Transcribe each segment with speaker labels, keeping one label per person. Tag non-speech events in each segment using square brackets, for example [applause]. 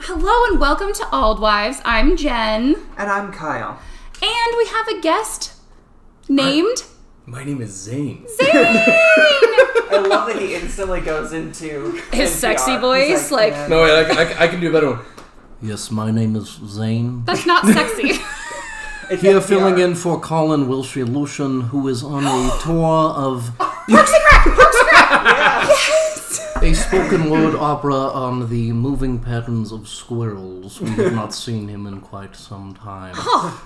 Speaker 1: Hello and welcome to Old Wives. I'm Jen,
Speaker 2: And I'm Kyle.
Speaker 1: and we have a guest named
Speaker 3: My name is Zane.
Speaker 2: I love that he instantly goes into
Speaker 1: his sexy voice. Like,
Speaker 3: No, wait, I, I, I can do a better one. Yes, my name is Zane.
Speaker 1: that's not [laughs] sexy.
Speaker 3: Here filling in for Colin Wilshire Lucian, who is on
Speaker 1: [gasps]
Speaker 3: a tour of [laughs] a spoken word opera on the moving patterns of squirrels. We have not seen him in quite some time.
Speaker 1: well,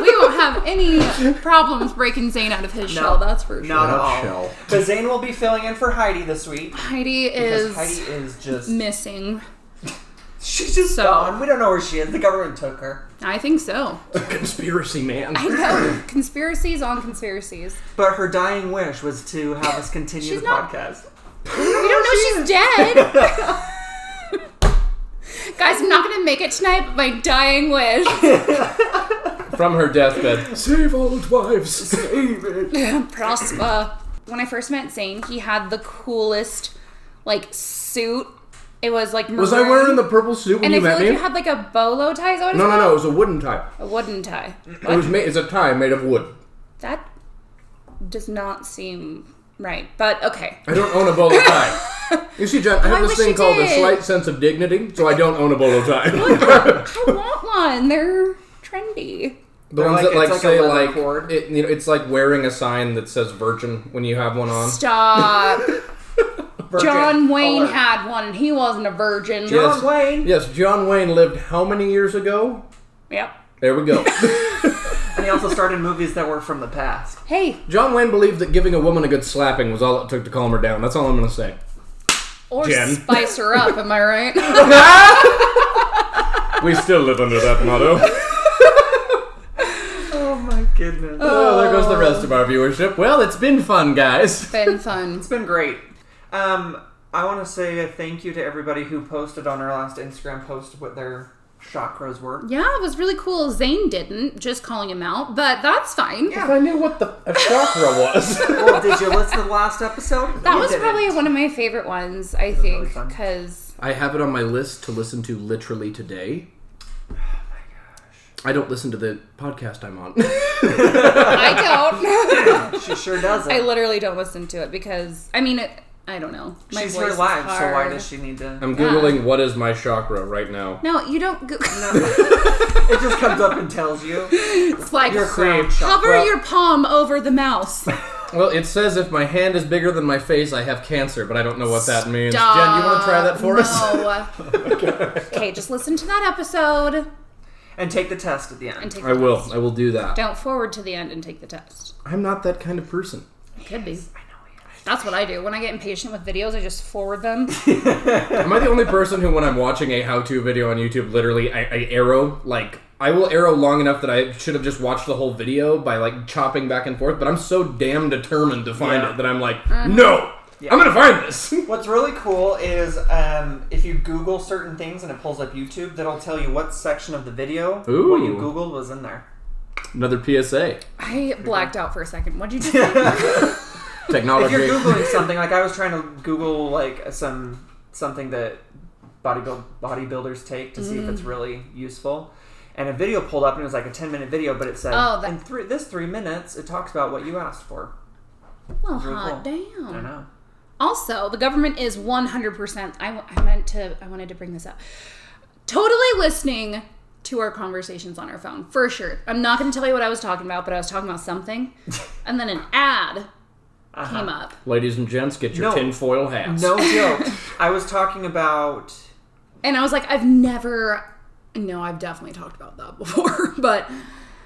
Speaker 1: we won't have any problems breaking Zane out of his shell. That's for sure.
Speaker 2: Not at
Speaker 3: Not
Speaker 2: all.
Speaker 3: shell.
Speaker 2: But Zane will be filling in for Heidi this week.
Speaker 1: Heidi
Speaker 2: Because
Speaker 1: is
Speaker 2: Heidi is just.
Speaker 1: missing.
Speaker 2: She's just
Speaker 1: So-
Speaker 2: gone. We don't know where she is. The government took her.
Speaker 1: I think [laughs] so.
Speaker 3: Conspiracy man.
Speaker 1: I know conspiracies on conspiracies.
Speaker 2: But her dying wish was to have us continue
Speaker 1: She's
Speaker 2: the
Speaker 1: not-
Speaker 2: podcast.
Speaker 1: We don't know she's dead. [laughs] Guys, I'm not gonna make it tonight, but my dying wish.
Speaker 3: From her deathbed. Save old wives.
Speaker 1: prosper. When I first met Zane, he had the coolest like suit. It was like
Speaker 3: Was I
Speaker 1: maroon.
Speaker 3: wearing the purple suit when
Speaker 1: And I
Speaker 3: you
Speaker 1: feel
Speaker 3: met
Speaker 1: like
Speaker 3: me?
Speaker 1: you had like a bolo tie. Is that what it's
Speaker 3: no, no,
Speaker 1: called?
Speaker 3: no. It was a wooden tie.
Speaker 1: A wooden tie.
Speaker 3: It was made. It's a tie made of wood.
Speaker 1: That does not seem right. But okay,
Speaker 3: I don't own a bolo tie. You see, John, I
Speaker 1: I
Speaker 3: have this
Speaker 1: wish
Speaker 3: thing
Speaker 1: you
Speaker 3: called a
Speaker 1: did.
Speaker 3: slight sense of dignity, so I don't own a bolo tie. [laughs]
Speaker 1: I want one. They're trendy.
Speaker 3: the
Speaker 2: They're
Speaker 3: ones
Speaker 2: like-
Speaker 3: that like
Speaker 2: it's like a
Speaker 3: say
Speaker 2: leather
Speaker 3: like
Speaker 2: cord.
Speaker 3: it, you know, it's like wearing a sign that says virgin when you have one on. [laughs]
Speaker 1: Stop.
Speaker 2: Virgin
Speaker 1: John Wayne Oh.
Speaker 2: alert.
Speaker 1: had one, and he wasn't a virgin.
Speaker 3: Yeah.
Speaker 2: John Wayne.
Speaker 3: Yes, John Wayne lived how many years ago?
Speaker 1: Yep.
Speaker 3: There we go.
Speaker 2: And he also started movies that were from the past.
Speaker 1: Hey,
Speaker 3: John Wayne believed that giving a woman a good slapping was all it took to calm her down. That's all I'm gonna say.
Speaker 1: or
Speaker 3: Jen.
Speaker 1: spice her up. Am I
Speaker 3: [laughs]
Speaker 1: right?
Speaker 3: We still live under that motto.
Speaker 2: Oh my goodness.
Speaker 3: [laughs] Oh, there goes the rest of our viewership. Well, it's been fun, guys.
Speaker 1: Been fun.
Speaker 2: It's been great. Um, I want to say a thank you to everybody who posted on our last Instagram post what their chakras were.
Speaker 1: Yeah, it was really cool. Zane didn't, just calling him out, but that's fine.
Speaker 2: Yeah.
Speaker 3: I knew what the a chakra was. [laughs]
Speaker 2: Well, did you listen to the last episode?
Speaker 1: That
Speaker 2: You
Speaker 1: was
Speaker 2: didn't.
Speaker 1: probably one of my favorite ones, I
Speaker 2: really
Speaker 1: think,
Speaker 2: fun.
Speaker 1: because
Speaker 2: [laughs]
Speaker 3: I have it on my list to listen to literally today. I don't listen to the podcast I'm on.
Speaker 1: I
Speaker 2: [laughs]
Speaker 1: don't.
Speaker 2: She sure doesn't.
Speaker 1: I literally don't listen to it because, I mean, it, I don't know. My
Speaker 2: She's
Speaker 1: voice
Speaker 2: here
Speaker 1: is
Speaker 2: live, so why
Speaker 1: hard.
Speaker 2: does she need to?
Speaker 3: I'm googling what is my chakra right now.
Speaker 1: No, you don't. Go-
Speaker 2: It just comes up and tells you.
Speaker 1: [laughs] it's like
Speaker 2: Your crown
Speaker 1: cover
Speaker 2: chakra.
Speaker 1: your palm over the
Speaker 2: [laughs]
Speaker 1: mouse.
Speaker 3: Well, it says if my hand is bigger than my face, I have cancer, but I don't know what that means.
Speaker 1: Stop.
Speaker 3: Jen, you want to try that for [laughs]
Speaker 1: No.
Speaker 3: us?
Speaker 1: okay, just listen to that episode
Speaker 2: And take the test at the
Speaker 1: and
Speaker 2: end.
Speaker 1: take.
Speaker 3: I
Speaker 1: the
Speaker 3: will.
Speaker 1: test.
Speaker 3: I will do that.
Speaker 1: Don't forward to the end and take the test.
Speaker 3: I'm not that kind of person.
Speaker 1: Could be. That's what I do. When I get impatient with videos, I just forward
Speaker 2: [laughs]
Speaker 1: them.
Speaker 3: Am I the only person who, when I'm watching a how-to video on YouTube, literally I, I arrow like I will arrow long enough that I should have just watched the whole video by like chopping back and forth. But I'm so damn determined to find
Speaker 2: Yeah.
Speaker 3: it that I'm like, no, I'm gonna find this. [laughs]
Speaker 2: What's really cool is um, if you Google certain things and it pulls up YouTube, that'll tell you what section of the video what you
Speaker 3: Ooh.
Speaker 2: Googled was in there.
Speaker 3: Another PSA.
Speaker 1: I blacked out for a second.
Speaker 2: [laughs]
Speaker 1: What'd you just say?
Speaker 2: If
Speaker 3: Technology.
Speaker 2: you're googling something, like I was trying to Google like some something that bodybuild bodybuilders take to see if
Speaker 1: Mm-hmm.
Speaker 2: it's really useful. And a video pulled up and it was like a 10 minute video, but it said,
Speaker 1: Oh, that-
Speaker 2: in three, this three minutes, it talks about what you asked for.
Speaker 1: Well,
Speaker 2: Very
Speaker 1: hot
Speaker 2: I
Speaker 1: damn.
Speaker 2: don't know.
Speaker 1: Also, the government is 100%. I, w- I meant to, I wanted to bring this up. Totally listening to our conversations on our phone, for sure. I'm not going to tell you what I was talking about, but I was talking about
Speaker 2: [laughs]
Speaker 1: something. And then an ad
Speaker 2: Uh-huh.
Speaker 1: came up.
Speaker 3: Ladies and gents, get your
Speaker 2: No.
Speaker 3: tinfoil hats.
Speaker 2: No joke. I was talking about
Speaker 1: And I was like, I've never, no, I've definitely talked about that [laughs] before, but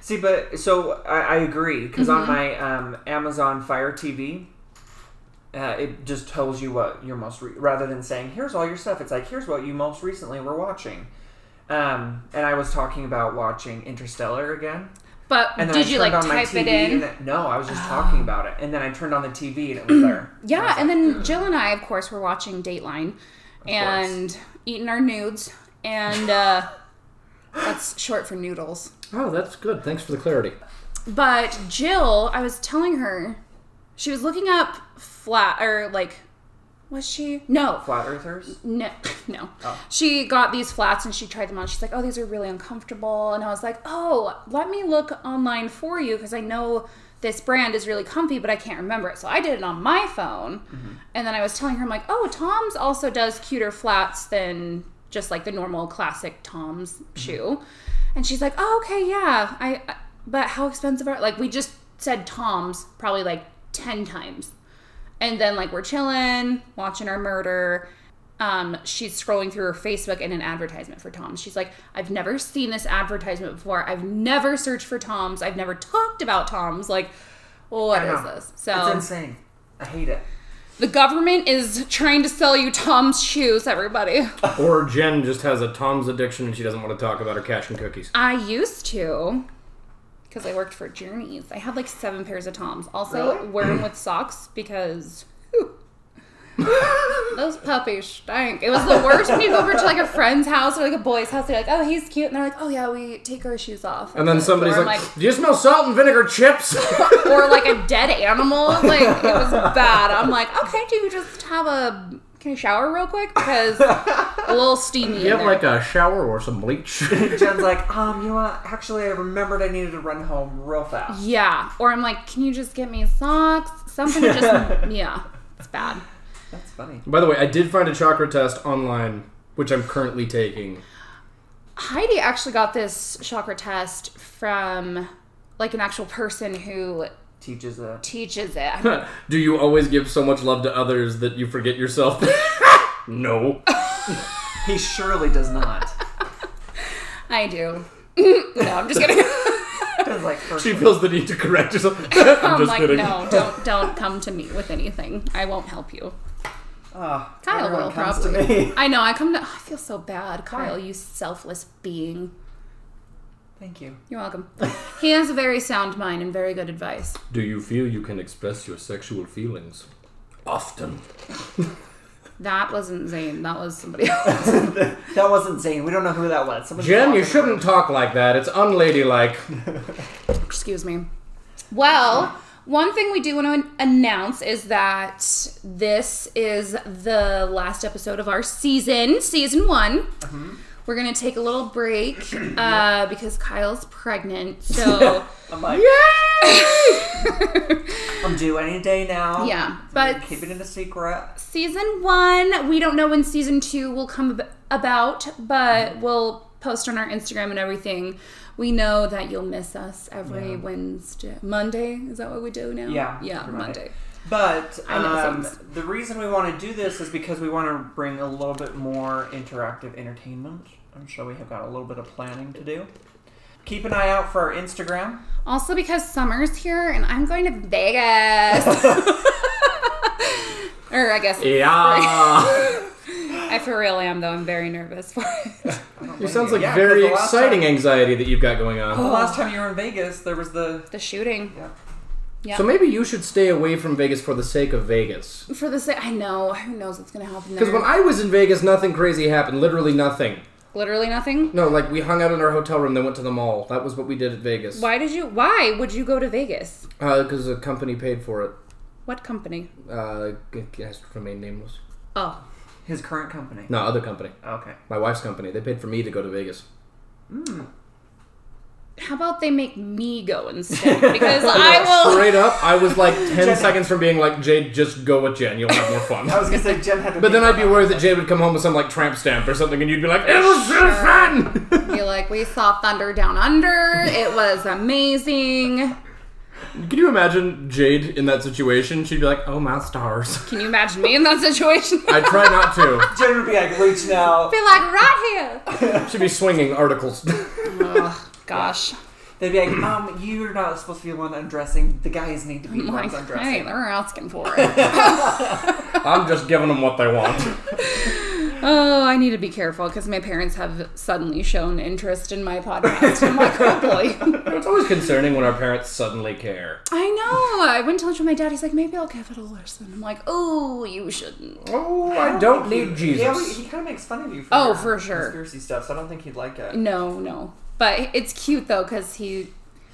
Speaker 2: See, but so I, I agree because on
Speaker 1: Mm-hmm.
Speaker 2: my um, Amazon Fire TV, uh, it just tells you what your most re- rather than saying here's all your stuff. It's like here's what you most recently were watching. Um, and I was talking about watching Interstellar again.
Speaker 1: but
Speaker 2: And then I
Speaker 1: did you
Speaker 2: turned
Speaker 1: like
Speaker 2: on my
Speaker 1: type it
Speaker 2: TV
Speaker 1: in?
Speaker 2: And it- no, I was just talking about it. And then I turned on the TV and it was
Speaker 1: [clears throat]
Speaker 2: there.
Speaker 1: Yeah, and then Jill and I, of course, were watching Dateline and eating our nudes, and
Speaker 2: [laughs]
Speaker 1: uh, that's short for noodles.
Speaker 3: Oh, that's good. Thanks for the clarity.
Speaker 1: But Jill, I was telling her, she was looking up flat or like Was she? No.
Speaker 2: Flat earthers?
Speaker 1: No, no.
Speaker 2: Oh.
Speaker 1: She got these flats and she tried them on. She's like, "Oh, these are really uncomfortable." And I was like, "Oh, let me look online for you because I know this brand is really comfy, but I can't remember it." So I did it on my phone, and then I was telling her, "I'm like, oh, Tom's also does cuter flats than just like the normal classic Tom's shoe," and she's like, "Oh, okay, yeah, I." I- But how expensive are like we just said Tom's probably like ten times and then like we're chilling, watching her murder. Um, she's scrolling through her Facebook and an advertisement for Tom's. She's like, I've never seen this advertisement before. I've never searched for Tom's. I've never talked about Tom's. Like, what is
Speaker 2: No.
Speaker 1: this?
Speaker 2: It's
Speaker 1: So
Speaker 2: insane. I hate it.
Speaker 1: the government is trying to sell you Tom's shoes, everybody.
Speaker 3: [laughs] Or Jen just has a Tom's addiction and she doesn't want to talk about her cash and cookies.
Speaker 1: I used to because I worked for Journeys. I had like seven pairs of Toms. Also,
Speaker 2: Really?
Speaker 1: wear them with socks because
Speaker 3: [laughs]
Speaker 1: whew, those puppies stank. It was the worst when you go over to like a friend's house or like a boy's house. They're like, "Oh, he's cute," and they're like, "Oh yeah, we take our shoes off."
Speaker 3: And then
Speaker 1: Or
Speaker 3: somebody's
Speaker 1: I'm
Speaker 3: like, "Do you smell salt and vinegar chips?" [laughs]
Speaker 1: like- or like a dead animal. Like it was bad. I'm like, okay, do you just have a can you shower real quick
Speaker 3: [laughs]
Speaker 1: because a little steamy. in
Speaker 3: Get
Speaker 1: there.
Speaker 3: like a shower or some
Speaker 2: [laughs]
Speaker 3: bleach.
Speaker 2: Jen's like, um, you know what? Actually, I remembered I needed to run home real fast.
Speaker 1: Yeah. Or I'm like, can you just get me socks? Something to
Speaker 2: [laughs]
Speaker 1: just, yeah. It's bad.
Speaker 2: That's funny.
Speaker 3: By the way, I did find a chakra test online, which I'm currently taking. [laughs]
Speaker 1: Heidi actually got this chakra test from like an actual person who
Speaker 2: Teaches a.
Speaker 1: teaches it.
Speaker 2: [laughs]
Speaker 1: I'm like,
Speaker 3: Do you always give so much love to others that you forget yourself? [laughs] no. [laughs]
Speaker 2: He surely does not.
Speaker 1: I do. [laughs] no, I'm just
Speaker 2: [laughs]
Speaker 1: kidding.
Speaker 2: It's like first
Speaker 3: She feels the need to correct herself. [laughs] I'm
Speaker 1: I'm
Speaker 3: just
Speaker 1: like,
Speaker 3: kidding.
Speaker 1: no, don't don't come to me with anything. I won't help you.
Speaker 2: Ah,
Speaker 1: Kyle
Speaker 2: everyone
Speaker 1: will
Speaker 2: comes
Speaker 1: probably.
Speaker 2: To [laughs] me.
Speaker 1: I know. I come to. I feel so bad, Kyle. You selfless being.
Speaker 2: Thank you.
Speaker 1: You're welcome. He has a very sound mind and very good advice.
Speaker 3: Do you feel you can express your sexual feelings? Often.
Speaker 1: That wasn't Zane. That was somebody
Speaker 2: [laughs]
Speaker 1: else.
Speaker 2: That wasn't Zane. We don't know who that was. Someone
Speaker 3: Jen, you
Speaker 2: talking.
Speaker 3: shouldn't talk like that. It's unladylike.
Speaker 1: excuse me. Well, one thing we do want to announce is that this is the last episode of our season, season one. We're gonna take a little break uh, because Kyle's pregnant, so
Speaker 2: I'm like, I'm due any day
Speaker 1: [laughs]
Speaker 2: now.
Speaker 1: yeah.
Speaker 2: But
Speaker 1: But
Speaker 2: keep it in a secret.
Speaker 1: season one, we don't know when season two will come ab- about, but
Speaker 3: Mm.
Speaker 1: we'll post on our Instagram and everything. We know that you'll miss us every Wednesday, Monday. Is that what we do now?
Speaker 2: Yeah,
Speaker 1: yeah,
Speaker 2: every Monday.
Speaker 1: Monday.
Speaker 2: But
Speaker 1: I know
Speaker 2: um,
Speaker 1: things.
Speaker 2: the reason we want to do this is because we want to bring a little bit more interactive entertainment. I'm sure we have got a little bit of planning to do. Keep an eye out for our Instagram.
Speaker 1: Also because summer's here and I'm going to
Speaker 3: [laughs]
Speaker 1: Vegas. or I guess
Speaker 3: Yeah.
Speaker 1: [laughs] I for real am though. I'm very nervous for [laughs] it.
Speaker 3: it sounds like
Speaker 2: Oh, Yeah, 'cause
Speaker 3: very
Speaker 2: the last
Speaker 3: exciting
Speaker 2: time- Oh,
Speaker 3: anxiety that you've got going on.
Speaker 2: the last time you were in Vegas, there was the
Speaker 1: The shooting.
Speaker 2: yeah.
Speaker 1: Yeah.
Speaker 3: So maybe you should stay away from Vegas for the sake of Vegas.
Speaker 1: For the sake, I know. Who knows what's gonna happen
Speaker 3: Because
Speaker 1: there?
Speaker 3: when I was in Vegas, nothing crazy happened. Literally nothing.
Speaker 1: Literally nothing.
Speaker 3: No, like we hung out in our hotel room, then went to the mall. That was what we did at Vegas.
Speaker 1: Why did you? Why would you go to Vegas?
Speaker 3: Because a company paid for it.
Speaker 1: What company?
Speaker 3: Uh, g- g- has to remain nameless.
Speaker 1: Oh,
Speaker 2: his current company.
Speaker 3: No, other company.
Speaker 2: Okay.
Speaker 3: My wife's company. They paid for me to go to Vegas.
Speaker 1: how about they make me go [laughs] instead? Because I will.
Speaker 3: Straight up, I was like 10 seconds from being like, Jade, just go with Jen. You'll have more fun.
Speaker 2: I [laughs] was gonna say Jen had to.
Speaker 3: But then I'd be
Speaker 2: that.
Speaker 3: worried that Jade would come home with some like tramp stamp or something, and you'd be like, "It was so fun."
Speaker 1: [laughs]
Speaker 3: [laughs]
Speaker 1: Be like, we saw Thunder Down Under. It was amazing.
Speaker 3: Can you imagine Jade in that situation? She'd be like, "Oh my stars." [laughs]
Speaker 1: Can you imagine me in that [laughs] situation?
Speaker 3: I try not to.
Speaker 2: Jen would be like, reach now.
Speaker 1: Be like right here.
Speaker 3: She'd be swinging articles. [laughs]
Speaker 1: Oh gosh.
Speaker 2: They'd be like, um, you're not supposed to be the one undressing. The guys need to be the
Speaker 1: Like,
Speaker 2: ones
Speaker 1: hey,
Speaker 2: undressing.
Speaker 1: they're asking for it.
Speaker 3: I'm just giving them what they want.
Speaker 1: [laughs] oh, I need to be careful because my parents have suddenly shown interest in my podcast. I'm like, oh boy.
Speaker 3: It's always concerning when our parents suddenly care.
Speaker 1: [laughs] I know. I went to lunch with my dad. He's like, maybe I'll give it a listen. I'm like, oh, you shouldn't.
Speaker 3: Oh, I don't need
Speaker 2: Yeah, but
Speaker 3: Jesus.
Speaker 2: he kind of makes fun of you. For
Speaker 1: Oh,
Speaker 2: your
Speaker 1: for sure.
Speaker 2: Conspiracy stuff. So I don't think he'd like it.
Speaker 1: No, no. But it's cute though because he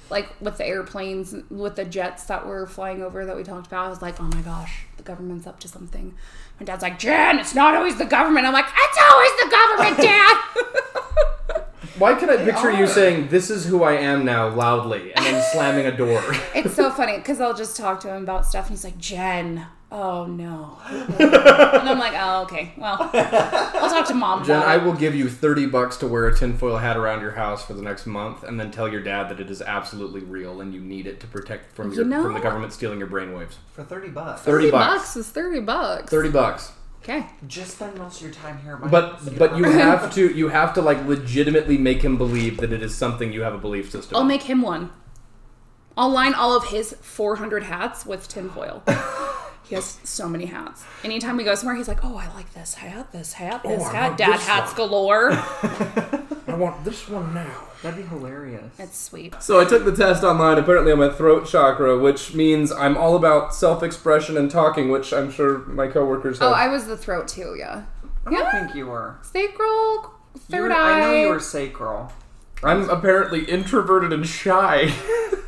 Speaker 1: like with the airplanes, with the jets that were flying over that we talked about. I was like, oh my gosh, the government's up to something. My dad's like, Jen, it's not always the government. I'm like, it's always the government,
Speaker 3: [laughs]
Speaker 1: Dad.
Speaker 3: Why can I picture you
Speaker 2: are.
Speaker 3: saying, This is who I am now, loudly, and then slamming a
Speaker 2: [laughs]
Speaker 3: door? [laughs]
Speaker 1: it's so funny because I'll just talk to him about stuff, and he's like, Jen. Oh no. and I'm like, oh, okay. Well, I'll talk to mom.
Speaker 3: Jen,
Speaker 1: about
Speaker 3: I
Speaker 1: it."
Speaker 3: will give you 30 bucks to wear a tinfoil hat around your house for the next month, and then tell your dad that it is absolutely real and you need it to protect from, your,
Speaker 1: You know-
Speaker 3: from the government stealing your brainwaves.
Speaker 2: For 30 bucks.
Speaker 3: 30 bucks.
Speaker 1: is 30 bucks.
Speaker 3: 30 bucks.
Speaker 1: Okay.
Speaker 2: Just spend most of your time here. at my house.
Speaker 3: But
Speaker 2: [laughs]
Speaker 3: but you have to you have to like legitimately make him believe that it is something you have a belief system.
Speaker 2: Oh,
Speaker 1: I'll make him one. I'll line all of his 400 hats with tinfoil. he has so many hats. Anytime we go somewhere, he's like, oh, I like this hat, this hat, this
Speaker 3: Oh, I
Speaker 1: hat,
Speaker 3: want
Speaker 1: dad
Speaker 3: this
Speaker 1: hats
Speaker 3: one." [laughs]
Speaker 1: galore.
Speaker 3: I want this one now.
Speaker 2: That'd be hilarious.
Speaker 1: That's sweet.
Speaker 3: So I took the test online apparently on my throat chakra, which means I'm all about self-expression and talking, which I'm sure my coworkers have.
Speaker 1: Oh, I was the throat too, yeah.
Speaker 2: I don't
Speaker 1: Yeah,
Speaker 2: think you were.
Speaker 1: sacral,
Speaker 2: You
Speaker 1: third
Speaker 2: were-
Speaker 1: eye.
Speaker 2: I know you were sacral.
Speaker 3: I'm apparently introverted
Speaker 1: [laughs]
Speaker 3: and shy.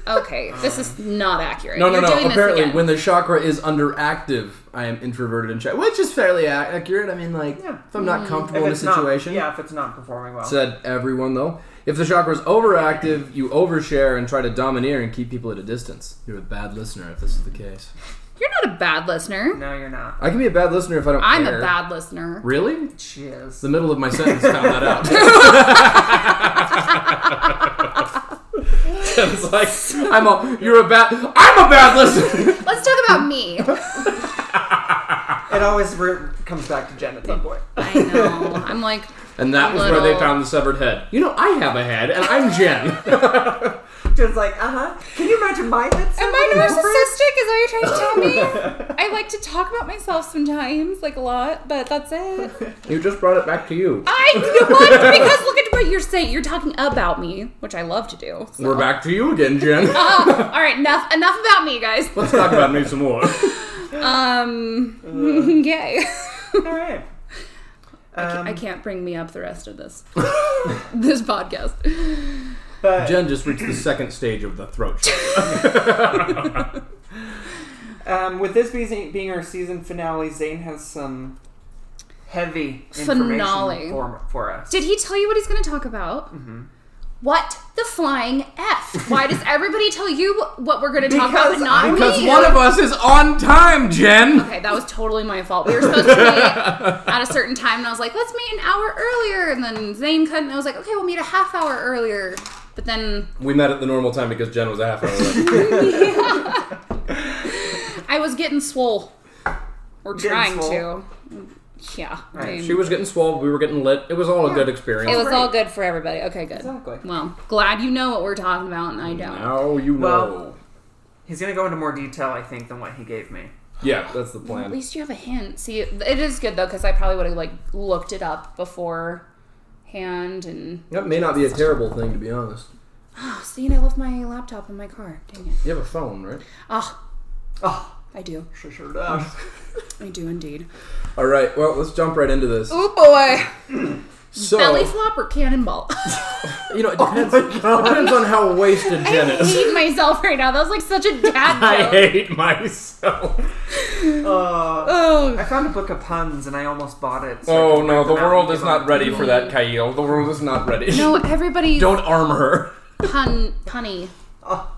Speaker 1: Okay, this is not accurate.
Speaker 3: no, no,
Speaker 1: You're
Speaker 3: no.
Speaker 1: doing
Speaker 3: Apparently,
Speaker 1: this again.
Speaker 3: when the chakra is underactive, I am introverted and shy, which is fairly ac- accurate. I mean, like
Speaker 2: Yeah.
Speaker 3: if I'm
Speaker 1: Mm.
Speaker 3: not comfortable in a
Speaker 2: If it's not-
Speaker 3: situation,
Speaker 2: yeah, if it's not performing well.
Speaker 3: said everyone though. If the chakra's overactive, you overshare and try to domineer and keep people at a distance. You're a bad listener if this is the case.
Speaker 1: You're not a bad listener.
Speaker 2: no, you're not.
Speaker 3: I can be a bad listener if I don't
Speaker 1: I'm
Speaker 3: care.
Speaker 1: a bad listener.
Speaker 3: Really?
Speaker 2: She is.
Speaker 3: The middle of my sentence found that out. [laughs] Jen's like, I'm a, you're a bad, I'm a bad listener.
Speaker 1: Let's talk about
Speaker 3: [laughs]
Speaker 1: me.
Speaker 2: It always re- comes back to Jen at some point. [laughs]
Speaker 1: I know. I'm like,
Speaker 3: And that was where they
Speaker 1: Little.
Speaker 3: found the severed head. You know, I have a head, and I'm Jen.
Speaker 1: [laughs]
Speaker 2: Jen's like, uh huh. Can you imagine my head?
Speaker 1: Am I narcissistic? Is that what you're trying to
Speaker 3: [laughs]
Speaker 1: tell me? I like to talk about myself sometimes, like a lot, but that's
Speaker 3: [laughs]
Speaker 1: it.
Speaker 3: you just brought it back to you.
Speaker 1: I what? Because look at what you're saying. You're talking about me, which I love to do.
Speaker 3: [laughs]
Speaker 1: so.
Speaker 3: We're back to you again, Jen.
Speaker 1: Ah, all right, enough enough about me, guys.
Speaker 3: Let's talk about me some more. Uh.
Speaker 1: Um, [laughs] yay.
Speaker 2: All right. Um,
Speaker 1: I can't bring me up the rest of this [laughs] this podcast.
Speaker 2: but
Speaker 3: Jen just reached the second stage of the throat. chakra.
Speaker 2: um, with this being, being our season finale, Zane has some heavy
Speaker 1: Finale.
Speaker 2: information for, for us.
Speaker 1: Did he tell you what he's going to talk about?
Speaker 3: Mm-hmm.
Speaker 1: What the flying f? Why does everybody tell you what we're going to talk about, but
Speaker 2: Because-
Speaker 1: not
Speaker 3: Because
Speaker 1: me?
Speaker 3: one of us is on time, Jen.
Speaker 1: Okay, that was totally my fault. We were supposed to meet at a certain time, and I was like, let's meet an hour earlier. And then Zane couldn't. I was like, okay, we'll meet a half hour earlier. But then
Speaker 3: We met at the normal time because Jen was a half hour late.
Speaker 1: I was getting swole. Or
Speaker 2: Getting
Speaker 1: trying
Speaker 2: swole.
Speaker 1: to. Yeah. I
Speaker 2: Right,
Speaker 1: mean,
Speaker 3: she was getting swole, we were getting lit. It was all a good experience.
Speaker 1: it was
Speaker 2: Great.
Speaker 1: all good for everybody. Okay, good.
Speaker 2: Exactly.
Speaker 1: Well, glad you know what we're talking about, and I don't.
Speaker 3: Now you know.
Speaker 2: Well- He's going to go into more detail, I think, than what he gave me.
Speaker 3: yeah, that's the
Speaker 1: At
Speaker 3: plan.
Speaker 1: least you have a hint. See, it it is good though, because I probably would have like looked it up beforehand. And
Speaker 3: That may not be a terrible thing, to be honest.
Speaker 1: oh, see, and I left my laptop in my car. Dang it.
Speaker 3: You have a phone, right?
Speaker 1: Ah,
Speaker 2: Oh,
Speaker 1: I do.
Speaker 2: sure, sure does.
Speaker 1: I do indeed.
Speaker 3: All right. Well, let's jump right into this.
Speaker 1: Oh boy.
Speaker 3: So,
Speaker 1: Belly flop or cannonball? [laughs]
Speaker 3: you know, it depends, depends on how wasted Jen
Speaker 1: I
Speaker 3: is.
Speaker 1: hate myself right now. That was like such a
Speaker 3: [laughs] I
Speaker 1: dad joke.
Speaker 3: hate [laughs] myself.
Speaker 2: [laughs] Uh, I
Speaker 1: Oh.
Speaker 2: found a book of puns and I almost bought it. so I
Speaker 3: Oh
Speaker 2: could
Speaker 3: no,
Speaker 2: rip
Speaker 3: the
Speaker 2: it out and
Speaker 3: world
Speaker 2: give
Speaker 3: is
Speaker 2: him
Speaker 3: not
Speaker 2: a-
Speaker 3: ready for that, Kyle. The world is not ready. [laughs]
Speaker 1: No, everybody's
Speaker 3: Don't arm her.
Speaker 1: pun punny.
Speaker 2: Ah.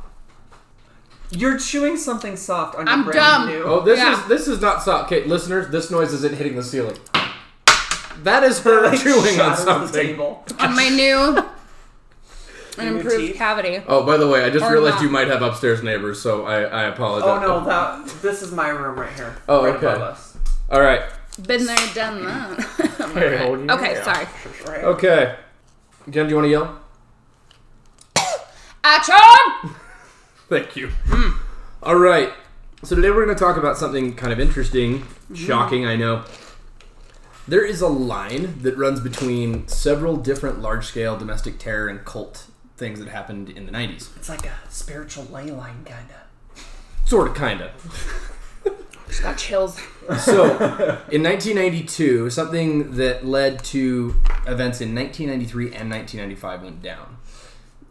Speaker 2: You're chewing something soft on your
Speaker 1: I'm
Speaker 2: brand
Speaker 1: dumb.
Speaker 2: new. [laughs]
Speaker 3: Oh, this
Speaker 1: Yeah.
Speaker 3: is this is not soft. Okay, listeners, this noise isn't hitting the ceiling. That is [laughs] her chewing on
Speaker 2: Shatters the
Speaker 3: something.
Speaker 2: table.
Speaker 1: On my
Speaker 3: [laughs]
Speaker 1: new
Speaker 2: Your
Speaker 1: an
Speaker 2: new
Speaker 1: improved
Speaker 2: teeth?
Speaker 1: cavity.
Speaker 3: Oh, by the way, I just
Speaker 1: Or
Speaker 3: realized
Speaker 1: not.
Speaker 3: you might have upstairs neighbors, so I, I apologize.
Speaker 2: Oh no, that this is my room right here.
Speaker 3: Oh,
Speaker 2: right
Speaker 3: okay.
Speaker 2: above us.
Speaker 3: All right.
Speaker 1: Been there, done
Speaker 3: [laughs]
Speaker 1: that. [laughs]
Speaker 3: Hell yeah.
Speaker 1: okay, sorry.
Speaker 2: Right.
Speaker 3: Okay. Jen, do you want to yell?
Speaker 1: Action!
Speaker 3: Thank you. Hmm. All right. So today we're going to talk about something kind of interesting, shocking, I know. There is a line that runs between several different large-scale domestic terror and cult things that happened in the 90s.
Speaker 2: It's like a spiritual ley line kinda.
Speaker 3: Sort of kind of.
Speaker 1: Just got chills.
Speaker 3: So, in 1992, something that led to events in 1993 and 1995 went down.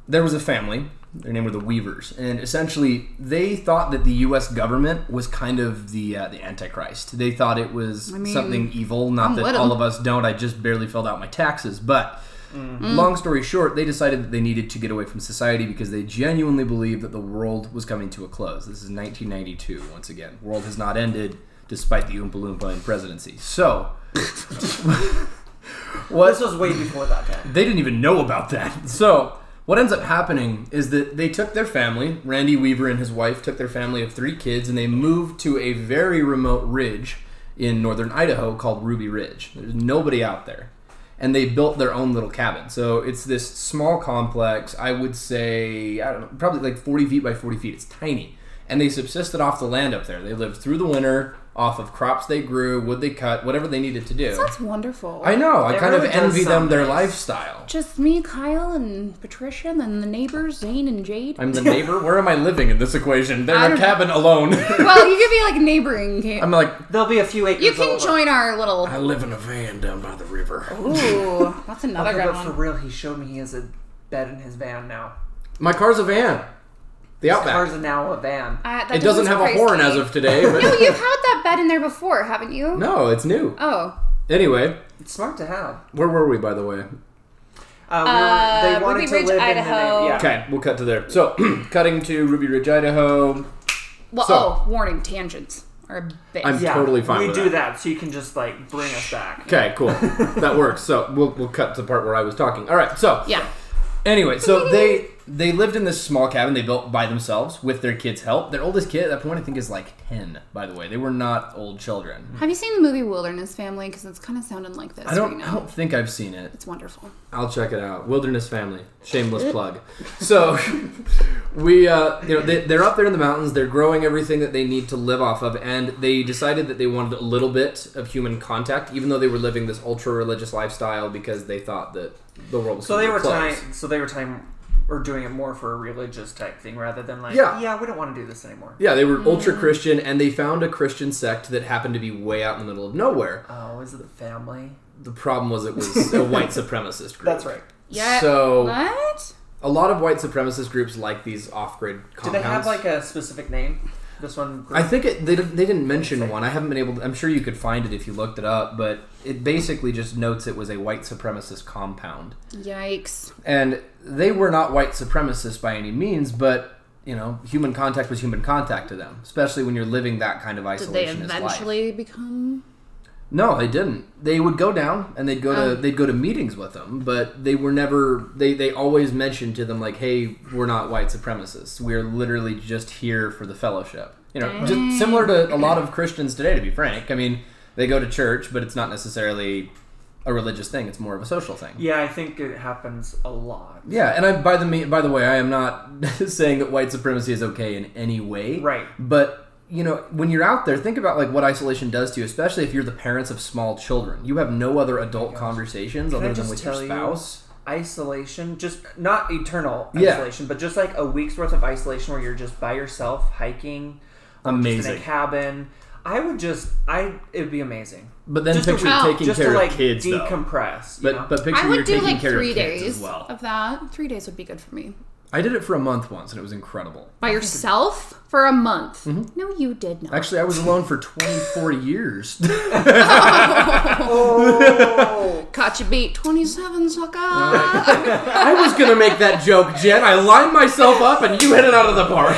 Speaker 3: there was a family. Their name were the Weavers, and essentially they thought that the U.S. government was kind of the uh, the Antichrist. They thought it was
Speaker 1: I mean,
Speaker 3: something evil. Not
Speaker 1: I'm
Speaker 3: that
Speaker 1: with 'em.
Speaker 3: all of us don't. I just barely filled out my taxes, but. Long story short, they decided that they needed to get away from society because they genuinely believed that the world was coming to a close. This is 1992, once again. World has not ended despite the Oompa Loompa and presidency. So, what,
Speaker 2: This was way before that time.
Speaker 3: they didn't even know about that. [laughs] So what ends up happening is that they took their family, Randy Weaver and his wife took their family of three kids, and they moved to a very remote ridge in northern Idaho called Ruby Ridge. There's nobody out there. And they built their own little cabin. So it's this small complex, I would say, I don't know, probably like 40 feet by 40 feet. It's tiny. And they subsisted off the land up there. They lived through the winter off of crops they grew, wood they cut, whatever they needed to do.
Speaker 1: That's wonderful.
Speaker 3: I know. I
Speaker 2: It
Speaker 3: kind
Speaker 2: really
Speaker 3: of
Speaker 2: does
Speaker 3: envy them
Speaker 2: sound
Speaker 3: their
Speaker 2: nice.
Speaker 3: lifestyle.
Speaker 1: Just me, Kyle, and Patricia, and then the neighbors, Zane and Jade.
Speaker 3: I'm the neighbor. Where am I living in this equation?
Speaker 1: I
Speaker 3: They're in a
Speaker 1: don't-
Speaker 3: cabin
Speaker 1: [laughs]
Speaker 3: alone. [laughs]
Speaker 1: well, you could be like neighboring. Camp.
Speaker 3: I'm like,
Speaker 2: There'll be a few acres.
Speaker 1: you can
Speaker 2: over.
Speaker 1: join our little.
Speaker 3: [laughs] I live in a van down by the river.
Speaker 1: Oh. Ooh, that's another
Speaker 2: Okay,
Speaker 1: good
Speaker 2: but for
Speaker 1: one.
Speaker 2: real, he showed me he has a bed in his van now.
Speaker 3: My car's a van. The Outback.
Speaker 2: Cars are now a van.
Speaker 1: Uh, that
Speaker 3: it doesn't have a
Speaker 1: surprise
Speaker 3: horn
Speaker 1: me.
Speaker 3: as of today.
Speaker 1: [laughs]
Speaker 3: But
Speaker 1: No, you've had that bed in there before, haven't you?
Speaker 3: no, it's new.
Speaker 1: Oh,
Speaker 3: Anyway,
Speaker 2: It's smart to have.
Speaker 3: where were we, by the way?
Speaker 2: Uh, we were-
Speaker 1: Uh,
Speaker 2: they wanted
Speaker 1: Ruby
Speaker 2: to
Speaker 1: Ridge,
Speaker 2: live in
Speaker 1: Idaho.
Speaker 2: the yeah.
Speaker 3: Okay, we'll cut to there. So, [clears throat] cutting to Ruby Ridge, Idaho.
Speaker 1: well.
Speaker 3: So-
Speaker 1: oh, warning tangents are a bit.
Speaker 3: I'm-
Speaker 2: Yeah,
Speaker 3: Totally fine
Speaker 2: We
Speaker 3: with
Speaker 2: do that. so you can just like bring us back.
Speaker 3: Okay, [laughs] cool. that works. So we'll, we'll cut to the part where I was talking. All right. So
Speaker 1: yeah.
Speaker 3: Anyway, so
Speaker 1: [laughs]
Speaker 3: they they lived in this small cabin they built by themselves with their kids' help. Their oldest kid at that point I think is like ten. By the way, they were not old children.
Speaker 1: Have you seen the movie Wilderness Family? Because it's kind of sounding like this
Speaker 3: I
Speaker 1: right
Speaker 3: don't I
Speaker 1: now.
Speaker 3: don't think I've seen it.
Speaker 1: It's wonderful.
Speaker 3: I'll check it out. Wilderness Family, shameless plug. So [laughs] we uh, you know they, they're up there in the mountains. They're growing everything that they need to live off of, and they decided that they wanted a little bit of human contact, even though they were living this ultra religious lifestyle because they thought that the world was
Speaker 2: So they
Speaker 3: coming to
Speaker 2: were
Speaker 3: a close.
Speaker 2: tying. So they were tying. Or doing it more for a religious type thing rather than like,
Speaker 3: Yeah.
Speaker 2: we don't want to do this anymore.
Speaker 3: Yeah, they were ultra Christian, and they found a Christian sect that happened to be way out in the middle of nowhere.
Speaker 2: Oh, is it the family?
Speaker 3: The problem was
Speaker 2: [laughs]
Speaker 3: it was a white supremacist group.
Speaker 2: That's right.
Speaker 1: Yeah.
Speaker 3: So-
Speaker 1: what?
Speaker 3: A lot of white supremacist groups like these off-grid compounds.
Speaker 2: Do they have like a specific name? This one.
Speaker 3: I think it, they didn't, they didn't mention one. I haven't been able. to... I'm sure you could find it if you looked it up, but it basically just notes it was a white supremacist compound,
Speaker 1: Yikes.
Speaker 3: and they were not white supremacists by any means, but. You know, human contact was human contact to them, especially when you're living that kind of
Speaker 1: Did they
Speaker 3: isolationist life.
Speaker 1: eventually become?
Speaker 3: No, they didn't. They would go down and they'd go to they'd go to meetings with them, but they were never they they always mentioned to them like, "Hey, we're not white supremacists. We're literally just here for the fellowship." You know, just similar to a lot of Christians today to be frank. I mean, they go to church, but it's not necessarily a religious thing. It's more of a social thing.
Speaker 2: yeah, I think it happens a lot.
Speaker 3: Yeah, and I by the me- by the way, I am not [laughs] saying that white supremacy is okay in any way.
Speaker 2: Right.
Speaker 3: But you know, when you're out there, think about like what isolation does to you, especially if you're the parents of small children. You have no other adult conversations
Speaker 2: Can I
Speaker 3: other than
Speaker 2: just
Speaker 3: with your
Speaker 2: tell you-
Speaker 3: spouse.
Speaker 2: Isolation, just not eternal
Speaker 3: Yeah.
Speaker 2: isolation, but just like a week's worth of isolation where you're just by yourself hiking, just in a
Speaker 3: Amazing.
Speaker 2: cabin. I would just, I it would be amazing.
Speaker 3: But then
Speaker 2: just
Speaker 3: picture
Speaker 1: to-
Speaker 3: taking
Speaker 2: just
Speaker 3: care
Speaker 2: to like
Speaker 3: of kids though.
Speaker 2: decompress.
Speaker 3: But
Speaker 2: you know?
Speaker 3: but picture
Speaker 1: I
Speaker 3: you're
Speaker 1: would do
Speaker 3: taking
Speaker 1: like
Speaker 3: care
Speaker 1: three
Speaker 3: of kids
Speaker 1: days
Speaker 3: as well.
Speaker 1: of that. Three days would be good for me.
Speaker 3: I did it for a month once, and it was incredible.
Speaker 1: By yourself for a month? No, you did not.
Speaker 3: Mm-hmm. Actually, I was alone for
Speaker 2: [laughs]
Speaker 3: 24 years.
Speaker 2: oh,
Speaker 1: Caught you beat. 27,
Speaker 3: [laughs]
Speaker 1: sucker.
Speaker 3: I was gonna make that joke, Jen. I lined myself up, and you hit it out of the park.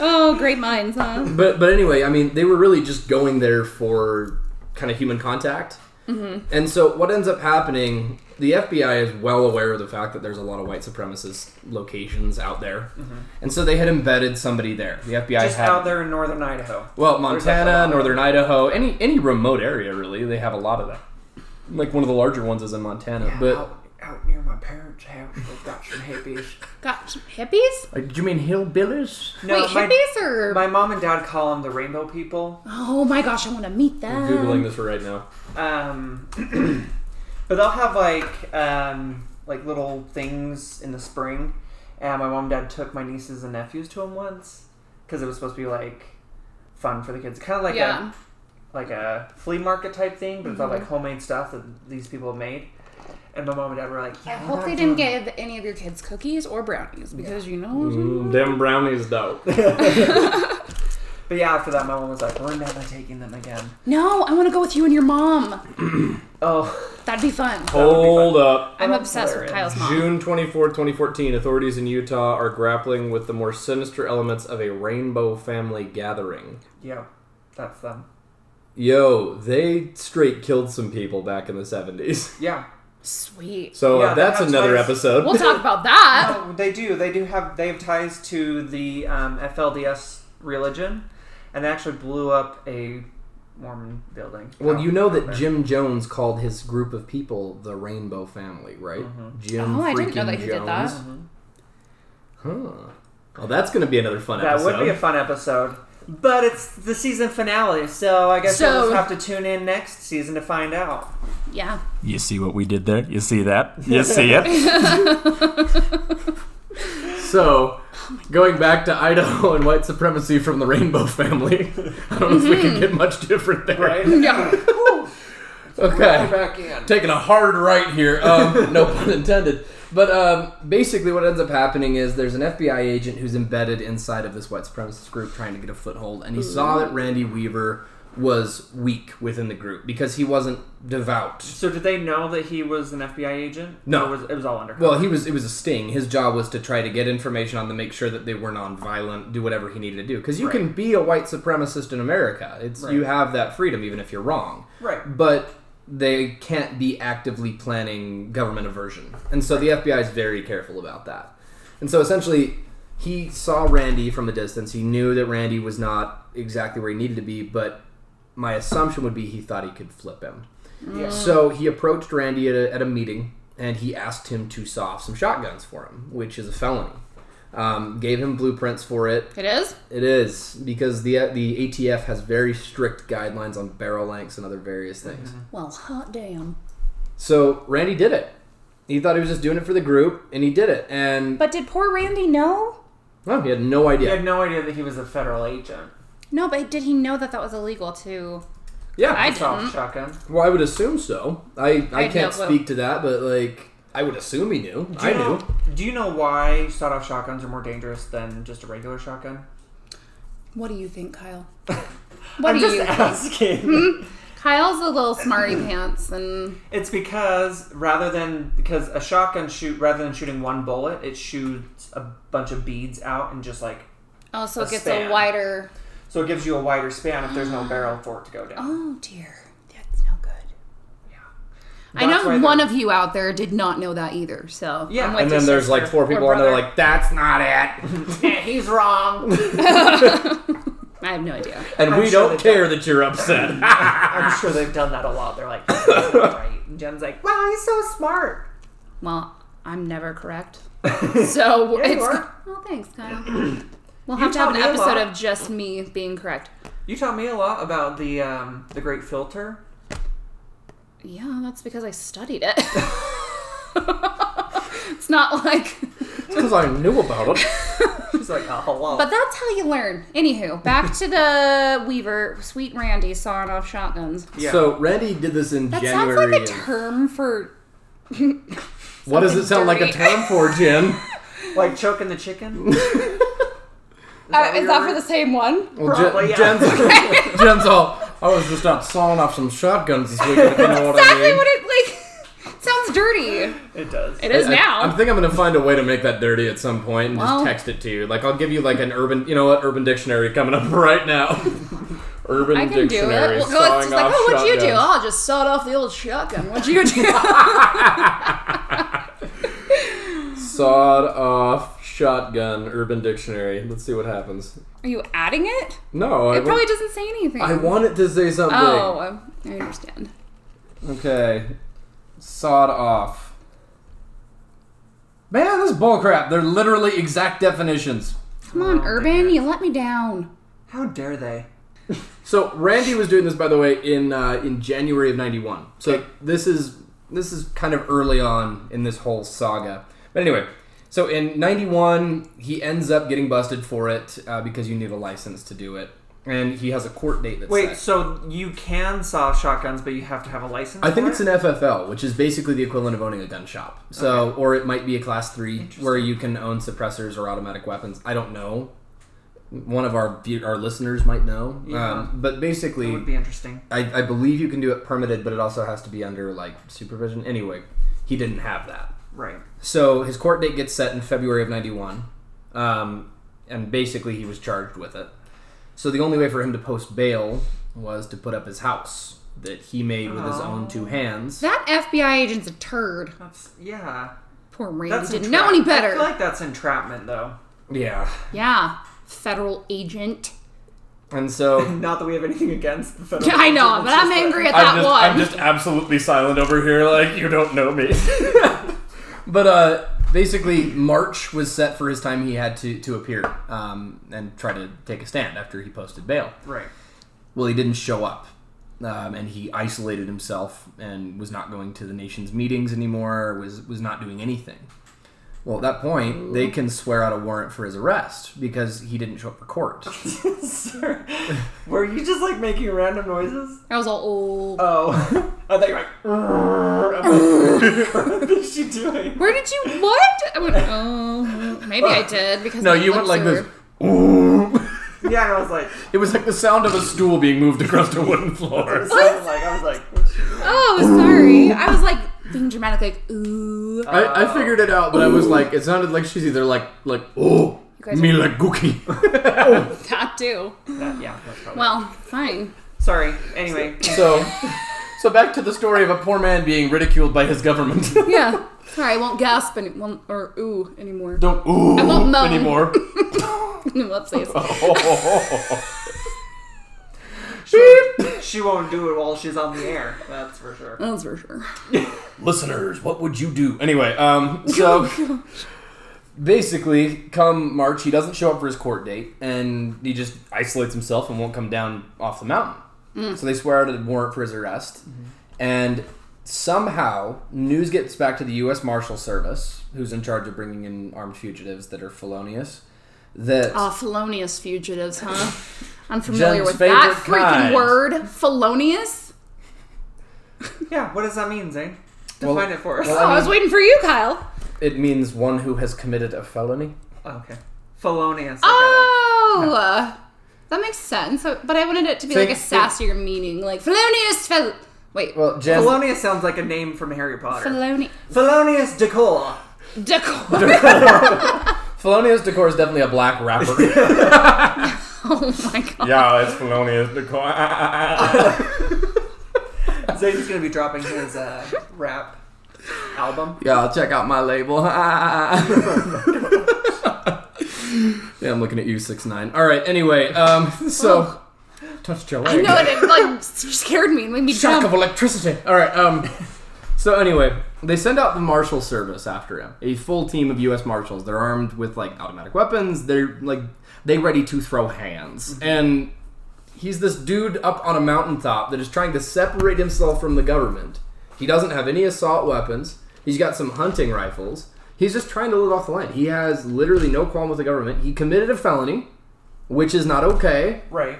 Speaker 1: oh, great minds, huh?
Speaker 3: But but anyway, I mean, they were really just going there for kind of human contact. Mm-hmm. And so what ends up happening? The FBI is well aware of the fact that there's a lot of white supremacist locations out there, and so they had embedded somebody there. The FBI
Speaker 2: just
Speaker 3: had
Speaker 2: out there in northern Idaho. There's,
Speaker 3: well
Speaker 2: like, a
Speaker 3: Montana,
Speaker 2: lot.
Speaker 3: northern Idaho, any any remote area really. They have a lot of that. Like one of the larger ones is in Montana, but
Speaker 2: out, out near my parents' house, they've got some hippies.
Speaker 1: Got some hippies?
Speaker 3: like, Uh, do you mean hillbillies?
Speaker 2: No,
Speaker 1: Wait,
Speaker 2: my,
Speaker 1: hippies or?
Speaker 2: my mom and dad call them the rainbow people.
Speaker 1: oh my gosh, I want to meet them.
Speaker 3: Googling this right now.
Speaker 2: Um, [clears throat] but they'll have like um, like little things in the spring. And my mom and dad took my nieces and nephews to them once because it was supposed to be like fun for the kids, kind of like
Speaker 1: yeah. Mm-hmm.
Speaker 2: a like a flea market type thing, but it's all like homemade stuff that these people have made. And and my mom and dad were like,
Speaker 1: I
Speaker 2: yeah,
Speaker 1: hope
Speaker 2: that
Speaker 1: they didn't
Speaker 2: one."
Speaker 1: get any of your kids cookies or brownies because you
Speaker 2: Mm-hmm.
Speaker 1: know.
Speaker 3: Mm, them brownies though.
Speaker 2: But yeah, after that, my mom was like, we're never taking them again.
Speaker 1: No, I want to go with you and your mom.
Speaker 2: Oh, [laughs]
Speaker 1: That'd be fun.
Speaker 3: Hold up.
Speaker 1: I'm
Speaker 2: don't
Speaker 1: obsessed with
Speaker 2: care.
Speaker 1: Kyle's mom.
Speaker 3: June 24, 2014, authorities in Utah are grappling with the more sinister elements of a rainbow family gathering.
Speaker 2: yeah, that's um, them.
Speaker 3: Yo, they straight killed some people back in the 70s.
Speaker 2: Yeah.
Speaker 1: Sweet.
Speaker 3: [laughs] So
Speaker 2: Yeah,
Speaker 3: that's
Speaker 2: that
Speaker 3: another
Speaker 2: ties-
Speaker 3: episode.
Speaker 1: We'll talk about that.
Speaker 2: No, Oh, they do. They do have. They have ties to the um, FLDS religion, and they actually blew up a Mormon building.
Speaker 3: [laughs] Well, you know that
Speaker 2: There.
Speaker 3: Jim Jones called his group of people the Rainbow Family, right?
Speaker 2: Mm-hmm.
Speaker 3: Jim.
Speaker 1: Oh, I didn't know
Speaker 3: freaking
Speaker 1: that he did that.
Speaker 3: Jones. Huh. Well, that's going to be another fun
Speaker 2: Mm-hmm. That
Speaker 3: episode.
Speaker 2: would be a fun episode. But it's the season finale, so I guess
Speaker 1: So-
Speaker 2: we'll just have to tune in next season to find out.
Speaker 1: Yeah.
Speaker 4: You see what we did there? You see that? [laughs] You see it?
Speaker 3: so, going back to Idaho [laughs] and white supremacy from the Rainbow Family, [laughs] I don't know if we can get much different there.
Speaker 2: Mm-hmm. Right?
Speaker 1: Yeah.
Speaker 3: Okay.
Speaker 2: Back in.
Speaker 3: Taking a hard right here. Um, no [laughs] pun intended. But um, basically, what ends up happening is there's an FBI agent who's embedded inside of this white supremacist group trying to get a foothold, and he saw
Speaker 2: Mm-hmm.
Speaker 3: that Randy Weaver was weak within the group because he wasn't devout.
Speaker 2: So did they know that he was an FBI agent?
Speaker 3: No.
Speaker 2: Or was, it was all under.
Speaker 3: Well, he was. It was a sting. His job was to try to get information on them, make sure that they were nonviolent, do whatever he needed to do. Because you can be a white supremacist in America. It's you
Speaker 2: Right.
Speaker 3: have that freedom, even if you're wrong.
Speaker 2: Right.
Speaker 3: But they can't be actively planning government aversion, and so the FBI is very careful about that. And so essentially, he saw Randy from a distance. He knew that Randy was not exactly where he needed to be, but my assumption would be he thought he could flip him. So he approached Randy at a, at a meeting and he asked him to saw off some shotguns for him, which is a felony. Um, gave him blueprints for it.
Speaker 1: [laughs] It is?
Speaker 3: It is because the the ATF has very strict guidelines on barrel lengths and other various things.
Speaker 2: Mm-hmm.
Speaker 1: Well, hot damn.
Speaker 3: So Randy did it. He thought he was just doing it for the group, and he did it. And
Speaker 1: But did poor Randy know?
Speaker 3: well, he had no
Speaker 2: He
Speaker 3: idea.
Speaker 2: had no idea that he was a federal agent.
Speaker 1: No, but did he know that that was illegal too?
Speaker 3: Yeah,
Speaker 1: I
Speaker 2: Saw a
Speaker 1: didn't.
Speaker 2: shotgun.
Speaker 3: Well, I would assume so. I, I,
Speaker 1: I had no
Speaker 3: can't
Speaker 1: clue.
Speaker 3: speak to that, but like I would assume he knew.
Speaker 2: Do
Speaker 3: I
Speaker 2: you
Speaker 3: knew.
Speaker 2: know- Do you know why sawed-off shotguns are more dangerous than just a regular shotgun?
Speaker 1: What do you think,
Speaker 2: [laughs]
Speaker 1: Kyle? What do
Speaker 2: I'm just
Speaker 1: you Hmm?
Speaker 2: asking.
Speaker 1: Kyle's a little smarty pants and
Speaker 2: it's because rather than because a shotgun shoot rather than shooting one bullet, it shoots a bunch of beads out and just like
Speaker 1: oh so
Speaker 2: A
Speaker 1: it gets
Speaker 2: span.
Speaker 1: a wider
Speaker 2: so it gives you a wider span
Speaker 1: [gasps]
Speaker 2: if there's no barrel for it to go down.
Speaker 1: Oh dear. That's no good. I
Speaker 2: That's why
Speaker 1: know one
Speaker 2: they're-
Speaker 1: of you out there did not know that either, so
Speaker 2: Yeah.
Speaker 1: I'm with
Speaker 3: And
Speaker 1: you,
Speaker 3: then there's
Speaker 1: sister.
Speaker 3: like four people
Speaker 2: Or
Speaker 3: on there
Speaker 2: brother.
Speaker 3: like
Speaker 2: [laughs]
Speaker 3: that's not it.
Speaker 1: Oh.
Speaker 2: He's wrong.
Speaker 1: I have no idea.
Speaker 3: And
Speaker 2: I'm
Speaker 3: we
Speaker 2: sure
Speaker 3: don't
Speaker 2: they don't.
Speaker 3: care that
Speaker 2: [laughs]
Speaker 3: you're upset.
Speaker 2: [laughs]
Speaker 3: [laughs]
Speaker 2: I'm sure they've done that a lot. They're like, "That's
Speaker 1: [laughs]
Speaker 2: not right. And Jen's like, wow, he's so smart.
Speaker 1: Well, I'm never
Speaker 3: [laughs]
Speaker 1: correct. So
Speaker 2: you
Speaker 1: it's
Speaker 2: are.
Speaker 1: well thanks,
Speaker 3: [clears throat]
Speaker 1: Kyle. We'll have to have
Speaker 2: taught
Speaker 1: an
Speaker 2: me a lot.
Speaker 1: episode of just me being correct.
Speaker 2: You taught me a lot about the um, the Great Filter.
Speaker 1: Yeah, that's because I studied
Speaker 3: [laughs]
Speaker 1: it. it's not like. [laughs]
Speaker 3: Because I knew about it.
Speaker 2: She's like, oh, hello.
Speaker 1: But that's how you learn. Anywho, back to the Weaver, sweet Randy sawing off shotguns.
Speaker 2: Yeah.
Speaker 3: So Randy did this in
Speaker 1: That
Speaker 3: January.
Speaker 1: sounds like a
Speaker 3: and-
Speaker 1: term for.
Speaker 3: what does it sound like a
Speaker 1: dirty.
Speaker 3: term for,
Speaker 1: [laughs]
Speaker 3: Jim?
Speaker 2: like choking the chicken.
Speaker 1: Uh, is
Speaker 2: what
Speaker 1: that
Speaker 2: you're-
Speaker 1: for the same one?
Speaker 3: Well,
Speaker 2: Probably,
Speaker 3: Jen-
Speaker 2: yeah.
Speaker 1: [laughs]
Speaker 3: Jen's, Jen's all. I was just out sawing off some shotguns this weekend. if You know what I
Speaker 1: Exactly
Speaker 3: mean?
Speaker 1: what it like. [laughs] it Sounds dirty.
Speaker 2: It does.
Speaker 1: It is
Speaker 3: I,
Speaker 1: now.
Speaker 3: I think I'm gonna find a way to make that dirty at some point and
Speaker 1: Well-
Speaker 3: just text it to you. Like I'll give you like an urban, you know what, Urban Dictionary coming up [laughs] right now. urban
Speaker 1: I can do it.
Speaker 3: Dictionary.
Speaker 1: We'll go.
Speaker 3: sawing
Speaker 1: It's just like,
Speaker 3: off
Speaker 1: oh, what'd you do?
Speaker 3: shotguns.
Speaker 1: Oh, I just sawed off the old shotgun. What'd you
Speaker 3: [laughs]
Speaker 1: do?
Speaker 3: Sawed off shotgun. Urban Dictionary. Let's see what happens.
Speaker 1: Are you adding it?
Speaker 3: No, I,
Speaker 1: It probably
Speaker 3: want,
Speaker 1: doesn't say anything.
Speaker 3: I want it to say something.
Speaker 1: Oh, I understand.
Speaker 3: Okay. Sawed off. Man, this is bullcrap. They're literally exact definitions.
Speaker 1: Come on, Urban, you let me down.
Speaker 2: How dare they?
Speaker 3: So Randy was doing this, by the way, in uh, in January of '91. So this is this is kind of early on in this whole saga. But anyway, so in '91 he ends up getting busted for it uh, because you need a license to do it. and he has a court date that's
Speaker 2: Wait,
Speaker 3: set.
Speaker 2: so you can saw shotguns, but you have to have a license?
Speaker 3: I think
Speaker 2: for
Speaker 3: it's
Speaker 2: it?
Speaker 3: an FFL, which is basically the equivalent of owning a gun shop. So, or it might be a class three where you can own suppressors or automatic weapons. I don't know. One of our view- our listeners might know,
Speaker 2: Yeah.
Speaker 3: um, but
Speaker 2: It
Speaker 3: basically,
Speaker 2: would be interesting.
Speaker 3: I, I believe you can do it permitted, but it also has to be under like supervision. Anyway, he didn't have that.
Speaker 2: Right.
Speaker 3: So his court date gets set in February of 91. Um, and basically, he was charged with it. So the only way for him to post bail was to put up his house that he made with his own two hands.
Speaker 1: That FBI agent's a turd.
Speaker 2: That's yeah.
Speaker 1: Poor Randy
Speaker 2: That's
Speaker 1: didn't
Speaker 2: entrap-
Speaker 1: know any
Speaker 2: I
Speaker 1: better.
Speaker 2: feel like that's entrapment though.
Speaker 3: Yeah.
Speaker 1: yeah, federal agent. [laughs]
Speaker 3: And so [laughs]
Speaker 2: Not that we have anything against the federal.
Speaker 1: Yeah, [laughs] I know,
Speaker 2: agent,
Speaker 1: but
Speaker 2: it's
Speaker 1: I'm
Speaker 2: just
Speaker 1: angry at that
Speaker 4: I'm just,
Speaker 1: one.
Speaker 4: I'm just absolutely silent over here. Like you don't know [laughs] me.
Speaker 3: But uh, basically, March was set for his time he had to, to appear um, and try to take a stand after he posted bail.
Speaker 2: that- Right.
Speaker 3: Well, he didn't show up. Um, and he isolated himself and was not going to the nation's meetings anymore, was, was not doing anything. Well, at that point, they can swear out a warrant for his arrest because he didn't show up for court.
Speaker 2: Sir, [laughs] were you just like making random noises?
Speaker 1: I was all old.
Speaker 2: Oh, [laughs] I thought you were like. "Rrrr." I'm like, [laughs] what is she doing?
Speaker 1: Where did you what? I went. Oh, maybe I did
Speaker 5: [laughs]
Speaker 1: because
Speaker 5: No,
Speaker 1: my
Speaker 5: you went like
Speaker 1: lips
Speaker 5: this.
Speaker 1: are-
Speaker 2: Yeah, and I was like,
Speaker 5: It was like the sound of a stool being moved across a wooden floor.
Speaker 2: I was like, I was like, what's she doing?
Speaker 1: Oh, sorry. I was like being dramatic, like ooh.
Speaker 5: I, I figured it out, but I was like, it sounded like she's either like, like, oh,
Speaker 1: guys
Speaker 5: me like Gookie.
Speaker 1: [laughs] That too.
Speaker 2: That- yeah, that's probably.
Speaker 1: Well, fine.
Speaker 2: Sorry. Anyway,
Speaker 5: So, so back to the story of a poor man being ridiculed by his government. [laughs]
Speaker 1: Yeah. Sorry, I won't gasp any, won't, or ooh anymore.
Speaker 5: Don't ooh
Speaker 1: I won't moan.
Speaker 5: anymore.
Speaker 1: [laughs]
Speaker 5: Oh.
Speaker 1: Whoopsies.
Speaker 2: she won't do it while she's on the air. That's for sure.
Speaker 1: That's for sure.
Speaker 5: Listeners, what would you do? Anyway, um,
Speaker 2: [laughs]
Speaker 5: so
Speaker 2: Oh
Speaker 3: basically, come March, he doesn't show up for his court date and he just isolates himself and won't come down off the mountain.
Speaker 2: Mm.
Speaker 3: So they swear out a warrant for his arrest.
Speaker 2: Mm-hmm.
Speaker 3: And somehow, news gets back to the U.S. Marshal Service, who's in charge of bringing in armed fugitives that are felonious. That
Speaker 1: Ah, felonious fugitives, huh? I'm familiar
Speaker 3: Jen's
Speaker 1: with that freaking
Speaker 3: favorite kind.
Speaker 1: word. Felonious?
Speaker 2: Yeah, what does that mean, Zane?
Speaker 3: Well-
Speaker 2: Define it for us.
Speaker 1: Oh, I was waiting for you, Kyle.
Speaker 3: it means one who has committed a felony.
Speaker 2: Oh, okay. Felonious. I
Speaker 1: Oh! uh, That makes sense. So- But I wanted it to be like a
Speaker 3: Think-
Speaker 1: sassier meaning, like felonious fel. Wait.
Speaker 3: Well,
Speaker 2: got
Speaker 3: Jen,
Speaker 2: it. uh, Felonious sounds like a name from Harry Potter.
Speaker 1: felonious.
Speaker 2: Felonious decor.
Speaker 3: [laughs]
Speaker 1: Decor.
Speaker 3: felonious decor is definitely a
Speaker 2: [laughs]
Speaker 3: black rapper.
Speaker 1: [laughs] oh my god.
Speaker 4: yeah, it's felonious. [laughs] Nicole.
Speaker 2: Zane's gonna be dropping his uh, rap album.
Speaker 3: Y'all check out my label. [laughs] yeah, I'm looking at you, six nine. All right. Anyway, um, so [laughs] touched your
Speaker 1: I
Speaker 3: leg.
Speaker 1: know it, it like s- scared me and made me
Speaker 3: Shock of
Speaker 1: jump.
Speaker 3: electricity. All right. Um, [laughs] so anyway, they send out the marshal service after him. A full team of U.S. marshals. They're armed with like automatic weapons. They're like they ready to throw hands. And he's this dude up on a mountaintop that is trying to separate himself from the government. He doesn't have any assault weapons. He's got some hunting rifles. He's just trying to live off the land. He has literally no qualm with the government. He committed a felony, which is not okay.
Speaker 2: Right.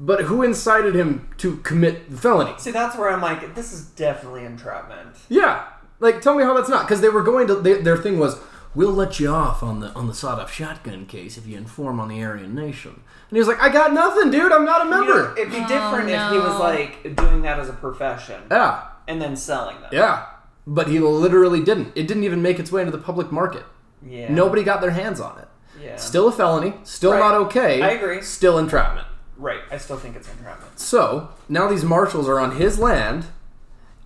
Speaker 3: But who incited him to commit the felony?
Speaker 2: See, that's where I'm like, this is definitely entrapment.
Speaker 3: Yeah, like tell me how that's not because they were going to they, their thing was we'll let you off on the on the sawed off shotgun case if you inform on the Aryan Nation. And he was like, I got nothing, dude. I'm not a
Speaker 2: You know,
Speaker 3: member.
Speaker 2: it'd be different if he
Speaker 1: no.
Speaker 2: was like doing that as a profession
Speaker 3: yeah,
Speaker 2: and then selling them.
Speaker 3: yeah. But he literally didn't. It didn't even make its way into the public market.
Speaker 2: Yeah.
Speaker 3: Nobody got their hands on it.
Speaker 2: Yeah.
Speaker 3: Still a felony. Still
Speaker 2: Right.
Speaker 3: not okay.
Speaker 2: I agree.
Speaker 3: Still entrapment.
Speaker 2: Right. I still think it's entrapment.
Speaker 3: So now these marshals are on his land,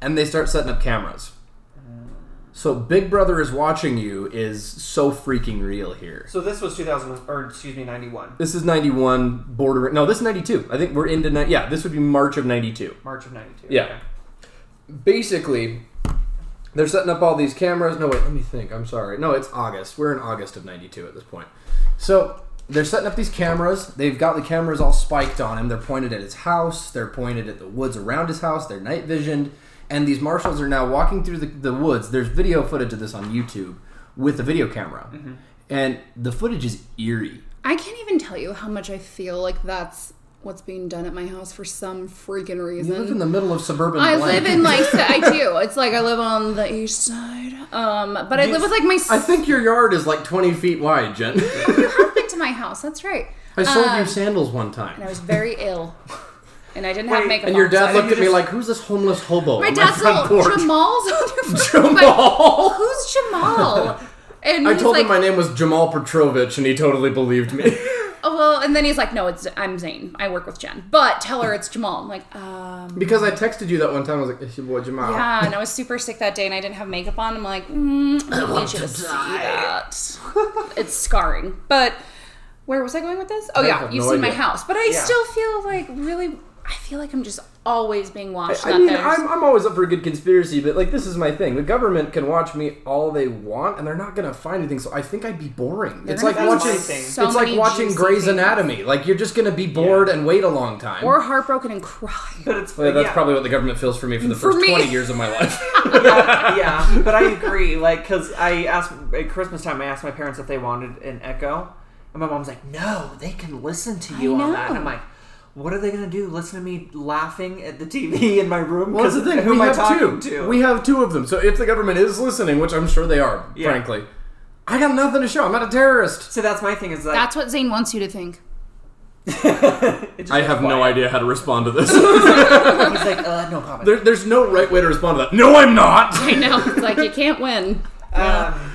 Speaker 3: and they start setting up cameras.
Speaker 2: Uh.
Speaker 3: So Big Brother is watching you is so freaking real here.
Speaker 2: So this was 2000, or excuse me, 91,
Speaker 3: This is 91 border. No, this is 92. I think we're into ni- yeah, this would be March of 92.
Speaker 2: March of 92.
Speaker 3: Yeah.
Speaker 2: Okay.
Speaker 3: Basically, they're setting up all these cameras. No, wait, let me think. I'm sorry. No, it's August. We're in August of 92 at this point. So, they're setting up these cameras. They've got the cameras all spiked on him. They're pointed at his house. They're pointed at the woods around his house. They're night visioned. And these marshals are now walking through the, the woods. There's video footage of this on YouTube with a video camera. And the footage is eerie.
Speaker 1: I can't even tell you how much I feel like that's what's being done at my house for some freaking
Speaker 3: You live in
Speaker 1: reason.
Speaker 3: the middle of suburban.
Speaker 1: I
Speaker 3: Blaine.
Speaker 1: live in like
Speaker 3: [laughs]
Speaker 1: I do. It's like I live on the east side. Um, but I live with like my.
Speaker 3: I think your yard is like 20 feet
Speaker 1: [laughs]
Speaker 3: wide, Jen.
Speaker 1: have been to my house. That's right.
Speaker 3: I sold
Speaker 1: Um,
Speaker 3: you sandals one
Speaker 1: And I
Speaker 3: time.
Speaker 1: was very ill, and I didn't
Speaker 2: Wait,
Speaker 1: have makeup.
Speaker 3: And your
Speaker 1: on,
Speaker 3: dad
Speaker 1: so-
Speaker 3: looked at
Speaker 2: you
Speaker 3: me
Speaker 2: just-
Speaker 3: like, who's this homeless hobo
Speaker 1: My
Speaker 3: on my
Speaker 1: dad's all
Speaker 3: front porch? [laughs]
Speaker 1: Jamal's on your
Speaker 3: Jamal!
Speaker 1: front Like, Who's
Speaker 3: [laughs]
Speaker 1: Jamal? And
Speaker 3: I
Speaker 1: he's
Speaker 3: told
Speaker 1: like,
Speaker 3: him my name was Jamal Petrovich, and he totally believed me. [laughs]
Speaker 1: Oh, well, and then he's like, no, it's I'm Zane. I work with Jen, but tell her it's Jamal. I'm like, um,
Speaker 3: because I texted you that one time, I was like, it's your boy Jamal.
Speaker 1: yeah. And I was super sick that day, and I didn't have makeup on. I'm like, mm, I, need you to see that. it's scarring. But where was I going with this? Oh yeah,
Speaker 3: have
Speaker 1: you've
Speaker 3: no
Speaker 1: seen my
Speaker 3: idea.
Speaker 1: house, but I
Speaker 2: Yeah.
Speaker 1: still feel like really. I feel like I'm just always being watched.
Speaker 3: I
Speaker 1: not
Speaker 3: mean,
Speaker 1: that there's-
Speaker 3: I'm, I'm always up for a good conspiracy, but like, this is my thing. The government can watch me all they want, and they're not gonna find anything. So I think I'd be boring. it's
Speaker 1: gonna
Speaker 3: like
Speaker 1: find
Speaker 3: watching,
Speaker 2: something.
Speaker 1: so
Speaker 3: it's like
Speaker 1: many
Speaker 3: watching
Speaker 1: juicy
Speaker 3: Grey's
Speaker 1: things.
Speaker 3: Anatomy. Like you're just gonna be bored and wait a long time.
Speaker 1: or heartbroken and cry.
Speaker 2: But it's
Speaker 3: Well, that's
Speaker 2: yeah.
Speaker 3: probably what the government feels for me for the
Speaker 1: For
Speaker 3: first
Speaker 1: me.
Speaker 3: 20 years of my
Speaker 1: [laughs]
Speaker 3: life.
Speaker 2: yeah,
Speaker 3: [laughs]
Speaker 2: but I agree. Like, because I asked at Christmas time, I asked my parents if they wanted an Echo, and my mom's like, "No, they can listen to you
Speaker 1: I
Speaker 2: on that." And
Speaker 1: know.
Speaker 2: I'm like, "What are they gonna do? Listen to me laughing at the TV in my room?
Speaker 3: Well, that's the thing.
Speaker 2: Who
Speaker 3: we
Speaker 2: am I
Speaker 3: have
Speaker 2: talking
Speaker 3: two.
Speaker 2: to?
Speaker 3: We have two of them. So if the government is listening, which I'm sure they are,
Speaker 2: Yeah.
Speaker 3: frankly, I got nothing to show. I'm not a terrorist.
Speaker 2: so that's my thing. Is like,
Speaker 1: That's what Zane wants you to think.
Speaker 2: it just
Speaker 5: I
Speaker 2: goes
Speaker 5: have no
Speaker 2: quiet.
Speaker 5: idea how to respond to
Speaker 3: [laughs]
Speaker 5: this.
Speaker 2: He's like, uh, no comment.
Speaker 5: there, there's no right way to respond to that. No, I'm
Speaker 4: [laughs]
Speaker 5: not.
Speaker 1: I know. It's like you can't win.
Speaker 2: Um,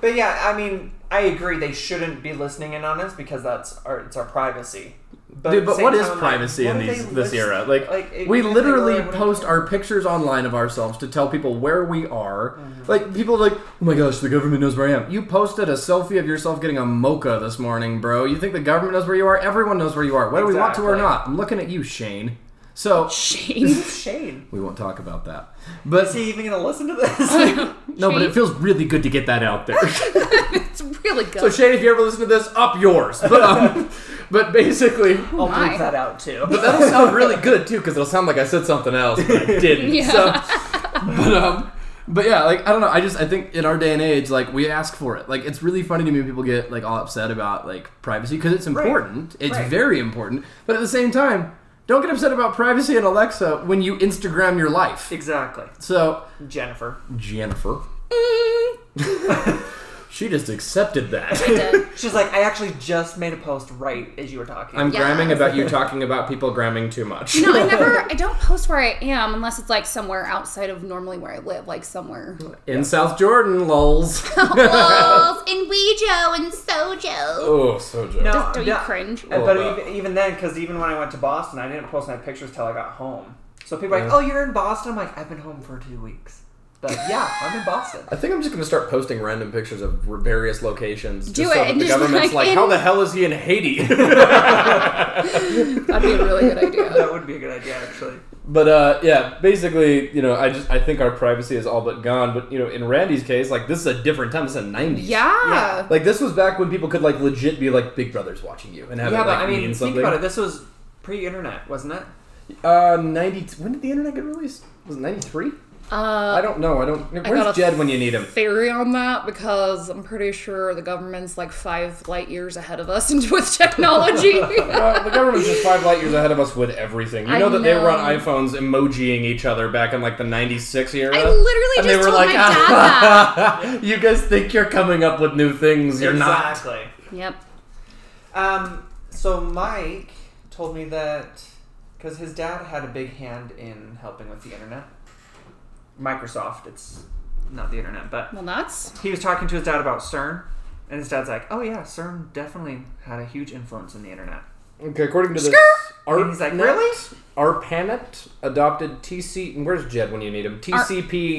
Speaker 2: but yeah, I mean, I agree. They shouldn't be listening in on us because that's our it's our privacy. But
Speaker 3: Dude, but
Speaker 2: same
Speaker 3: what is
Speaker 2: time, like,
Speaker 3: privacy
Speaker 2: what
Speaker 3: in
Speaker 2: are
Speaker 3: these
Speaker 2: they
Speaker 3: this
Speaker 2: listen-
Speaker 3: era? Like,
Speaker 2: it-
Speaker 3: we
Speaker 2: if they
Speaker 3: literally
Speaker 2: were, I [laughs]
Speaker 3: post
Speaker 2: wouldn't-
Speaker 3: our pictures online of ourselves to tell people where we are.
Speaker 2: Mm-hmm.
Speaker 3: Like people are like, "Oh my gosh, the government knows where I am." You posted a selfie of yourself getting a mocha this morning, bro. You think the government knows where you are? Everyone knows where you are, whether we want to or
Speaker 2: Exactly.
Speaker 3: not. I'm looking at you, Shane.
Speaker 2: [laughs]
Speaker 3: So
Speaker 1: Shane.
Speaker 2: Shane.
Speaker 3: we won't talk about that. But
Speaker 2: Is he even gonna listen to
Speaker 3: [laughs]
Speaker 2: this?
Speaker 3: no, but it feels really good to get that out there. [laughs]
Speaker 1: It's really good.
Speaker 5: So Shane, if you ever listen to this, up yours. But,
Speaker 2: [laughs]
Speaker 5: um, but basically,
Speaker 2: I'll
Speaker 1: my.
Speaker 2: bleep that out too.
Speaker 5: [laughs] that'll sound really good too, because it'll sound like I said something else, but I
Speaker 1: [laughs]
Speaker 5: didn't.
Speaker 1: Yeah.
Speaker 5: So,
Speaker 3: [laughs] but um but yeah like i don't know i just i think in our day and age like we ask for it like it's really funny to me when people get like all upset about like privacy because it's important it's
Speaker 2: Right.
Speaker 3: very important but at the same time don't get upset about privacy and alexa when you instagram your life
Speaker 2: exactly,
Speaker 3: so
Speaker 2: Jennifer.
Speaker 3: jennifer
Speaker 1: [laughs]
Speaker 3: she just accepted that
Speaker 5: [laughs]
Speaker 2: She's like, I actually just made a post right as you were talking.
Speaker 5: I'm
Speaker 1: Yeah.
Speaker 5: gramming about you talking about people gramming too much.
Speaker 1: no,
Speaker 5: [laughs]
Speaker 1: I never. I don't post where I am unless it's like somewhere outside of normally where I live,
Speaker 5: [laughs]
Speaker 1: like somewhere.
Speaker 3: in south
Speaker 1: [laughs]
Speaker 3: jordan lol's
Speaker 1: Walls and Weejo and Sojo.
Speaker 5: Oh, so joke.
Speaker 2: no,
Speaker 1: Just don't you
Speaker 2: no.
Speaker 1: cringe?
Speaker 2: And- But
Speaker 5: about-
Speaker 2: even, even then, because even when I went to Boston, I didn't post my pictures till I got home. So people are like, "Oh, you're in Boston." I'm like, "I've been home for two weeks."
Speaker 5: [laughs]
Speaker 2: But yeah, I'm in Boston.
Speaker 5: I think I'm just gonna start posting random pictures of various locations.
Speaker 1: Do
Speaker 5: just so
Speaker 1: it,
Speaker 5: that
Speaker 1: and
Speaker 5: the
Speaker 1: just be
Speaker 5: government's
Speaker 1: like,
Speaker 5: like,
Speaker 1: in-
Speaker 5: how the hell is he in Haiti? [laughs]
Speaker 1: That'd be a really good
Speaker 5: [laughs]
Speaker 1: idea.
Speaker 2: That would be a good idea, actually.
Speaker 5: But uh, yeah, basically, you know, I just I think our privacy is all but gone. But you know, in Randy's case, like this is a different time. This is the '90s.
Speaker 1: Yeah.
Speaker 5: Like this was back when people could like legit be like Big Brother's watching you and have
Speaker 2: yeah,
Speaker 5: it like
Speaker 2: but I mean,
Speaker 5: mean
Speaker 2: think
Speaker 5: something.
Speaker 2: about it. This was pre-internet, wasn't it?
Speaker 5: Uh, ninety. When did the internet get released? Was it ninety three? I
Speaker 1: Uh,
Speaker 5: don't know. I don't.
Speaker 1: got
Speaker 5: Where's
Speaker 1: a-
Speaker 5: Jed when you need him?
Speaker 1: theory on that because I'm pretty sure the government's like five light years ahead of us [laughs] into with
Speaker 5: [laughs]
Speaker 1: technology.
Speaker 5: Uh, the government's just five light years ahead of us with everything. You
Speaker 1: I
Speaker 5: know that they were on
Speaker 1: know.
Speaker 5: iPhones emojiing each other back in like the '96 era.
Speaker 1: I literally
Speaker 5: and they
Speaker 1: just
Speaker 5: were
Speaker 1: told
Speaker 5: like, "Ah."
Speaker 1: my dad
Speaker 5: [laughs] "You guys think you're coming up with new things? You're not."
Speaker 2: exactly.
Speaker 5: [laughs]
Speaker 1: that. Yep.
Speaker 2: Um, so Mike told me that because his dad had a big hand in helping with the internet, Microsoft. It's not the internet, but
Speaker 1: Well, that's
Speaker 2: he was talking to his dad about CERN, and his dad's like, "Oh yeah, CERN definitely had a huge influence in the internet."
Speaker 5: Okay, according to this,
Speaker 2: And he's like, "Really?"
Speaker 5: Our Panet adopted TC. and Where's Jed when you need him?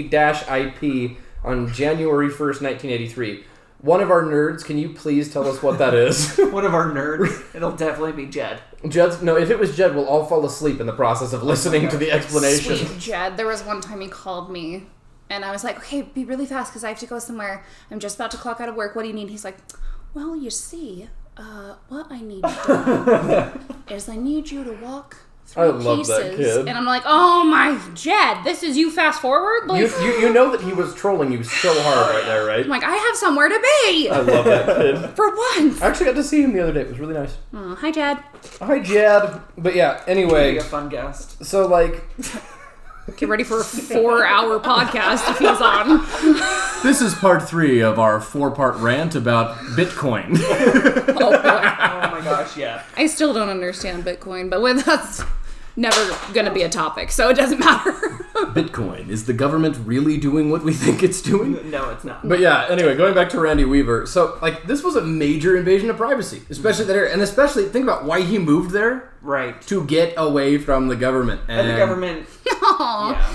Speaker 5: TCP-IP on January 1st, 1983. One of our nerds, can you please tell us what that is? [laughs]
Speaker 2: One of our nerds. [laughs] It'll definitely be Jed.
Speaker 5: Jed's no. If it was Jed, we'll all fall asleep in the process of listening to the explanation.
Speaker 1: Sweet Jed. There was one time he called me, and I was like, "Okay, be really fast because I have to go somewhere. I'm just about to clock out of work. What do you need?" He's like,
Speaker 5: [laughs]
Speaker 1: "Well, you see, uh, what I need you to do is I need you to walk three
Speaker 4: I love
Speaker 1: pieces,
Speaker 4: that kid.
Speaker 1: and I'm like, oh my Jed, this is you fast forward. Like,
Speaker 5: You, you, you know that he was trolling you so hard right there, right?
Speaker 1: I'm like, I have somewhere to be
Speaker 5: I love that kid.
Speaker 1: [laughs] for once.
Speaker 5: I actually got to see him the other day. It was really nice.
Speaker 1: Oh, hi Jed.
Speaker 5: Hi, Jad. But yeah,
Speaker 2: Be
Speaker 5: anyway,
Speaker 2: a fun guest. [laughs]
Speaker 5: so like,
Speaker 1: Get ready for a four-hour podcast if he's
Speaker 5: [laughs]
Speaker 1: on.
Speaker 3: This is part three of our four-part rant about Bitcoin.
Speaker 2: Oh my gosh, yeah.
Speaker 1: I still don't understand Bitcoin, but when that's never gonna be a topic, so it doesn't
Speaker 3: [laughs]
Speaker 1: matter.
Speaker 3: Bitcoin is the government really doing what we think it's doing?
Speaker 2: No, it's not.
Speaker 3: But yeah, anyway, going back to Randy Weaver. So, like, this was a major invasion of privacy, especially that area. And especially, think about why he moved there
Speaker 2: right.
Speaker 3: to get away from the government. And,
Speaker 2: And the government. Yeah.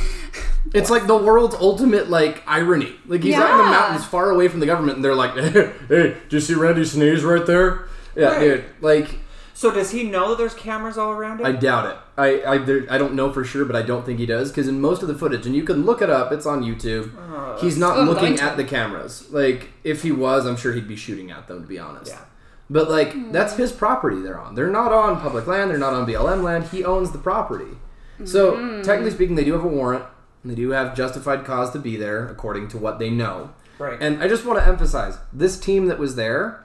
Speaker 3: It's like the world's ultimate, like, irony. Like, he's out in the
Speaker 1: Yeah.
Speaker 3: mountains far away from the government, and they're like, [laughs] hey, did you see Randy sneeze right there? Yeah,
Speaker 2: Right.
Speaker 3: dude. Like,
Speaker 2: So does he know that there's cameras all around him?
Speaker 3: I doubt it. I I, there, I don't know for sure, but I don't think he does because in most of the footage, and you can look it up. It's on YouTube. he's not
Speaker 1: Oh, I'm going
Speaker 3: looking
Speaker 1: to.
Speaker 3: at the cameras. Like if he was, I'm sure he'd be shooting at them. To be honest.
Speaker 2: Yeah.
Speaker 3: But like that's his property they're on. They're not on public land. They're not on BLM land. He owns the property. So technically speaking, they do have a warrant. And they do have justified cause to be there according to what they know.
Speaker 2: Right.
Speaker 3: And I just want to emphasize this team that was there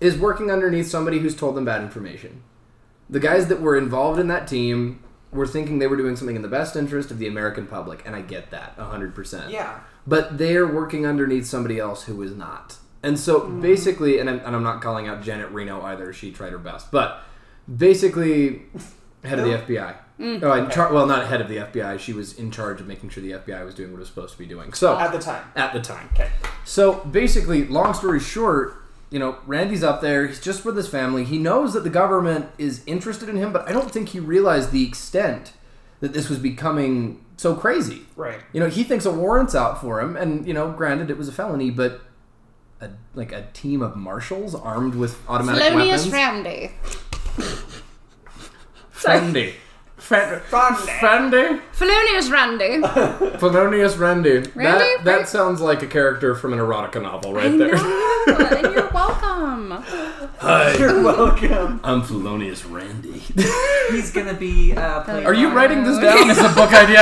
Speaker 3: is working underneath somebody who's told them bad information. The guys that were involved in that team were thinking they were doing something in the best interest of the American public, and I get that 100%.
Speaker 2: yeah.
Speaker 3: But they're working underneath somebody else who is not. And so basically, and I'm, and I'm not calling out Janet Reno either, she tried her best, but basically, head of the FBI. Oh, in char- well, not head of the FBI. She was in charge of making sure the FBI was doing what it was supposed to be doing. So
Speaker 2: At the time.
Speaker 3: at the time.
Speaker 2: Okay.
Speaker 3: So basically, long story short, you know, Randy's up there. He's just with his family. He knows that the government is interested in him, but I don't think he realized the extent that this was becoming so crazy.
Speaker 2: Right.
Speaker 3: You know, he thinks a warrant's out for him, and you know, granted, it was a felony, but a, like a team of marshals armed with automatic
Speaker 1: Polonius
Speaker 3: weapons.
Speaker 1: Ramday.
Speaker 3: Randy.
Speaker 5: Randy?
Speaker 1: Polonius
Speaker 3: [laughs]
Speaker 1: Randy.
Speaker 5: Felonious Randy. Randy? That,
Speaker 1: Randy?
Speaker 5: that sounds like a character from an erotica novel right there.
Speaker 3: [laughs]
Speaker 1: No, and you're welcome.
Speaker 2: You're
Speaker 3: [laughs]
Speaker 2: welcome.
Speaker 3: I'm Um, Felonious Randy.
Speaker 2: He's gonna be. Uh, playing
Speaker 3: Are you
Speaker 2: on-
Speaker 3: writing this down as a book [laughs] idea?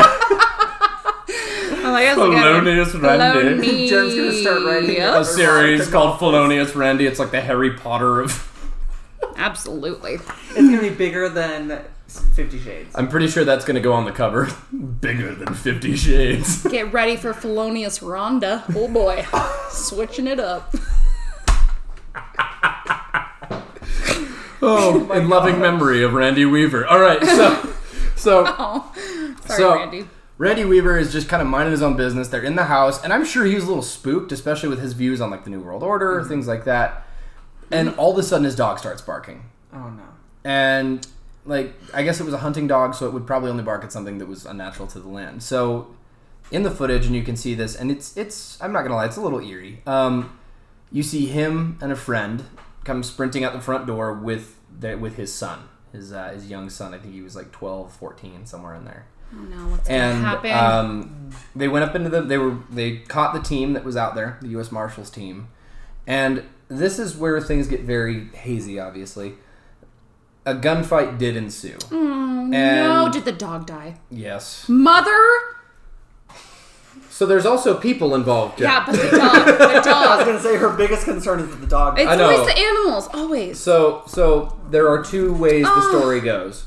Speaker 1: I'm like, that's a good one.
Speaker 5: Felonious Randy.
Speaker 1: Polonius.
Speaker 2: Jen's gonna start writing
Speaker 1: Yep,
Speaker 5: A series called Felonious Randy. It's like the Harry Potter of. [laughs]
Speaker 1: Absolutely.
Speaker 2: It's gonna be bigger than Fifty Shades.
Speaker 5: I'm pretty sure that's going to go on the cover. Bigger than Fifty
Speaker 3: [laughs]
Speaker 5: Shades.
Speaker 1: Get ready for Felonious Rhonda. Oh boy. Switching it up. [laughs]
Speaker 5: Oh, in loving memory of Randy Weaver. All right,
Speaker 3: [laughs]
Speaker 5: so. So
Speaker 1: Oh. Sorry,
Speaker 3: So-
Speaker 1: Randy.
Speaker 3: Randy Weaver is just kind of minding his own business. They're in the house, and I'm sure he was a little spooked, especially with his views on like the New World Order,
Speaker 5: Mm-hmm.
Speaker 3: things like that. And all of a sudden, his dog starts barking,
Speaker 2: Oh no.
Speaker 3: and like I guess it was a hunting dog, so it would probably only bark at something that was unnatural to the land. So in the footage, and you can see this, and it's it's I'm not gonna lie, it's a little eerie. Um, you see him and a friend come sprinting out the front door with their, with his son, his uh, his young son. I think he was like 12, 14, somewhere in there
Speaker 1: Oh no, what's gonna
Speaker 3: and
Speaker 1: happen?
Speaker 3: um, they went up into the they were they caught the team that was out there the u.s marshals team and this is where things get very hazy obviously a gunfight did ensue
Speaker 1: Mm. Oh, no,
Speaker 3: and
Speaker 1: did the dog die?
Speaker 3: yes
Speaker 1: Mother?
Speaker 3: so there's also people involved Jen.
Speaker 1: Yeah, but the dog. The
Speaker 2: I was
Speaker 3: [laughs]
Speaker 1: dog.
Speaker 2: gonna say her biggest concern is that the dog.
Speaker 1: It's
Speaker 3: I know.
Speaker 1: always the animals. Always.
Speaker 3: so so there are two ways the
Speaker 1: Ah.
Speaker 3: story goes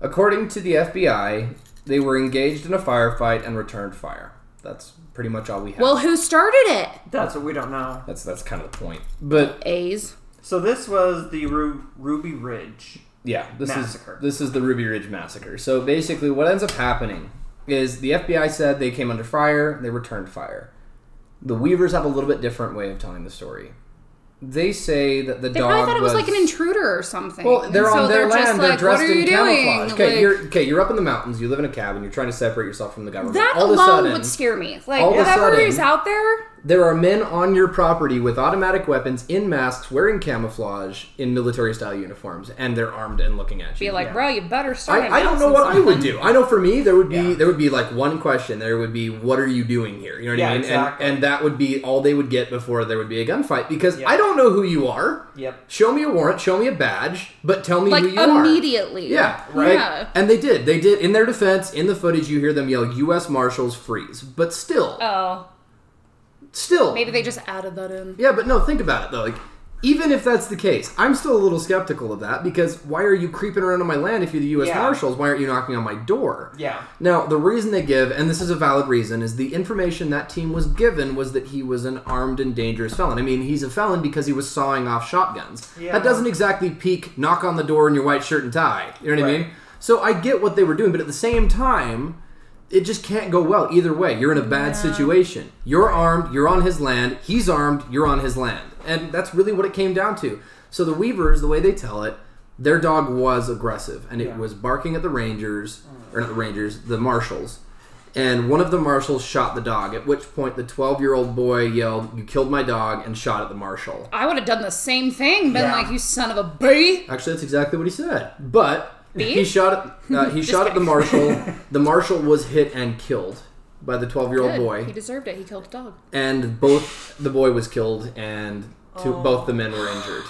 Speaker 3: according to the fbi they were engaged in a firefight and returned fire that's pretty much all we have
Speaker 1: Well, who started it?
Speaker 2: That's what we don't know.
Speaker 3: that's that's kind of the point but
Speaker 1: A's.
Speaker 2: So this was the Ru- Ruby Ridge.
Speaker 3: Yeah, this
Speaker 2: Massacre.
Speaker 3: is this is the Ruby Ridge massacre. So basically, what ends up happening is the FBI said they came under fire, they returned fire. The Weavers have a little bit different way of telling the story. They say that the
Speaker 1: They
Speaker 3: dog
Speaker 1: probably thought it was, like an intruder or something.
Speaker 3: Well, they're
Speaker 1: And so
Speaker 3: on their
Speaker 1: just
Speaker 3: land. They're
Speaker 1: like,
Speaker 3: dressed
Speaker 1: what are
Speaker 3: in
Speaker 1: you Doing?
Speaker 3: camouflage. Okay,
Speaker 1: Like,
Speaker 3: you're okay. You're up in the mountains. You live in a cabin. You're trying to separate yourself from the government.
Speaker 1: that
Speaker 3: all of a
Speaker 1: alone
Speaker 3: sudden,
Speaker 1: would scare me. Like,
Speaker 3: all of a
Speaker 1: whatever
Speaker 3: sudden-
Speaker 1: is out there,
Speaker 3: There are men on your property with automatic weapons, in masks, wearing camouflage, in military style uniforms, and they're armed and looking at you.
Speaker 1: Be like, bro, you better start.
Speaker 3: I, I don't know
Speaker 1: announcing
Speaker 3: what I would
Speaker 1: something."
Speaker 3: do. I know for me there would be
Speaker 2: Yeah.
Speaker 3: there would be like one question. There would be what are you doing here? You know what
Speaker 2: Yeah,
Speaker 3: I mean?
Speaker 2: exactly.
Speaker 3: And, and that would be all they would get before there would be a gunfight because
Speaker 2: Yeah.
Speaker 3: I don't know who you are.
Speaker 2: Yep.
Speaker 3: Show me a warrant. Show me a badge. But tell me
Speaker 1: Like
Speaker 3: who you are.
Speaker 1: immediately.
Speaker 3: Yeah, right.
Speaker 1: Yeah.
Speaker 3: And they did. They did. In their defense, in the footage, you hear them yell "U.S. Marshals freeze," but still,
Speaker 1: Oh,
Speaker 3: still,
Speaker 1: maybe they just added that in.
Speaker 3: yeah, but no, think about it though. Like, even if that's the case, I'm still a little skeptical of that because why are you creeping around on my land if you're the U.S.
Speaker 2: Yeah.
Speaker 3: Marshals? Why aren't you knocking on my door?
Speaker 2: Yeah.
Speaker 3: Now, the reason they give, and this is a valid reason, is the information that team was given was that he was an armed and dangerous felon. I mean, he's a felon because he was sawing off shotguns.
Speaker 2: Yeah.
Speaker 3: That doesn't exactly peak knock on the door in your white shirt and tie. You know what I
Speaker 2: Right.
Speaker 3: mean? So I get what they were doing, but at the same time, it just can't go well either way. You're in a bad situation. You're armed, you're on his land, he's armed, you're on his land. And that's really what it came down to. So the Weavers, the way they tell it, their dog was aggressive and it
Speaker 2: Yeah.
Speaker 3: was barking at the Rangers, or not the Rangers, the Marshals. And one of the Marshals shot the dog, at which point the 12 year old boy yelled, You killed my dog, and shot at the Marshal.
Speaker 1: I would have done the same thing. Been
Speaker 2: Yeah.
Speaker 1: like, you son of a b.
Speaker 3: Actually, that's exactly what he said. But
Speaker 1: Beef?
Speaker 3: he shot
Speaker 1: [laughs]
Speaker 3: at uh, he shot at the
Speaker 1: kidding.
Speaker 3: marshal.
Speaker 1: [laughs]
Speaker 3: The marshal was hit and killed by the twelve year old
Speaker 1: Good. He
Speaker 3: boy,
Speaker 1: deserved it. He killed a dog.
Speaker 3: and both the boy was killed, and two, both the men were injured.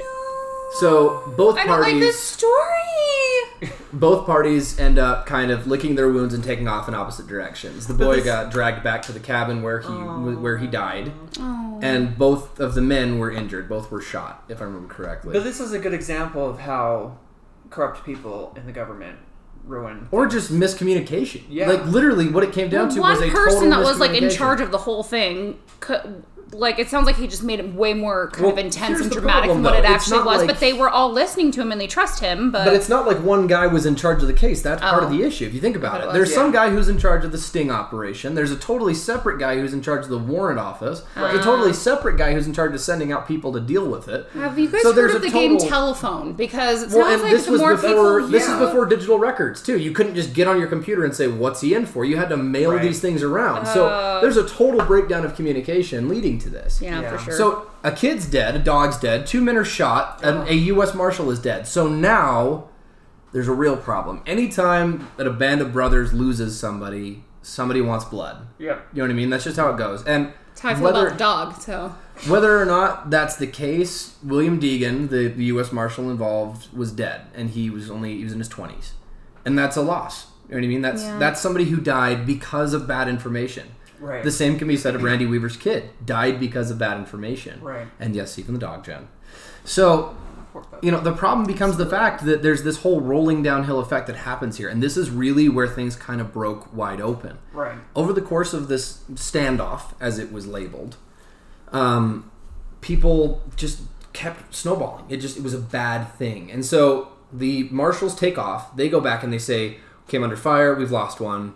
Speaker 1: Oh
Speaker 3: So both
Speaker 1: no! I don't
Speaker 3: parties
Speaker 1: like this story.
Speaker 3: both parties end up kind of licking their wounds and taking off in opposite directions. The boy got dragged back to the cabin where he where he died,
Speaker 1: Oh.
Speaker 3: and both of the men were injured. Both were shot, if I remember correctly.
Speaker 2: But this is a good example of how corrupt people in the government ruin.
Speaker 3: or just miscommunication.
Speaker 2: Yeah.
Speaker 3: Like literally, what it came down to was
Speaker 1: one
Speaker 3: a
Speaker 1: person
Speaker 3: total
Speaker 1: that was like in
Speaker 3: miscommunication.
Speaker 1: charge of the whole thing cou- like it sounds like he just made it way more kind of
Speaker 3: Well,
Speaker 1: intense
Speaker 3: here's
Speaker 1: and
Speaker 3: the
Speaker 1: dramatic
Speaker 3: problem,
Speaker 1: than what it
Speaker 3: though. It's
Speaker 1: actually
Speaker 3: not
Speaker 1: was
Speaker 3: like-
Speaker 1: but they were all listening to him and they trust him but,
Speaker 3: But it's not like one guy was in charge of the case. That's part of
Speaker 1: Oh.
Speaker 3: the issue. If you think about
Speaker 1: But it
Speaker 3: it,
Speaker 1: was-
Speaker 3: there's some
Speaker 2: Yeah.
Speaker 3: guy who's in charge of the sting operation. There's a totally separate guy who's in charge of the warrant office. There's a totally separate guy who's in charge of sending out people to deal with it.
Speaker 1: have you guys
Speaker 3: so
Speaker 1: heard
Speaker 3: there's
Speaker 1: of the
Speaker 3: a
Speaker 1: game
Speaker 3: total-
Speaker 1: telephone because it sounds
Speaker 3: Well, and
Speaker 1: like
Speaker 3: this
Speaker 1: the
Speaker 3: was
Speaker 1: more
Speaker 3: before.
Speaker 1: people
Speaker 3: This is
Speaker 1: yeah.
Speaker 3: before digital records too. You couldn't just get on your computer and say, "What's he in for?" You had to mail
Speaker 2: Right.
Speaker 3: these things around. so there's a total breakdown of communication leading to this.
Speaker 1: yeah,
Speaker 2: Yeah.
Speaker 1: for sure
Speaker 3: So a kid's dead, a dog's dead, two men are shot, and a U.S. marshal is dead. So now there's a real problem. Anytime that a band of brothers loses somebody, somebody wants blood.
Speaker 2: Yep.
Speaker 3: You know what I mean? That's just how it goes. And
Speaker 1: that's how i feel
Speaker 3: whether
Speaker 1: about the dog so
Speaker 3: whether or not that's the case, William Deegan, the, the U.S. marshal involved, was dead, and he was only he was in his twenties, and that's a loss. You know what I mean? That's
Speaker 1: Yeah.
Speaker 3: that's somebody who died because of bad information.
Speaker 2: Right.
Speaker 3: The same can be said of Randy Weaver's kid. Died because of bad information.
Speaker 2: Right.
Speaker 3: And yes, even the dog, Jen. So, you know, the problem becomes the fact that there's this whole rolling downhill effect that happens here. And this is really where things kind of broke wide open.
Speaker 2: Right.
Speaker 3: Over the course of this standoff, as it was labeled, um, people just kept snowballing. It just it was a bad thing. And so the marshals take off. They go back and they say, "Came under fire. We've lost one,"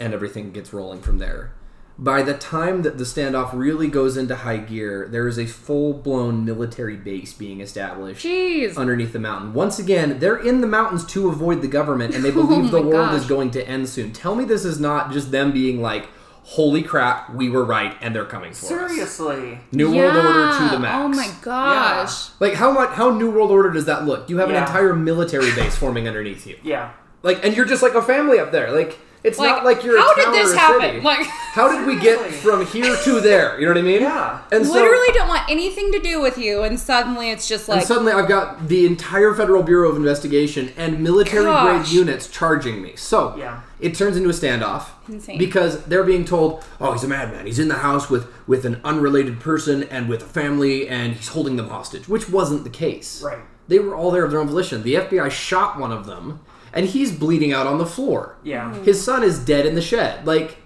Speaker 3: and everything gets rolling from there. By the time that the standoff really goes into high gear, there is a full blown military base being established
Speaker 1: jeez
Speaker 3: underneath the mountain. Once again, they're in the mountains to avoid the government,
Speaker 1: [laughs]
Speaker 3: and they believe the
Speaker 1: Oh my
Speaker 3: world
Speaker 1: gosh.
Speaker 3: is going to end soon. Tell me this is not just them being like, "Holy crap, we were right, and they're coming for us."
Speaker 2: Seriously.
Speaker 3: New World Order to the max.
Speaker 1: oh my gosh
Speaker 3: Like how much? How New World Order does that look? You have an
Speaker 2: Yeah.
Speaker 3: entire military base forming underneath you.
Speaker 2: Yeah.
Speaker 3: Like, and you're just like a family up there. Like, it's
Speaker 1: like,
Speaker 3: not like you're. a
Speaker 1: how
Speaker 3: town
Speaker 1: did this
Speaker 3: or a
Speaker 1: happen [laughs]
Speaker 3: city.
Speaker 1: like
Speaker 3: how did we get
Speaker 2: Seriously.
Speaker 3: from here to there? You know what I mean?
Speaker 2: Yeah.
Speaker 3: And so-
Speaker 1: literally don't want anything to do with you and suddenly it's just like
Speaker 3: and suddenly I've got the entire Federal Bureau of Investigation and military grade
Speaker 1: Gosh.
Speaker 3: units charging me. So
Speaker 2: Yeah.
Speaker 3: it turns into a standoff
Speaker 1: Insane.
Speaker 3: because they're being told, "Oh, he's a madman. He's in the house with with an unrelated person and with a family, and he's holding them hostage," which wasn't the case.
Speaker 2: Right.
Speaker 3: They were all there of their own volition. The FBI shot one of them, and he's bleeding out on the floor.
Speaker 2: Yeah.
Speaker 3: His son is dead in the shed. Like.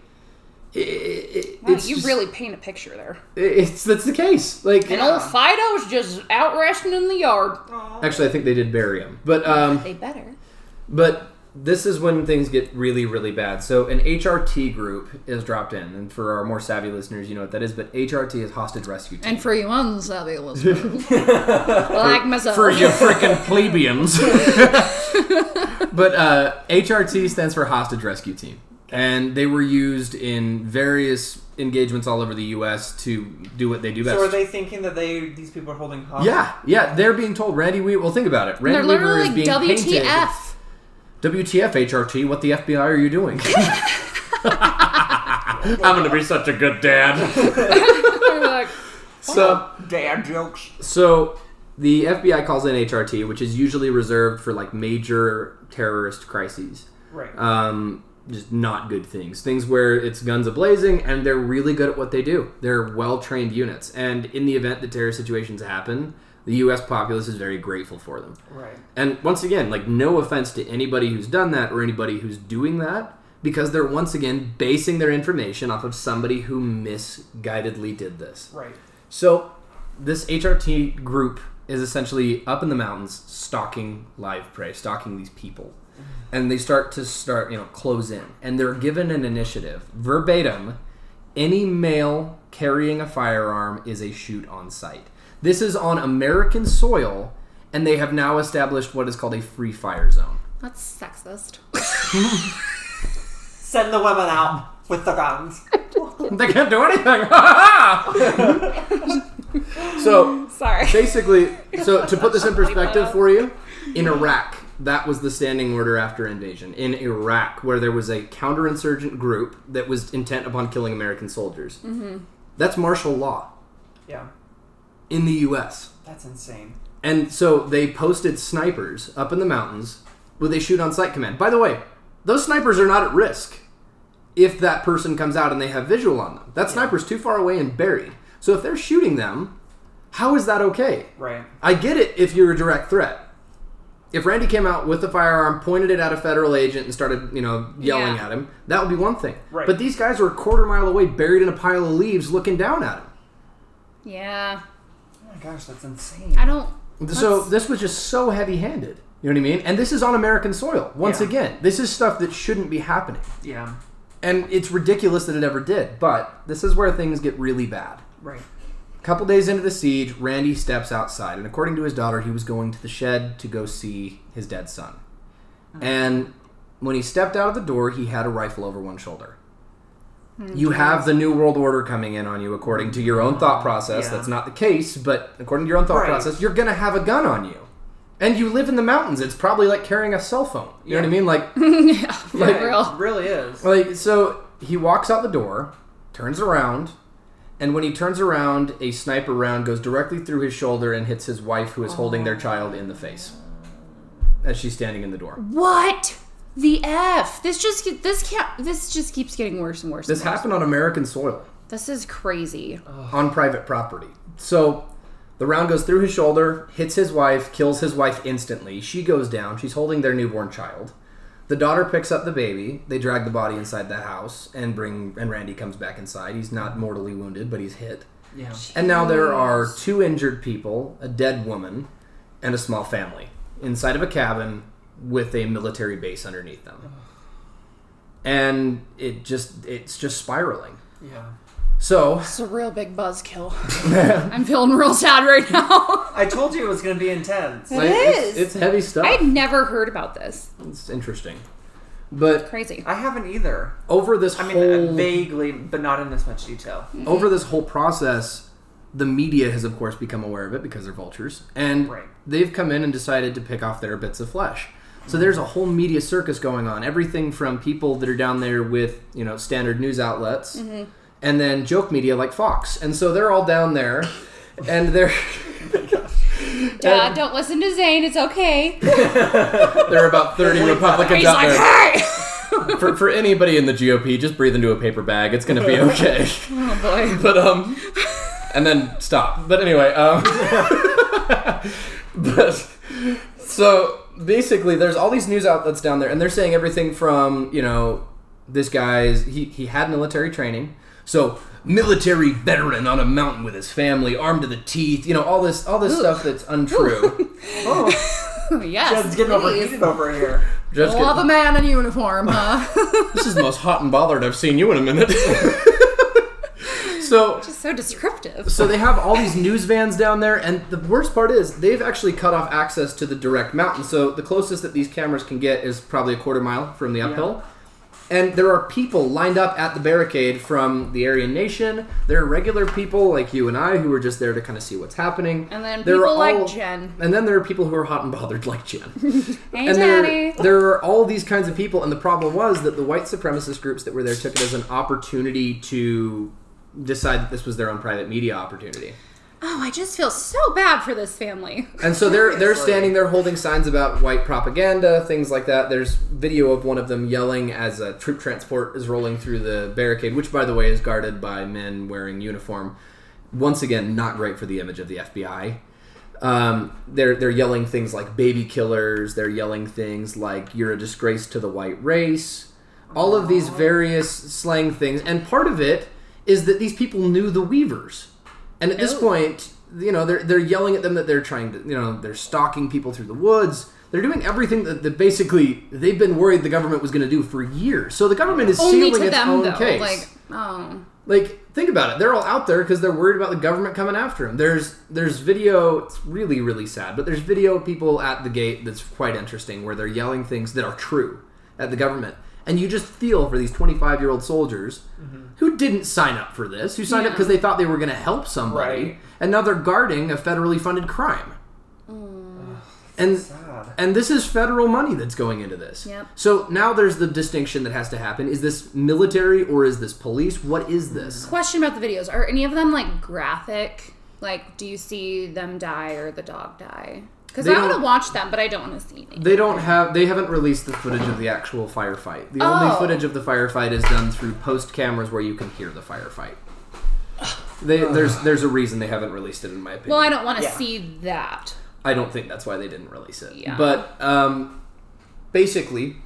Speaker 3: i- i- i-
Speaker 1: wow,
Speaker 3: it's
Speaker 1: you
Speaker 3: just-
Speaker 1: really paint a picture there
Speaker 3: it's that's the case like
Speaker 1: And old Fido's just out resting in the yard.
Speaker 3: actually i think they did bury him but um
Speaker 1: They better.
Speaker 3: But this is when things get really, really bad. So an HRT group is dropped in, and for our more savvy listeners, you know what that is. But HRT is hostage rescue team.
Speaker 1: And for you unsavvy listeners, [laughs] like myself.
Speaker 3: [laughs] for
Speaker 1: [laughs]
Speaker 3: you freaking plebeians. [laughs] but uh, HRT stands for hostage rescue team, and they were used in various engagements all over the U.S. to do what they do best.
Speaker 2: So are they thinking that they these people are holding hostage?
Speaker 3: yeah, yeah, they're being told Randy Weaver. Well, think about it. Randy
Speaker 1: They're
Speaker 3: Weaver
Speaker 1: literally
Speaker 3: is
Speaker 1: like
Speaker 3: being
Speaker 1: WTF.
Speaker 3: painted. WTF HRT? What the FBI are you
Speaker 1: [laughs]
Speaker 3: doing?
Speaker 4: [laughs]
Speaker 3: [laughs]
Speaker 4: I'm gonna be such a good [laughs] dad.
Speaker 1: They're like,
Speaker 3: so
Speaker 2: Dad jokes.
Speaker 3: So the FBI calls in HRT, which is usually reserved for like major terrorist crises.
Speaker 2: Right.
Speaker 3: Um, just not good things. Things where it's guns a blazing, and they're really good at what they do. They're well trained units, and in the event that terror situations happen, the U.S. populace is very grateful for them.
Speaker 2: right.
Speaker 3: And once again, like no offense to anybody who's done that or anybody who's doing that, because they're once again basing their information off of somebody who misguidedly did this.
Speaker 2: Right.
Speaker 3: So, this HRT group is essentially up in the mountains stalking live prey, stalking these people. And they start to start, you know, close in. And they're given an initiative verbatim any male carrying a firearm is a shoot on sight. This is on American soil, and they have now established what is called a free fire zone.
Speaker 1: that's sexist. [laughs]
Speaker 2: Send the women out with
Speaker 1: [laughs]
Speaker 2: the guns.
Speaker 3: They can't do anything. [laughs] so
Speaker 1: Sorry.
Speaker 3: basically, so to put this in perspective for you, in Iraq, that was the standing order after invasion. In Iraq, where there was a counterinsurgent group that was intent upon killing American soldiers, that's martial law
Speaker 2: yeah.
Speaker 3: in the U.S.
Speaker 2: That's insane.
Speaker 3: And so they posted snipers up in the mountains with a shoot on sight command. By the way, those snipers are not at risk if that person comes out and they have visual on them. That sniper's too far away and buried. So if they're shooting them, how is that okay?
Speaker 2: Right.
Speaker 3: I get it if you're a direct threat. If Randy came out with a firearm, pointed it at a federal agent, and started, you know, yelling
Speaker 1: Yeah.
Speaker 3: at him, that would be one thing.
Speaker 2: Right.
Speaker 3: But these guys were a quarter mile away, buried in a pile of leaves, looking down at him.
Speaker 1: [laughs] Yeah,
Speaker 2: Oh my gosh, that's insane.
Speaker 1: I don't. [laughs]
Speaker 3: So
Speaker 1: Let's-
Speaker 3: this was just so heavy-handed. You know what I mean? And this is on American soil. Once
Speaker 2: Yeah.
Speaker 3: again, this is stuff that shouldn't be happening.
Speaker 2: Yeah.
Speaker 3: And it's ridiculous that it ever did, but this is where things get really bad.
Speaker 2: Right.
Speaker 3: A couple days into the siege, Randy steps outside, and according to his daughter, he was going to the shed to go see his dead son.
Speaker 2: Hmm.
Speaker 3: And when he stepped out of the door, he had a rifle over one shoulder.
Speaker 2: Hmm.
Speaker 3: You have the New World Order coming in on you according to your own thought process.
Speaker 2: Yeah.
Speaker 3: That's not the case, but according to your own thought
Speaker 2: Right.
Speaker 3: process, you're going to have a gun on you. And you live in the mountains. It's probably like carrying a cell phone. You know what I mean? Like
Speaker 1: yeah, for
Speaker 3: Like-
Speaker 2: It
Speaker 1: real.
Speaker 2: really is.
Speaker 3: like so he walks out the door, turns around, and when he turns around, a sniper round goes directly through his shoulder and hits his wife who is holding their child in the face as she's standing in the door.
Speaker 1: What the f? This just ke- this can't. This just keeps getting worse and worse.
Speaker 3: This
Speaker 1: and worse.
Speaker 3: happened on American soil,
Speaker 1: This is crazy.
Speaker 3: on private property. So the round goes through his shoulder, hits his wife, kills his wife instantly. She goes down. She's holding their newborn child. The daughter picks up the baby. They drag the body inside the house and bring and Randy comes back inside. He's not mortally wounded, but he's hit.
Speaker 2: Yeah.
Speaker 3: And now there are two injured people, a dead woman, and a small family inside of a cabin with a military base underneath them. And it just it's just spiraling.
Speaker 2: Yeah.
Speaker 3: So
Speaker 1: It's a real big
Speaker 3: [laughs]
Speaker 1: buzzkill. I'm feeling real sad right now. [laughs]
Speaker 2: I told you it was going to be intense.
Speaker 3: like,
Speaker 1: is.
Speaker 3: it's, it's heavy stuff.
Speaker 1: I'd never heard about this.
Speaker 3: It's interesting. But
Speaker 1: Crazy.
Speaker 2: I haven't either.
Speaker 3: over this
Speaker 2: I mean, uh,
Speaker 3: whole
Speaker 2: vaguely, but not in this much detail.
Speaker 1: Mm.
Speaker 3: over this whole process, the media has of course become aware of it because they're vultures, and
Speaker 2: Right.
Speaker 3: they've come in and decided to pick off their bits of flesh. So there's a whole media circus going on. Everything from people that are down there with you know standard news outlets, and then joke media like Fox, and so they're all down there, and they're
Speaker 1: Dad, Uh, don't listen to Zane. It's okay.
Speaker 5: There are about 30 Republicans
Speaker 1: He's
Speaker 5: out
Speaker 1: like,
Speaker 5: there.
Speaker 1: hey. [laughs]
Speaker 5: for, for anybody in the GOP, just breathe into a paper bag. It's going to be okay.
Speaker 1: Oh boy. [laughs]
Speaker 5: but um, and then stop. But anyway, um,
Speaker 3: [laughs] but so basically there's all these news outlets down there and they're saying everything from you know this guy's he, he had military training so military veteran on a mountain with his family armed to the teeth you know all this all this stuff that's untrue
Speaker 2: Oh,
Speaker 1: Yes.
Speaker 2: it's getting
Speaker 1: [laughs] please.
Speaker 2: overheated over here.
Speaker 5: just
Speaker 1: Love
Speaker 5: kidding.
Speaker 1: a man in uniform, huh? [laughs]
Speaker 5: this is the most hot and bothered I've seen you in a minute.
Speaker 3: so
Speaker 1: so descriptive.
Speaker 3: so they have all these news vans down there and the worst part is they've actually cut off access to the direct mountain so the closest that these cameras can get is probably a quarter mile from the uphill And there are people lined up at the barricade from the Aryan Nation. There are regular people like you and I who are just there to kind of see what's happening.
Speaker 1: And then
Speaker 3: There are
Speaker 1: people like
Speaker 3: all-
Speaker 1: Jen.
Speaker 3: And then there are people who are hot and bothered like Jen. [laughs]
Speaker 1: Hey,
Speaker 3: and there,
Speaker 1: Daddy.
Speaker 3: there are all these kinds of people. And the problem was that the white supremacist groups that were there took it as an opportunity to decide that this was their own private media opportunity.
Speaker 1: Oh, I just feel so bad for this family.
Speaker 3: And so they're they're
Speaker 2: Seriously.
Speaker 3: standing there holding signs about white propaganda, things like that. There's video of one of them yelling as a troop transport is rolling through the barricade, which by the way is guarded by men wearing uniform. Once again, not great for the image of the FBI. Um, they're they're yelling things like baby killers. They're yelling things like you're a disgrace to the white race. All of these various slang things, and part of it is that these people knew the Weavers, and at this
Speaker 1: Oh.
Speaker 3: point, you know they're they're yelling at them that they're trying to you know they're stalking people through the woods. They're doing everything that, that basically they've been worried the government was going to do for years. So the government is
Speaker 1: Only
Speaker 3: sealing
Speaker 1: to
Speaker 3: its
Speaker 1: them
Speaker 3: own
Speaker 1: though.
Speaker 3: case.
Speaker 1: Like, oh.
Speaker 3: Like, think about it. They're all out there because they're worried about the government coming after them. There's there's video. It's really really sad, but there's video of people at the gate that's quite interesting where they're yelling things that are true at the government, and you just feel for these 25 year old soldiers who didn't sign up for this, who signed up
Speaker 1: Yeah.
Speaker 3: because they thought they were going to help somebody,
Speaker 2: Right.
Speaker 3: and now they're guarding a federally funded crime. And
Speaker 2: God.
Speaker 3: and this is federal money that's going into this.
Speaker 1: Yep.
Speaker 3: So now there's the distinction that has to happen. Is this military or is this police? What is this?
Speaker 1: Question about the videos. Are any of them like graphic? Like, do you see them die or the dog die? Because
Speaker 3: They
Speaker 1: I want to
Speaker 3: don't-
Speaker 1: watch them, but I don't want to see anything.
Speaker 3: They don't have they haven't released the footage of the actual firefight. The only
Speaker 1: Oh.
Speaker 3: footage of the firefight is done through post cameras where you can hear the firefight. They, there's there's a reason they haven't released it in my opinion.
Speaker 1: Well, I don't want to
Speaker 2: Yeah.
Speaker 1: see that.
Speaker 3: I don't think that's why they didn't release it.
Speaker 1: Yeah.
Speaker 3: But um, basically,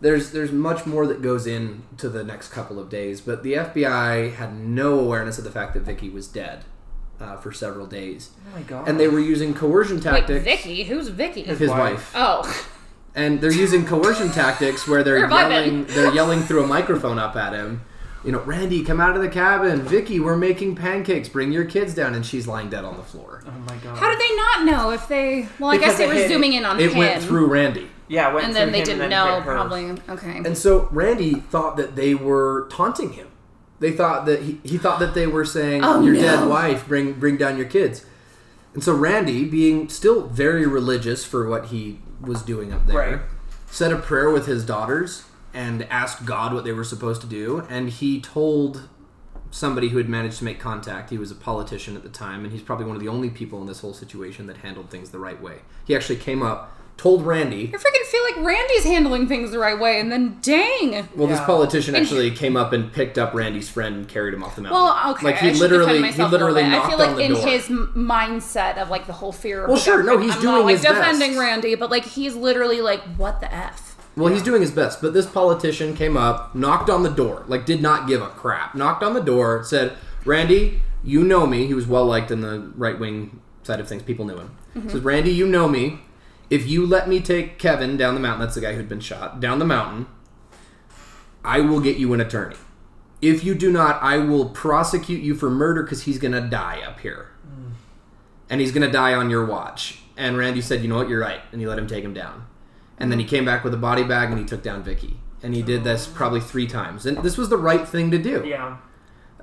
Speaker 3: there's there's much more that goes in to the next couple of days. But the FBI had no awareness of the fact that Vicky was dead uh, for several days,
Speaker 2: Oh my god.
Speaker 3: and they were using coercion
Speaker 1: Wait,
Speaker 3: tactics.
Speaker 1: Vicky? Who's Vicky?
Speaker 3: His
Speaker 2: Why?
Speaker 3: wife,
Speaker 1: Oh,
Speaker 3: and they're using coercion tactics where
Speaker 1: Where
Speaker 3: they're
Speaker 1: have I been?
Speaker 3: yelling, they're yelling through a microphone up at him. You know, Randy, come out of the cabin. Vicky, we're making pancakes. Bring your kids down, and she's lying dead on the floor.
Speaker 2: Oh my god.
Speaker 1: how did they not know if they? Well, I
Speaker 2: Because
Speaker 1: guess they
Speaker 2: it
Speaker 1: were
Speaker 2: hit-
Speaker 1: zooming in on
Speaker 3: It
Speaker 1: him,
Speaker 3: went through Randy.
Speaker 2: Yeah, it went
Speaker 1: and then
Speaker 2: through
Speaker 1: they
Speaker 2: him
Speaker 1: didn't
Speaker 2: and then
Speaker 1: know.
Speaker 2: hit her.
Speaker 1: Probably okay.
Speaker 3: And so Randy thought that they were taunting him. They thought that he, he thought that they were saying,
Speaker 1: Oh,
Speaker 3: "Your
Speaker 1: no.
Speaker 3: dead wife, bring bring down your kids." And so Randy, being still very religious for what he was doing up there,
Speaker 2: Right.
Speaker 3: said a prayer with his daughters and asked God what they were supposed to do. And he told somebody who had managed to make contact. He was a politician at the time, and he's probably one of the only people in this whole situation that handled things the right way. He actually came up, told Randy,
Speaker 1: I freaking feel like Randy's handling things the right way, and then dang.
Speaker 3: Well, this
Speaker 2: Yeah.
Speaker 3: politician
Speaker 1: And-
Speaker 3: actually came up and picked up Randy's friend and carried him off the mountain.
Speaker 1: Well, okay.
Speaker 3: Like
Speaker 1: I
Speaker 3: he
Speaker 1: should defend
Speaker 3: literally, he
Speaker 1: myself a
Speaker 3: literally
Speaker 1: little bit.
Speaker 3: knocked
Speaker 1: I feel
Speaker 3: on
Speaker 1: like
Speaker 3: the
Speaker 1: in
Speaker 3: door.
Speaker 1: his m- mindset of like the whole fear. Of
Speaker 3: Well,
Speaker 1: the
Speaker 3: sure, no,
Speaker 1: government,
Speaker 3: he's
Speaker 1: I'm
Speaker 3: doing
Speaker 1: not, like,
Speaker 3: his best.
Speaker 1: defending Randy, but like he's literally like, what the f?
Speaker 3: well, he's doing his best, but this politician came up, knocked on the door, like did not give a crap. Knocked on the door, said, "Randy, you know me." He was well liked in the right wing side of things. People knew him.
Speaker 1: Mm-hmm.
Speaker 3: Says, "Randy, you know me. If you let me take Kevin down the mountain, that's the guy who'd been shot down the mountain, I will get you an attorney." If you do not, I will prosecute you for murder because he's going to die up here. And he's going to die on your watch. And Randy said, You know what? You're right. And he let him take him down. And then he came back with a body bag and he took down Vicky. And he did this probably three times. And this was the right thing to do.
Speaker 2: Yeah.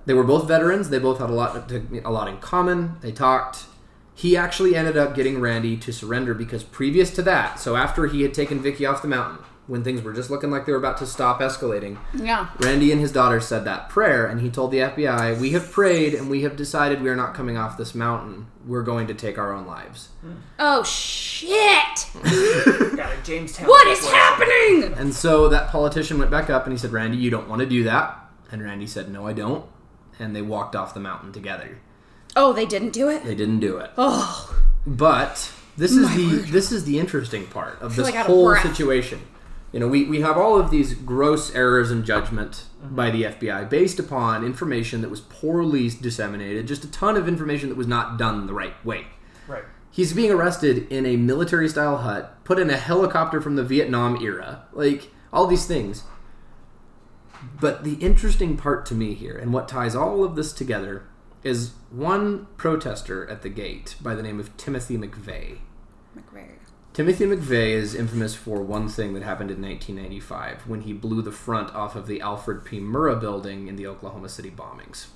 Speaker 3: They were both veterans. They both had a lot to, a lot in common. They talked. He actually ended up getting Randy to surrender because previous to that, so after he had taken Vicky off the mountain, when things were just looking like they were about to stop escalating,
Speaker 1: Yeah.
Speaker 3: Randy and his daughter said that prayer, and he told the FBI, We have prayed and we have decided we are not coming off this mountain. We're going to take our own lives.
Speaker 1: Oh shit!
Speaker 2: Got a Jamestown.
Speaker 1: What is
Speaker 2: situation.
Speaker 1: happening?
Speaker 3: And so that politician went back up and he said, Randy, you don't want to do that. And Randy said, No, I don't. And they walked off the mountain together.
Speaker 1: Oh, they didn't do it.
Speaker 3: They didn't do it.
Speaker 1: Oh,
Speaker 3: But this is the this is the interesting part of this
Speaker 1: like out of
Speaker 3: whole
Speaker 1: breath.
Speaker 3: situation. You know, we, we have all of these gross errors in judgment
Speaker 1: Mm-hmm.
Speaker 3: by the FBI based upon information that was poorly disseminated, just a ton of information that was not done the right way.
Speaker 2: Right.
Speaker 3: He's being arrested in a military style hut, put in a helicopter from the Vietnam era, like all these things. But the interesting part to me here, and what ties all of this together, is one protester at the gate by the name of Timothy McVeigh.
Speaker 1: McVeigh.
Speaker 3: Timothy McVeigh is infamous for one thing that happened in 1995 when he blew the front off of the Alfred P. Murrah building in the Oklahoma City bombings.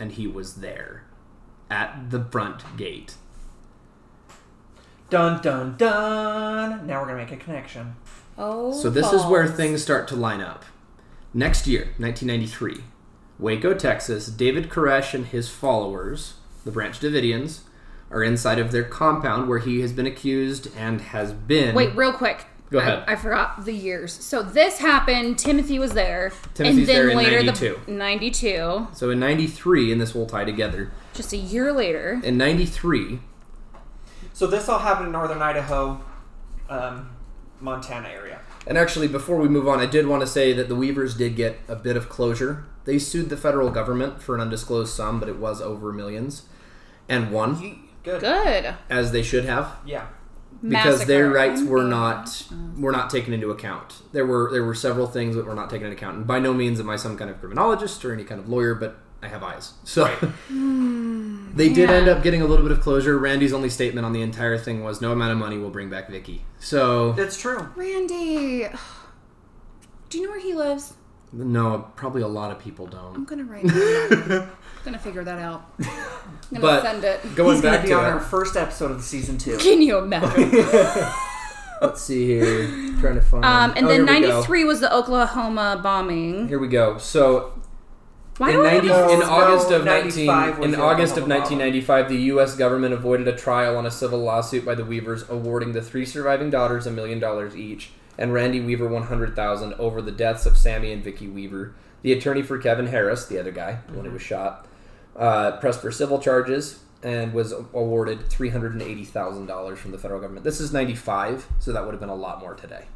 Speaker 3: And he was there at the front gate.
Speaker 2: Dun dun dun. Now we're gonna make a connection.
Speaker 1: Oh.
Speaker 3: So this is where
Speaker 1: balls.
Speaker 3: things start to line up. Next year, 1993, Waco, Texas, David Koresh and his followers, the Branch Davidians, are inside of their compound where he has been accused and has been.
Speaker 1: Wait, real quick.
Speaker 3: Go ahead.
Speaker 1: I, I forgot the years. So this happened. Timothy was there.
Speaker 3: Timothy's
Speaker 1: and then
Speaker 3: there in
Speaker 1: later
Speaker 3: 92.
Speaker 1: the 92.
Speaker 3: So in 93, and this will tie together,
Speaker 1: Just a year later.
Speaker 3: in 93,
Speaker 2: So this all happened in northern Idaho, um, Montana area.
Speaker 3: And actually, before we move on, I did want to say that the Weavers did get a bit of closure. They sued the federal government for an undisclosed sum, but it was over millions, and won,
Speaker 2: Good.
Speaker 1: Good.
Speaker 3: as they should have,
Speaker 2: Yeah.
Speaker 3: because their
Speaker 1: Massacre.
Speaker 3: rights were not were not taken into account. There were there were several things that were not taken into account, and by no means am I some kind of criminologist or any kind of lawyer, but I have eyes, so. [laughs] They did
Speaker 1: yeah.
Speaker 3: end up getting a little bit of closure. Randy's only statement on the entire thing was, "No amount of money will bring back Vicky." So
Speaker 2: It's true.
Speaker 1: Randy. [sighs] Do you know where he lives?
Speaker 3: no, probably a lot of people don't.
Speaker 1: I'm gonna
Speaker 3: [laughs]
Speaker 1: write. that down. I'm gonna figure that out. I'm gonna
Speaker 3: But-
Speaker 1: send it.
Speaker 3: Going
Speaker 2: He's gonna
Speaker 3: back
Speaker 2: be
Speaker 3: to
Speaker 2: on
Speaker 3: that-
Speaker 2: our first episode of the season
Speaker 1: [laughs]
Speaker 2: two.
Speaker 1: Can you imagine?
Speaker 3: [laughs] Let's see here. Trying to find.
Speaker 1: Um, and
Speaker 3: Oh,
Speaker 1: then
Speaker 3: here we go.
Speaker 1: '93 was the Oklahoma bombing.
Speaker 3: Here we go. So
Speaker 1: Why
Speaker 3: in
Speaker 1: do I
Speaker 3: 90,
Speaker 1: remember
Speaker 3: in
Speaker 2: No,
Speaker 3: August of 19
Speaker 2: 95 was
Speaker 3: in
Speaker 2: the
Speaker 3: August of
Speaker 2: Oklahoma
Speaker 3: 1995, the U.S. government avoided a trial on a civil lawsuit by the Weavers, awarding the three surviving daughters a million dollars each and Randy Weaver 100,000 over the deaths of Sammy and Vicky Weaver. The attorney for Kevin Harris, the other guy, the
Speaker 1: Mm-hmm.
Speaker 3: one who was shot, uh, pressed for civil charges and was awarded $380,000 from the federal government. This is 95, so that would have been a lot more today.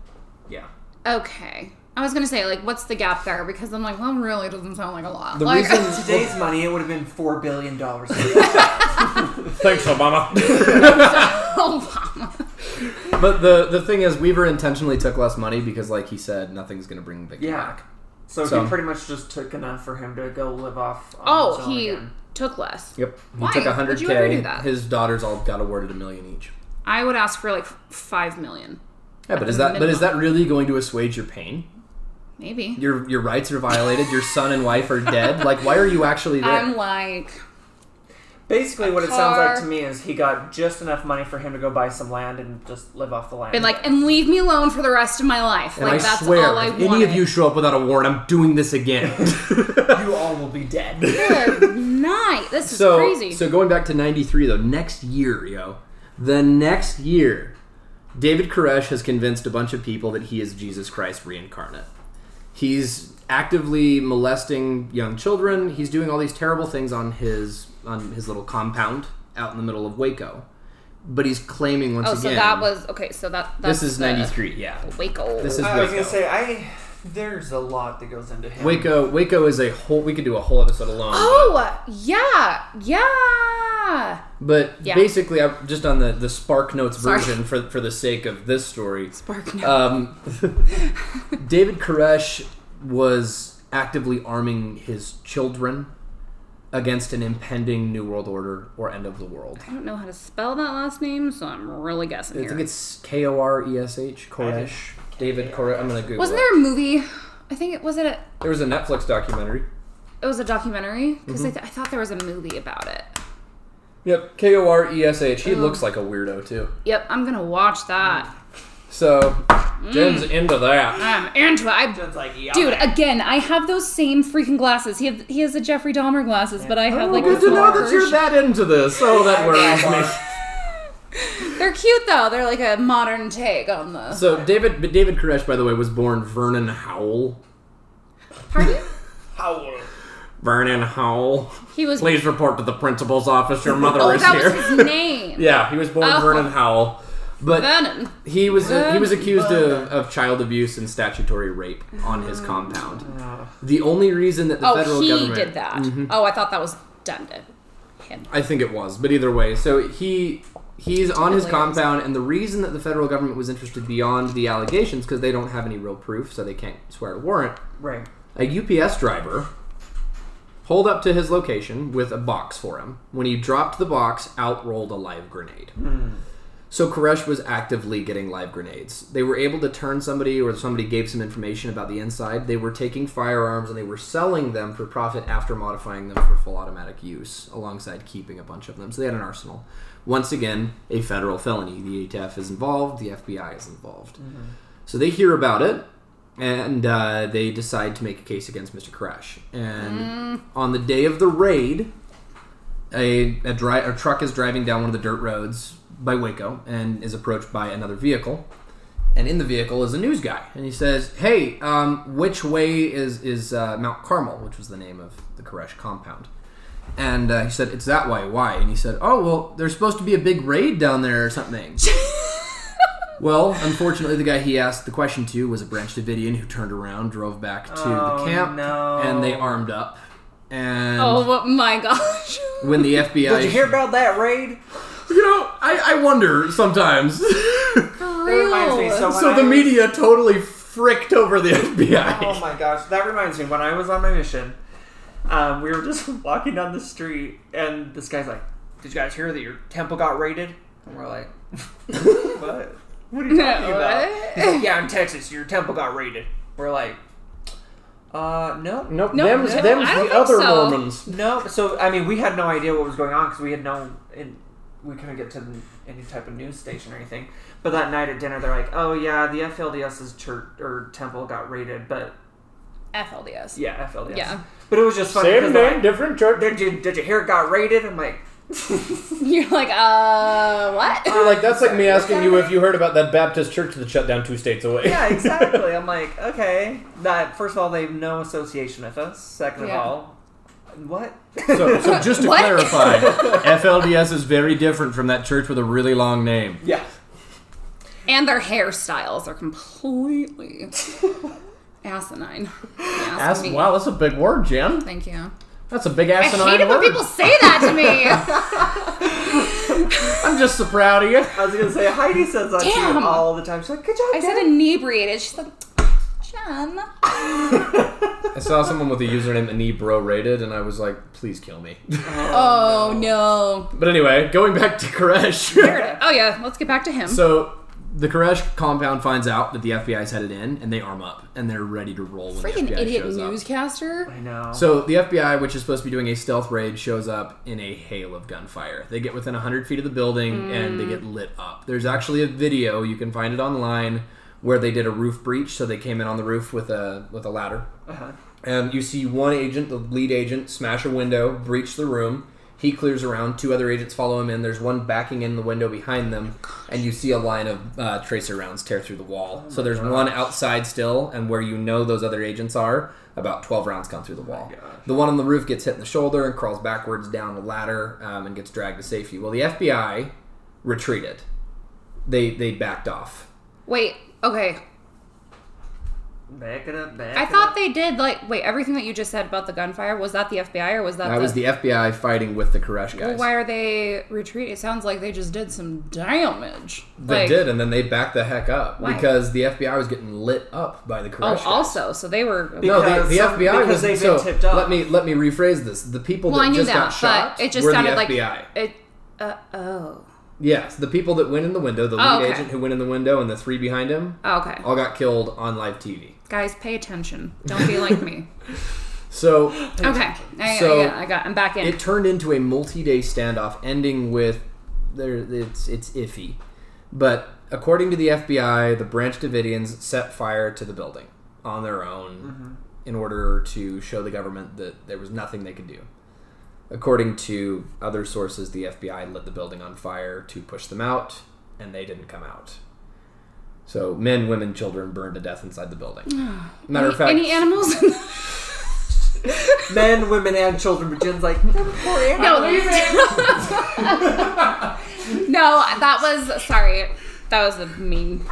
Speaker 2: Yeah.
Speaker 1: Okay. I was gonna say, like, what's the gap there? Because I'm like, well, really doesn't sound like a lot.
Speaker 3: The
Speaker 1: like,
Speaker 3: reason-
Speaker 2: Today's money, it would have been four billion dollars.
Speaker 4: Thanks, [laughs] Obama.
Speaker 1: [laughs] Obama.
Speaker 3: But the the thing is, Weaver intentionally took less money because, like he said, nothing's gonna bring Vicky
Speaker 2: Yeah.
Speaker 3: back.
Speaker 2: So,
Speaker 3: So-
Speaker 2: he pretty much just took enough for him to go live off. On
Speaker 1: [laughs]
Speaker 2: his
Speaker 1: Oh,
Speaker 2: own
Speaker 1: he
Speaker 2: again.
Speaker 1: took less.
Speaker 3: Yep. He
Speaker 1: Why
Speaker 3: took
Speaker 1: would
Speaker 3: hundred
Speaker 1: you ever
Speaker 3: k.
Speaker 1: do that?
Speaker 3: His daughters all got awarded a million each.
Speaker 1: I would ask for like f- five million,
Speaker 3: Yeah, but is
Speaker 1: the
Speaker 3: that but is
Speaker 1: minimum.
Speaker 3: that really going to assuage your pain?
Speaker 1: maybe.
Speaker 3: Your your rights are violated. your son and wife are dead. Like, why are you actually there?
Speaker 1: I'm like,
Speaker 2: Basically, what it sounds
Speaker 1: car.
Speaker 2: like to me is he got just enough money for him to go buy some land and just live off the land.
Speaker 1: been like, and leave me alone for the rest of my life.
Speaker 3: and
Speaker 1: like
Speaker 3: I
Speaker 1: that's
Speaker 3: swear,
Speaker 1: all I
Speaker 3: if
Speaker 1: want.
Speaker 3: any of you show up without a warrant, I'm doing this again.
Speaker 2: [laughs]
Speaker 1: [laughs]
Speaker 2: you all will be
Speaker 3: [laughs]
Speaker 2: dead.
Speaker 1: Good night. This is
Speaker 3: so
Speaker 1: crazy.
Speaker 3: so going back to 93 though next year yo the next year david koresh has convinced a bunch of people that he is jesus christ reincarnate he's actively molesting young children he's doing all these terrible things on his on his little compound out in the middle of waco but he's claiming once
Speaker 1: oh,
Speaker 3: again
Speaker 1: so that was okay. So that that's
Speaker 3: this is
Speaker 1: the
Speaker 3: 93 yeah
Speaker 1: Waco.
Speaker 3: this is
Speaker 2: I was
Speaker 3: waco
Speaker 2: gonna say, I there's a lot that goes into him.
Speaker 3: waco waco is a whole we could do a whole episode alone
Speaker 1: oh yeah, yeah.
Speaker 3: but
Speaker 1: Yeah.
Speaker 3: basically i just on the the spark notes
Speaker 1: Sorry.
Speaker 3: version for for the sake of this story
Speaker 1: Spark notes.
Speaker 3: Um, [laughs] David Koresh was actively arming his children against an impending New World Order or end of the world.
Speaker 1: I don't know how to spell that last name, so I'm really guessing
Speaker 3: I think
Speaker 1: here.
Speaker 3: it's K O R E S H, Koresh. David Koresh. I'm going to Google
Speaker 1: Wasn't
Speaker 3: it.
Speaker 1: there a movie? I think it was it. A,
Speaker 3: There was a Netflix documentary.
Speaker 1: it was a documentary because
Speaker 3: Mm-hmm.
Speaker 1: I, th- I thought there was a movie about it.
Speaker 3: Yep, K O R E S H. He looks like a weirdo, too.
Speaker 1: Yep, I'm gonna watch that.
Speaker 3: So,
Speaker 4: Jen's into that.
Speaker 1: I'm into it. Mm. I,
Speaker 2: It's like, yeah,
Speaker 1: dude, again, I have those same freaking glasses. He have, he has the Jeffrey Dahmer glasses, but I have like
Speaker 3: Oh, good
Speaker 1: this
Speaker 3: to know
Speaker 1: little
Speaker 3: that you're
Speaker 1: version.
Speaker 3: that into this. Oh, that worries me.
Speaker 1: [laughs] They're cute though. They're like a modern take on the.
Speaker 3: So, David, but David Koresh, by the way, was born Vernon Howell.
Speaker 1: Pardon?
Speaker 2: Howell.
Speaker 3: Vernon Howell.
Speaker 1: He was.
Speaker 4: Please report to the principal's office. Your mother
Speaker 1: [laughs] oh,
Speaker 4: is
Speaker 1: that
Speaker 4: here.
Speaker 3: [laughs]
Speaker 1: was his name.
Speaker 3: Yeah, he was born
Speaker 1: Oh.
Speaker 3: Vernon Howell, but
Speaker 1: Vernon.
Speaker 3: he was he was
Speaker 1: Vernon.
Speaker 3: accused of, of child abuse and statutory rape on his compound. The only reason that the
Speaker 1: Mm. Oh,
Speaker 3: federal
Speaker 1: he
Speaker 3: government Mm-hmm.
Speaker 1: did that. Oh, I thought that was done to him.
Speaker 3: I think it was, but either way, so he he's on his
Speaker 1: Totally.
Speaker 3: compound, and the reason that the federal government was interested beyond the allegations because they don't have any real proof, so they can't swear a warrant.
Speaker 2: Right.
Speaker 3: A UPS driver pulled up to his location with a box for him. When he dropped the box, out rolled a live grenade. So Koresh was actively getting live grenades. They were able to turn somebody, or somebody gave some information about the inside. They were taking firearms and they were selling them for profit after modifying them for full automatic use, alongside keeping a bunch of them. So they had an arsenal. Once again, a federal felony. The ATF is involved. The FBI is involved. So they hear about it, and uh, they decide to make a case against Mr. Koresh. And on the day of the raid, a a, dri- a truck is driving down one of the dirt roads by Waco and is approached by another vehicle. And in the vehicle is a news guy, and he says, "Hey, um, which way is is uh, Mount Carmel, which was the name of the Koresh compound?" And uh, he said, "It's that way. Why?" And he said, "Oh, well, there's supposed to be a big raid down there
Speaker 2: [laughs]
Speaker 3: or something." well, unfortunately, the guy he asked the question to was a Branch Davidian who turned around, drove back to
Speaker 2: Oh,
Speaker 3: the camp,
Speaker 2: no.
Speaker 3: and they armed up. And
Speaker 1: Oh my
Speaker 3: [laughs]
Speaker 1: gosh.
Speaker 3: when the
Speaker 2: [laughs]
Speaker 3: FBI
Speaker 2: Did you hear about that raid?
Speaker 5: You know, I, I wonder sometimes. [laughs]
Speaker 1: For
Speaker 2: It reminds me
Speaker 1: real. [laughs]
Speaker 2: so. When
Speaker 5: so
Speaker 2: I
Speaker 5: the
Speaker 2: was-
Speaker 5: media totally fricked over the FBI. [laughs]
Speaker 2: Oh my gosh, that reminds me. When I was on my mission, um, we were just [laughs] walking down the street, and this guy's like, "Did you guys hear that your temple got raided?" And we're like, "What?
Speaker 1: [laughs]
Speaker 2: What are you talking about?"
Speaker 3: [laughs]
Speaker 2: He's like, "Yeah, in Texas, your temple got raided." We're like, "Uh, no."
Speaker 5: Nope,
Speaker 1: No,
Speaker 5: them's,
Speaker 1: no,
Speaker 5: them's
Speaker 1: I don't
Speaker 5: the
Speaker 1: think
Speaker 5: other
Speaker 1: so.
Speaker 5: Mormons.
Speaker 2: No, so I mean, we had no idea what was going on because we had no, and we couldn't get to the- any type of news station or anything. But that night at dinner, they're like, "Oh yeah, the FLDS's church or temple got raided, but
Speaker 1: FLDS.
Speaker 2: yeah, FLDS."
Speaker 1: Yeah.
Speaker 2: But it was just funny.
Speaker 4: Same
Speaker 2: 'cause,
Speaker 4: name,
Speaker 2: like,
Speaker 4: different church.
Speaker 2: did you did you hear it got raided? I'm like,
Speaker 1: You're like, uh, what?
Speaker 5: You're like, that's like me asking you if you heard about that Baptist church that shut down two states away. [laughs]
Speaker 2: yeah, exactly. I'm like, okay. That first of all, they have no association with us. Second
Speaker 1: Yeah.
Speaker 2: of all, what?
Speaker 4: So, so just to
Speaker 1: What? [laughs]
Speaker 4: clarify, FLDS is very different from that church with a really long name.
Speaker 2: yeah.
Speaker 1: And their hairstyles are [laughs] completely asinine. Yeah,
Speaker 4: Ass-
Speaker 1: me.
Speaker 4: wow, that's a big word, Jim.
Speaker 1: Thank you.
Speaker 4: That's a big
Speaker 1: I
Speaker 4: asinine
Speaker 1: hate it when
Speaker 4: word.
Speaker 1: people say that to
Speaker 3: [laughs]
Speaker 1: me.
Speaker 4: I'm just so
Speaker 1: [laughs]
Speaker 4: proud of you.
Speaker 2: I was gonna say Heidi says that to me
Speaker 1: Damn.
Speaker 2: all the time. She's like, good job.
Speaker 1: I said
Speaker 2: Dad."
Speaker 1: inebriated. She's like, John.
Speaker 5: I saw someone with the username Inebro rated, and I was like, please kill me. [laughs]
Speaker 1: Oh no.
Speaker 5: But anyway, going back to Koresh.
Speaker 1: Oh yeah, let's get back to him.
Speaker 3: So the Koresh compound finds out that the FBI is headed in, and they arm up, and they're ready to roll when
Speaker 1: Freaking
Speaker 3: the FBI
Speaker 1: idiot
Speaker 3: shows up.
Speaker 1: newscaster.
Speaker 2: I know.
Speaker 3: So the FBI, which is supposed to be doing a stealth raid, shows up in a hail of gunfire. They get within 100 feet of the building, and they get lit up. There's actually a video you can find it online where they did a roof breach, so they came in on the roof with a with a ladder.
Speaker 2: Uh-huh.
Speaker 3: And Um, you see one agent, the lead agent, smash a window, breach the room. He clears around. Two other agents follow him in. There's one backing in the window behind them, and you see a line of uh, tracer rounds tear through the wall. so there's one outside still, and where you know those other agents are, about 12 rounds come through the wall. the one on the roof gets hit in the shoulder and crawls backwards down the ladder um, and gets dragged to safety. Well, the FBI retreated. They they backed off.
Speaker 1: Wait, okay.
Speaker 2: Back it up. Back
Speaker 1: I
Speaker 2: it
Speaker 1: thought
Speaker 2: up.
Speaker 1: they did like wait, everything that you just said about the gunfire, was that the FBI or was that
Speaker 3: That was the FBI fighting with the Koresh guys.
Speaker 1: Well, why are they retreating? It sounds like they just did some damage.
Speaker 3: They
Speaker 1: like,
Speaker 3: did, and then they backed the heck up
Speaker 1: Why?
Speaker 3: because the FBI was getting lit up by the
Speaker 1: Oh,
Speaker 3: Koresh. guys.
Speaker 1: also, so they were.
Speaker 3: no,
Speaker 2: Because
Speaker 3: the, the
Speaker 2: some-
Speaker 3: FBI
Speaker 2: because
Speaker 3: was
Speaker 2: they've been
Speaker 3: so.
Speaker 2: tipped off.
Speaker 3: Let me let me rephrase this: the people
Speaker 1: well,
Speaker 3: that
Speaker 1: I knew
Speaker 3: just
Speaker 1: that,
Speaker 3: got shot
Speaker 1: but it just
Speaker 3: were
Speaker 1: sounded
Speaker 3: the
Speaker 1: like
Speaker 3: FBI.
Speaker 1: it. Uh, oh,
Speaker 3: Yes, the people that went in the window, the lead
Speaker 1: Oh, okay.
Speaker 3: agent who went in the window, and the three behind him
Speaker 1: oh, okay.
Speaker 3: all got killed on live TV.
Speaker 1: Guys, pay attention. Don't be like me.
Speaker 3: So
Speaker 1: Okay, I,
Speaker 3: So-
Speaker 1: I, yeah, I got. I'm back in.
Speaker 3: it turned into a multi-day standoff, ending with there. It's it's iffy, but according to the FBI, the Branch Davidians set fire to the building on their own in order to show the government that there was nothing they could do. According to other sources, the FBI lit the building on fire to push them out, and they didn't come out. So men, women, children burned to death inside the building. Matter of fact,
Speaker 1: Any animals? [laughs]
Speaker 2: men, women, and children. But Jen's like, "There were four
Speaker 1: no.
Speaker 2: animals."
Speaker 1: [laughs] no, that was sorry. That was a mean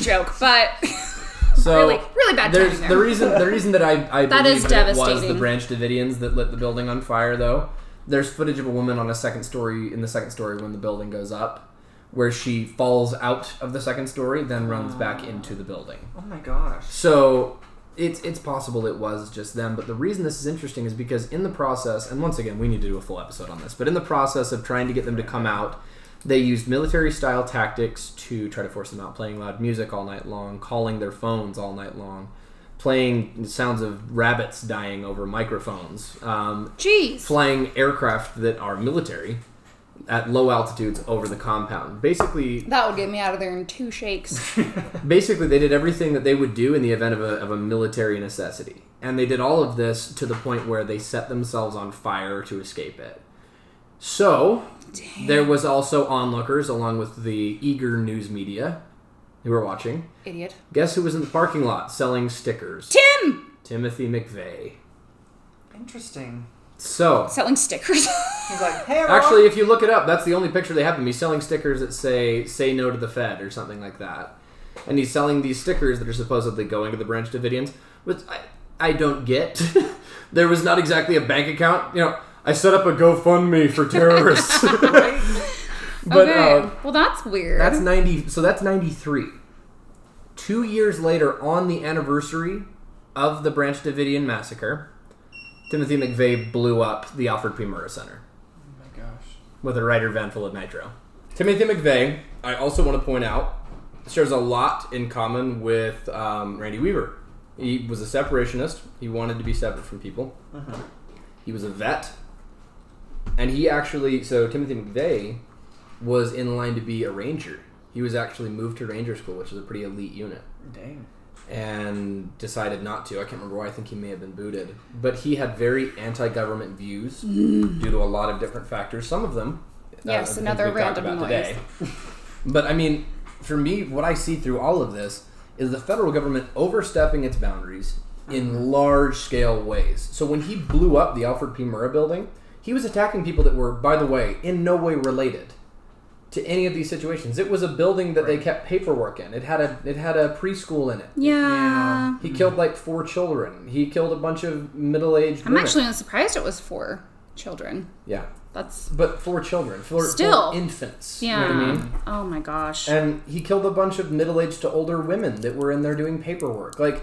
Speaker 1: joke, but [laughs]
Speaker 3: So
Speaker 1: Really- really bad
Speaker 3: There's
Speaker 1: timing
Speaker 3: the
Speaker 1: there.
Speaker 3: reason. The reason that I, I
Speaker 1: That
Speaker 3: believe
Speaker 1: is
Speaker 3: that it was the
Speaker 1: devastating.
Speaker 3: Branch Davidians that lit the building on fire, though. There's footage of a woman on a second story in the second story when the building goes up, where she falls out of the second story, then runs
Speaker 1: Ah.
Speaker 3: back into the building.
Speaker 2: Oh my gosh.
Speaker 3: So it's it's possible it was just them, but the reason this is interesting is because in the process, and once again, we need to do a full episode on this, but in the process of trying to get them to come out, They used military style tactics to try to force them out, playing loud music all night long, calling their phones all night long, playing sounds of rabbits dying over microphones, um,
Speaker 1: Jeez.
Speaker 3: flying aircraft that are military at low altitudes over the compound. Basically,
Speaker 1: that would get me out of there in two shakes.
Speaker 3: basically they did everything that they would do in the event of a, of a military necessity and they did all of this to the point where they set themselves on fire to escape it so there was also onlookers along with the eager news media who were watching
Speaker 1: Idiot.
Speaker 3: guess who was in the parking lot selling stickers
Speaker 1: Tim!
Speaker 3: timothy mcveigh
Speaker 2: Interesting.
Speaker 3: so
Speaker 1: Selling stickers.
Speaker 2: He's like, hey, everyone.
Speaker 3: Actually, if you look it up, that's the only picture they have of him. He's selling stickers that say "Say No to the Fed" or something like that, and he's selling these stickers that are supposedly going to the Branch Davidians, which I, I don't get. [laughs] there was not exactly a bank account, you know. I set up a GoFundMe for terrorists, [laughs] [laughs] but
Speaker 1: okay.
Speaker 3: uh,
Speaker 1: well, that's weird.
Speaker 3: that's ninety. So that's ninety three. Two years later, on the anniversary of the Branch Davidian massacre, Timothy McVeigh blew up the Alfred P. Murrah Center
Speaker 2: oh my gosh.
Speaker 3: with a Ryder van full of nitro.
Speaker 5: Timothy McVeigh, I also want to point out, shares a lot in common with um, Randy Weaver. He was a separationist. He wanted to be separate from people.
Speaker 2: Uh-huh.
Speaker 5: He was a vet. And he actually, so Timothy McVeigh was in line to be a ranger. He was actually moved to ranger school, which is a pretty elite unit,
Speaker 2: Dang.
Speaker 5: and decided not to. I can't remember why. I think he may have been booted. But he had very anti government views due to a lot of different factors, some of them
Speaker 1: Yes,
Speaker 5: the
Speaker 1: another
Speaker 5: things we've talked
Speaker 1: random
Speaker 5: about
Speaker 1: noise.
Speaker 5: but I mean, for me, what I see through all of this is the federal government overstepping its boundaries in large scale ways. So when he blew up the Alfred P. Murrah building, he was attacking people that were, by the way, in no way related to any of these situations. It was a building that they kept paperwork in. It had a it had a preschool in it.
Speaker 1: yeah.
Speaker 5: He killed like four children. He killed a bunch of middle aged.
Speaker 1: I'm actually surprised it was for children.
Speaker 5: yeah,
Speaker 1: That's.
Speaker 5: but four children, four,
Speaker 1: Still.
Speaker 5: four infants.
Speaker 1: Yeah. Oh my gosh.
Speaker 5: And he killed a bunch of middle aged to older women that were in there doing paperwork. Like,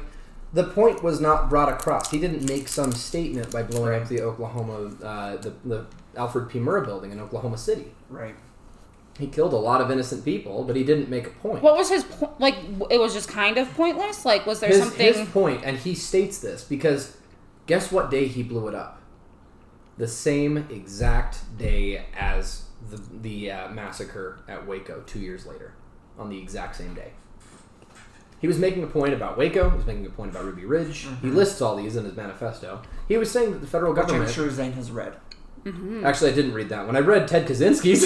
Speaker 5: the point was not brought across. He didn't make some statement by blowing up the Oklahoma, uh, the, the Alfred P. Murrah building in Oklahoma City.
Speaker 2: Right.
Speaker 5: He killed a lot of innocent people, but he didn't make a point.
Speaker 1: what was his point? Like, it was just kind of pointless? Like, was there
Speaker 5: his,
Speaker 1: something.
Speaker 5: his point, and he states this because guess what day he blew it up? The same exact day as the, the uh, massacre at Waco two years later, on the exact same day. He was making a point about Waco. He was making a point about Ruby Ridge. He lists all these in his manifesto. He was saying that the federal
Speaker 2: Mm-hmm. Which I'm
Speaker 5: government.
Speaker 2: sure Zane has read.
Speaker 5: Actually, I didn't read that one. I read Ted Kaczynski's.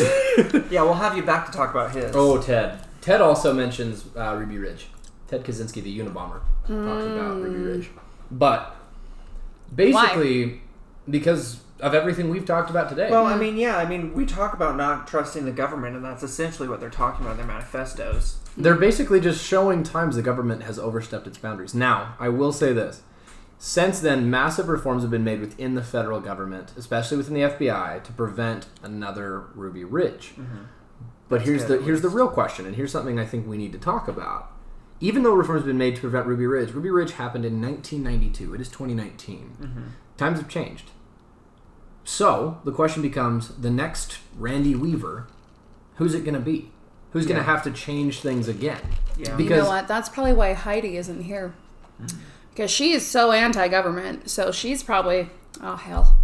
Speaker 5: [laughs]
Speaker 2: Yeah, we'll have you back to talk about his.
Speaker 5: oh, Ted. Ted also mentions uh, Ruby Ridge. Ted Kaczynski, the Unabomber, talks about Ruby Ridge.
Speaker 3: But
Speaker 5: Basically, because of everything we've talked about today.
Speaker 2: Well, I mean, yeah, I mean, we talk about not trusting the government, and that's essentially what they're talking about in their manifestos.
Speaker 3: They're basically just showing times the government has overstepped its boundaries. Now, I will say this. Since then, massive reforms have been made within the federal government, especially within the FBI, to prevent another Ruby Ridge. But here's
Speaker 2: good,
Speaker 3: the
Speaker 2: at
Speaker 3: here's the real question, and here's something I think we need to talk about. Even though reforms have been made to prevent Ruby Ridge, Ruby Ridge happened in 1992. It is 2019. Times have changed. So the question becomes: the next Randy Weaver, who's it going to be? Who's going to have to change things again?
Speaker 2: Yeah.
Speaker 1: You know
Speaker 3: Because
Speaker 1: what? That's probably why Heidi isn't here. Because she is so anti government. So she's probably. Oh, hell.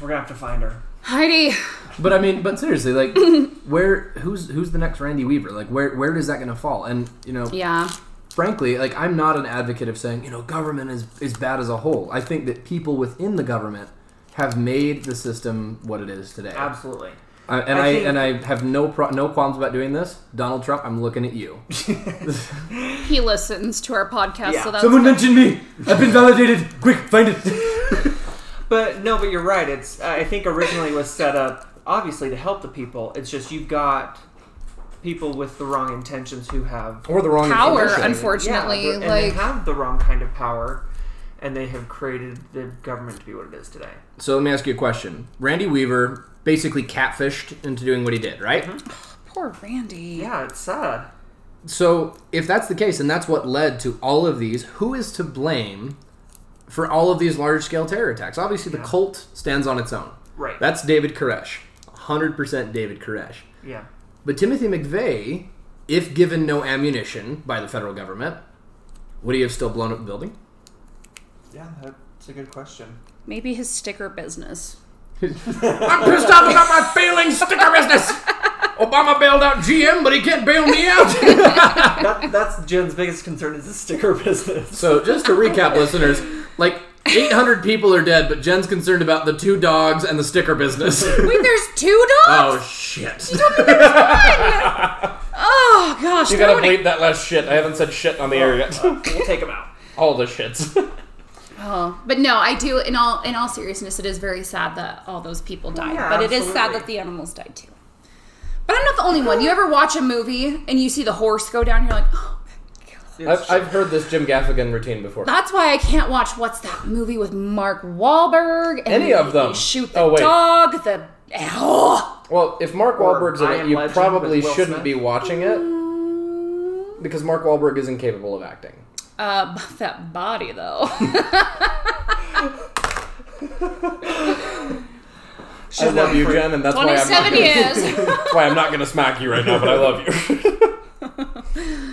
Speaker 2: We're gonna have to find her.
Speaker 1: Heidi!
Speaker 3: But I mean, but seriously, like,
Speaker 1: [laughs]
Speaker 3: where who's who's the next Randy Weaver? Like, where where does that going to fall? And you know,
Speaker 1: Yeah.
Speaker 3: frankly, like, I'm not an advocate of saying you know government is is bad as a whole. I think that people within the government have made the system what it is today.
Speaker 2: Absolutely.
Speaker 3: I, and
Speaker 2: I
Speaker 3: I,
Speaker 2: think-
Speaker 3: and I have no pro- no qualms about doing this. Donald Trump, I'm looking at you.
Speaker 1: He listens to our podcast,
Speaker 2: Yeah.
Speaker 1: so that's.
Speaker 4: [laughs] Someone mentioned me. I've been validated. Quick,
Speaker 3: [laughs]
Speaker 4: find it.
Speaker 2: But no, but you're right. It's I think originally was set up obviously to help the people. It's just you've got people with the wrong intentions who have
Speaker 5: or the wrong
Speaker 1: power,
Speaker 5: information.
Speaker 1: unfortunately.
Speaker 2: yeah, and they
Speaker 1: like,
Speaker 2: have the wrong kind of power, and they have created the government to be what it is today.
Speaker 5: So let me ask you a question. Randy Weaver basically catfished into doing what he did, right?
Speaker 1: poor Randy.
Speaker 2: Yeah, it's sad.
Speaker 5: So if that's the case, and that's what led to all of these, who is to blame for all of these large scale terror attacks? Obviously, the cult stands on its own.
Speaker 2: Right.
Speaker 5: That's David Koresh. 100% David Koresh.
Speaker 2: yeah.
Speaker 3: But Timothy McVeigh, if given no ammunition by the federal government, would he have still blown up the building?
Speaker 2: Yeah, that's a good question.
Speaker 1: Maybe his sticker business.
Speaker 3: I'm pissed off about my feelings, sticker business. Obama bailed out GM, but he can't bail me out.
Speaker 2: That, that's Jen's biggest concern is the sticker business.
Speaker 5: So just to recap, listeners, like 800 people are dead, but Jen's concerned about the two dogs and the sticker
Speaker 3: [laughs]
Speaker 5: business.
Speaker 1: Wait, there's two
Speaker 5: oh
Speaker 1: dogs.
Speaker 5: shit!
Speaker 1: Oh, gosh,
Speaker 4: You
Speaker 1: throw
Speaker 4: gotta
Speaker 1: it in-
Speaker 4: bleep that last shit. I haven't said shit on the air yet.
Speaker 2: We'll take them out.
Speaker 4: All the shits.
Speaker 1: Oh, but no, I do. In all in all seriousness, it is very sad that all those people died.
Speaker 2: yeah,
Speaker 1: but it is sad
Speaker 2: absolutely.
Speaker 1: that the animals died too. But I'm not the only one. You ever watch a movie and you see the horse go down? You're like, oh,
Speaker 3: [laughs] I've, I've heard this Jim Gaffigan routine before.
Speaker 1: that's why I can't watch what's that movie with Mark Wahlberg? And
Speaker 3: Any of them.
Speaker 1: they Shoot the
Speaker 3: Oh, wait.
Speaker 1: dog. The oh.
Speaker 3: Well, if Mark Wahlberg's in
Speaker 2: I
Speaker 3: it,
Speaker 2: Am
Speaker 3: you
Speaker 2: Legend
Speaker 3: probably
Speaker 2: with Will
Speaker 3: shouldn't
Speaker 2: Smith.
Speaker 3: be watching it because Mark Wahlberg is incapable of acting.
Speaker 1: Uh, but that body
Speaker 3: [laughs]
Speaker 1: though.
Speaker 3: I love you, Jen, and that's why I'm not
Speaker 1: 27
Speaker 3: gonna- [laughs]
Speaker 1: years.
Speaker 4: That's why I'm not gonna smack you right now, but I [laughs] love you.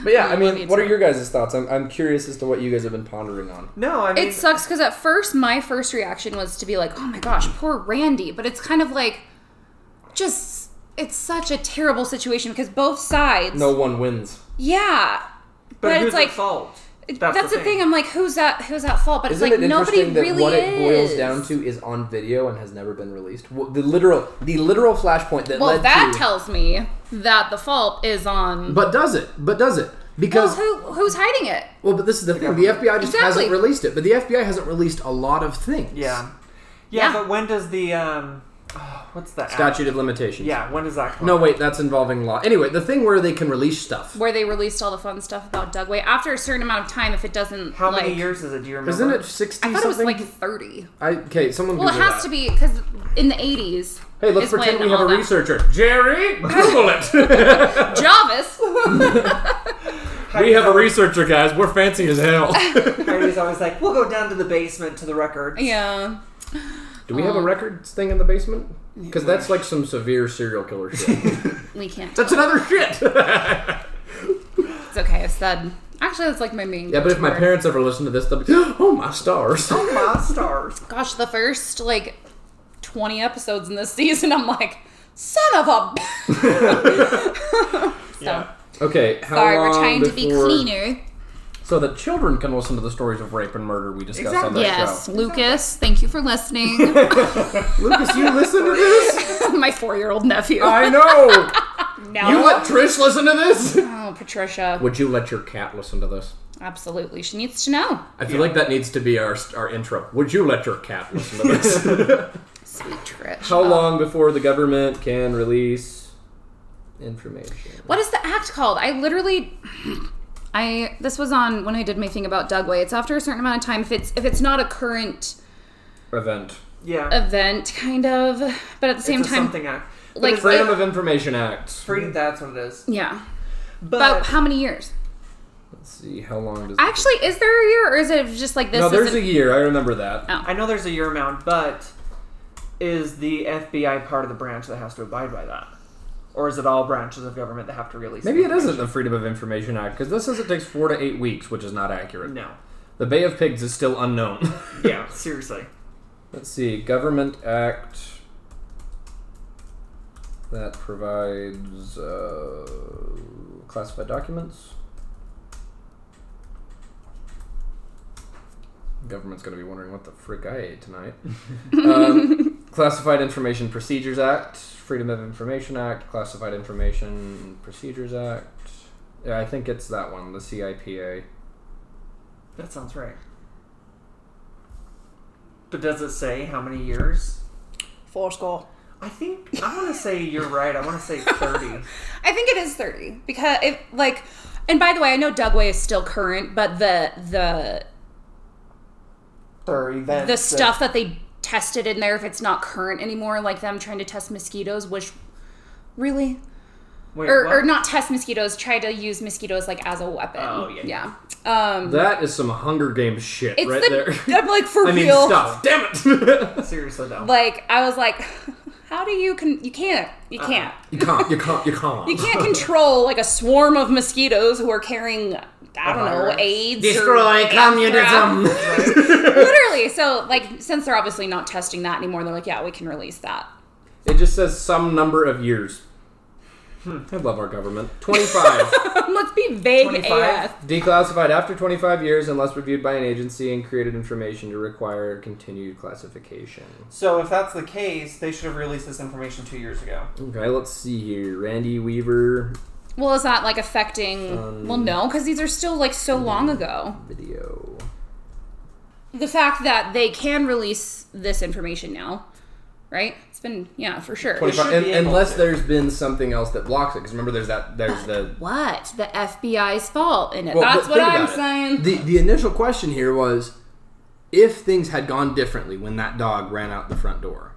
Speaker 3: But yeah, I
Speaker 1: love you
Speaker 3: mean, what are
Speaker 1: too.
Speaker 3: your guys' thoughts? I'm, I'm curious as to what you guys have been pondering on.
Speaker 2: No, I mean,
Speaker 1: it sucks because at first my first reaction was to be like, "Oh my gosh, poor Randy," but it's kind of like, just it's such a terrible situation because both sides,
Speaker 3: No one wins.
Speaker 1: yeah. But,
Speaker 2: but, who's
Speaker 1: it's like
Speaker 2: at fault?
Speaker 1: it- that's, the thing. I'm like, who's that? Who's at fault? But
Speaker 3: Isn't
Speaker 1: it's like
Speaker 3: it
Speaker 1: nobody
Speaker 3: interesting that
Speaker 1: really
Speaker 3: what
Speaker 1: is.
Speaker 3: it boils down to is on video and has never been released? Wh- The literal, the literal flashpoint that
Speaker 1: well,
Speaker 3: led
Speaker 1: that
Speaker 3: to.
Speaker 1: tells me that the fault is on.
Speaker 3: but does it? But does it?
Speaker 1: Well,
Speaker 3: Because
Speaker 1: who who's hiding it?
Speaker 3: Well, but this is the thing. The FBI just
Speaker 1: Exactly.
Speaker 3: hasn't released it. But the FBI hasn't released a lot of things.
Speaker 2: yeah. yeah,
Speaker 1: Yeah.
Speaker 2: But when does the um, oh, what's that app?
Speaker 3: Statute of limitations.
Speaker 2: Yeah, when does that come?
Speaker 3: No,
Speaker 2: out?
Speaker 3: wait, that's involving law. Anyway, the thing where they can release stuff.
Speaker 1: Where they released all the fun stuff about Dugway after a certain amount of time, if it doesn't
Speaker 2: How
Speaker 1: like,
Speaker 2: many years is it? Do you remember?
Speaker 3: Isn't it 60
Speaker 1: I thought it was
Speaker 3: something?
Speaker 1: like 30.
Speaker 3: I, okay, someone
Speaker 1: Well, it
Speaker 3: Google
Speaker 1: has
Speaker 3: that.
Speaker 1: to be because in the 80s.
Speaker 3: Hey, let's
Speaker 1: is
Speaker 3: pretend
Speaker 1: when
Speaker 3: we have
Speaker 1: all
Speaker 3: a
Speaker 1: that-
Speaker 3: researcher.
Speaker 4: Jerry, Google it.
Speaker 1: Jarvis.
Speaker 4: we have a researcher, guys. We're fancy as hell.
Speaker 2: Heidi's always like, we'll go down to the basement to the records.
Speaker 1: Yeah.
Speaker 3: Do we
Speaker 5: Uh,
Speaker 3: have a records thing in the basement? Because that's like some severe serial killer
Speaker 5: [laughs]
Speaker 3: shit.
Speaker 1: We can't.
Speaker 3: that's another [laughs] shit.
Speaker 1: It's okay. I've said. Actually, that's like my main.
Speaker 3: yeah, but if my
Speaker 1: word.
Speaker 3: parents ever listen to this, they'll be, [gasps] oh
Speaker 5: [laughs]
Speaker 3: my stars. [laughs]
Speaker 2: My stars.
Speaker 1: Gosh, the first like 20 episodes in this [laughs] season, I'm like, son of a.
Speaker 3: [laughs]
Speaker 1: so,
Speaker 3: Okay, how
Speaker 1: sorry, we're
Speaker 3: long
Speaker 1: trying to be
Speaker 3: before-
Speaker 1: cleaner.
Speaker 5: so that children can listen to the stories of rape and murder we discussed on that
Speaker 1: Yes,
Speaker 5: show.
Speaker 1: Lucas, thank you for
Speaker 3: [laughs]
Speaker 1: listening.
Speaker 5: [laughs]
Speaker 3: Lucas, you listen to this?
Speaker 1: my four year old nephew.
Speaker 3: Uh,
Speaker 5: I know. [laughs]
Speaker 1: no.
Speaker 5: You let Trish listen to this?
Speaker 1: oh, Patricia.
Speaker 3: [laughs] Would you let your cat listen to this?
Speaker 1: Absolutely. She needs to know.
Speaker 5: I feel like that needs to be our our intro.
Speaker 3: Would you let your cat listen to this? [laughs]
Speaker 1: Sweet Trish.
Speaker 3: How
Speaker 1: Oh.
Speaker 3: long before the government can release information?
Speaker 1: What is the act called? I literally I this was on when I did my thing about Dugway. It's after a certain amount of time if it's if it's not a current
Speaker 3: Event.
Speaker 2: Yeah.
Speaker 1: event kind of, but at the same
Speaker 2: it's a
Speaker 1: time
Speaker 2: something act. But
Speaker 1: like,
Speaker 2: it's
Speaker 3: Freedom of Information Act.
Speaker 2: free. That's what it is.
Speaker 1: yeah. About
Speaker 2: But
Speaker 1: how many years?
Speaker 3: Let's see, how long does
Speaker 1: Actually, is there a year or is it just like this
Speaker 3: No, there's
Speaker 1: isn't- Oh.
Speaker 3: a year, I remember that.
Speaker 2: I know there's a year amount, but is the FBI part of the branch that has to abide by that, or is it all branches of government that have to release?
Speaker 5: Maybe it
Speaker 2: information?
Speaker 5: isn't the Freedom of Information Act because this says it takes four to eight weeks, which is not accurate.
Speaker 2: No.
Speaker 5: The Bay of Pigs is still unknown. [laughs]
Speaker 2: Yeah. seriously.
Speaker 3: Let's see, Government Act that provides uh, classified documents. Government's going to be wondering what the frick I
Speaker 1: [laughs]
Speaker 3: ate tonight. um, classified Information Procedures Act, Freedom of Information Act, Classified Information Procedures Act. Yeah, I think it's that one, the CIPA.
Speaker 2: That sounds right. But does it say how many years?
Speaker 1: four score.
Speaker 2: I think I want to say you're right. I want to say thirty.
Speaker 1: I think it is 30 because it like and by the way, I know Dugway is still current, but the the
Speaker 2: [laughs] thirty. Then
Speaker 1: the stuff that they tested in there if it's not current anymore, like them trying to test mosquitoes, which really
Speaker 2: Wait,
Speaker 1: or,
Speaker 2: what?
Speaker 1: or not test mosquitoes, try to use mosquitoes like as a weapon.
Speaker 2: Oh, yeah, yeah.
Speaker 1: Yeah. Um
Speaker 5: that is some Hunger Games shit
Speaker 1: it's
Speaker 5: right
Speaker 1: the
Speaker 5: there.
Speaker 1: [laughs]
Speaker 3: [laughs]
Speaker 1: I'm like for
Speaker 5: I mean,
Speaker 1: real.
Speaker 5: stop. Damn it.
Speaker 2: Seriously though.
Speaker 1: Like [laughs] I was like How do you con- you can't you
Speaker 3: Uh-huh.
Speaker 1: can't
Speaker 5: You can't. You can't. You can't.
Speaker 1: you
Speaker 3: [laughs]
Speaker 1: can't control like a swarm of mosquitoes who are carrying I don't know
Speaker 3: Uh-huh.
Speaker 2: virus.
Speaker 1: AIDS. or
Speaker 3: [laughs] Destroy
Speaker 1: AIDS
Speaker 3: communism.
Speaker 1: crap. Literally, so like since they're obviously not testing that anymore, they're like, yeah, we can release that. [laughs]
Speaker 5: It just says some number of years.
Speaker 3: Hmm,
Speaker 5: I love our government.
Speaker 2: [laughs]
Speaker 5: 25.
Speaker 1: Let's be vague
Speaker 2: 25?
Speaker 1: AF.
Speaker 3: Declassified after 25 years unless reviewed by an agency and created information to require continued classification.
Speaker 2: So if that's the case, they should have released this information two years ago.
Speaker 3: Okay, let's see here. Randy Weaver
Speaker 1: Well, is that like affecting?
Speaker 3: Um,
Speaker 1: well, no, because these are still like so long
Speaker 3: mm.
Speaker 1: ago.
Speaker 3: video.
Speaker 1: The fact that they can release this information now, right? It's been yeah for sure.
Speaker 2: They should
Speaker 3: 25, and,
Speaker 2: be able
Speaker 3: unless
Speaker 2: to.
Speaker 3: there's been something else that blocks it, because remember, there's that. There's the
Speaker 1: What the FBI's fault in it?
Speaker 3: Well,
Speaker 1: That's
Speaker 3: but
Speaker 1: what
Speaker 3: think
Speaker 1: I'm
Speaker 3: about it.
Speaker 1: saying.
Speaker 3: the the initial question here was if things had gone differently when that dog ran out the front door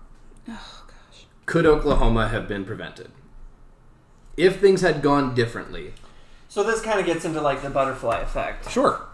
Speaker 1: Oh,
Speaker 3: could oklahoma have been prevented if things had gone differently
Speaker 2: So this kind of gets into like the butterfly effect.
Speaker 3: sure